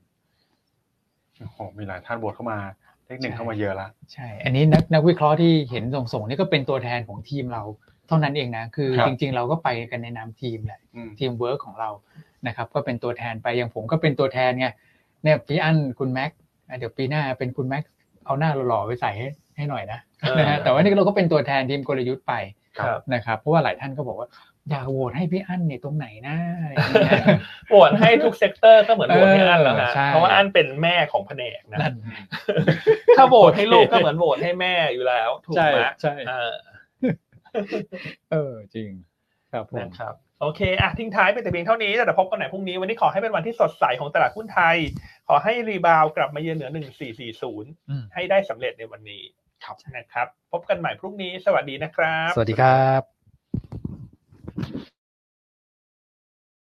S2: โอ้โหมีหลายท่านโหวตเข้ามาเลขหนึ่ง
S3: ใช่
S2: เข้ามาเยอะละ
S3: ใช่ อันนี้นักนักวิเคราะห์ที่เห็นส่งส่งๆนี่ก็เป็นตัวแทนของทีมเราเท่านั้นเองนะ คือ
S2: ครับ
S3: จริง ๆ เราก็ไปกันในนามทีมแหละ
S2: อืม
S3: ทีมเวิร์กของเรานะครับก็เป็นตัวแทนไปอย่างผมก็เป็นตัวแทนไงเนี่ยพี่อั้นคุณแม็กซ์อ่ะเดี๋ยวปีหน้าเป็นคุณแม็กซ์เอาหน้าหล่อๆไปใส่ให้ให้หน่อยนะ
S1: เออ
S3: นะฮะแต่ว่านี่เราก็เป็นตัวแทนทีมกลยุทธ์ไป
S2: ครับ
S3: นะครับเพราะว่าหลายท่านก็บอกว่าอยากโหวตให้พี่อั้นเนี่ยตรงไหนนะอะไรอย่างเงี้ย
S1: โหวตให้ทุกเซกเตอร์ก็เหมือนโหวตให้อันแล้วนะ
S3: เออใช่
S1: เพราะว่าอันเป็นแม่ของแผนก นะ
S3: นั่น
S1: ถ้าโหวตให้ลูกก็เหมือนโหวตให้แม่อยู่แล้ว ถูกไหม
S3: ใช่
S1: เออ
S3: เออจริง ครับผม
S1: นะครับ โอเคอ่ะทิ้งท้ายไปแต่เพียงเท่านี้แล้วเดี๋ยวพบกันใหม่พรุ่งนี้วันนี้ขอให้เป็นวันที่สดใสของตลาดหุ้นไทย ขอให้รีบาวกลับมาเยือนเหนือ 1440
S3: อืม
S1: ให้ได้สำเร็จในวันนี้ครับนะครับ พบกันใหม่พรุ่งนี้สวัสดีนะครับ
S3: สวัสดีครับ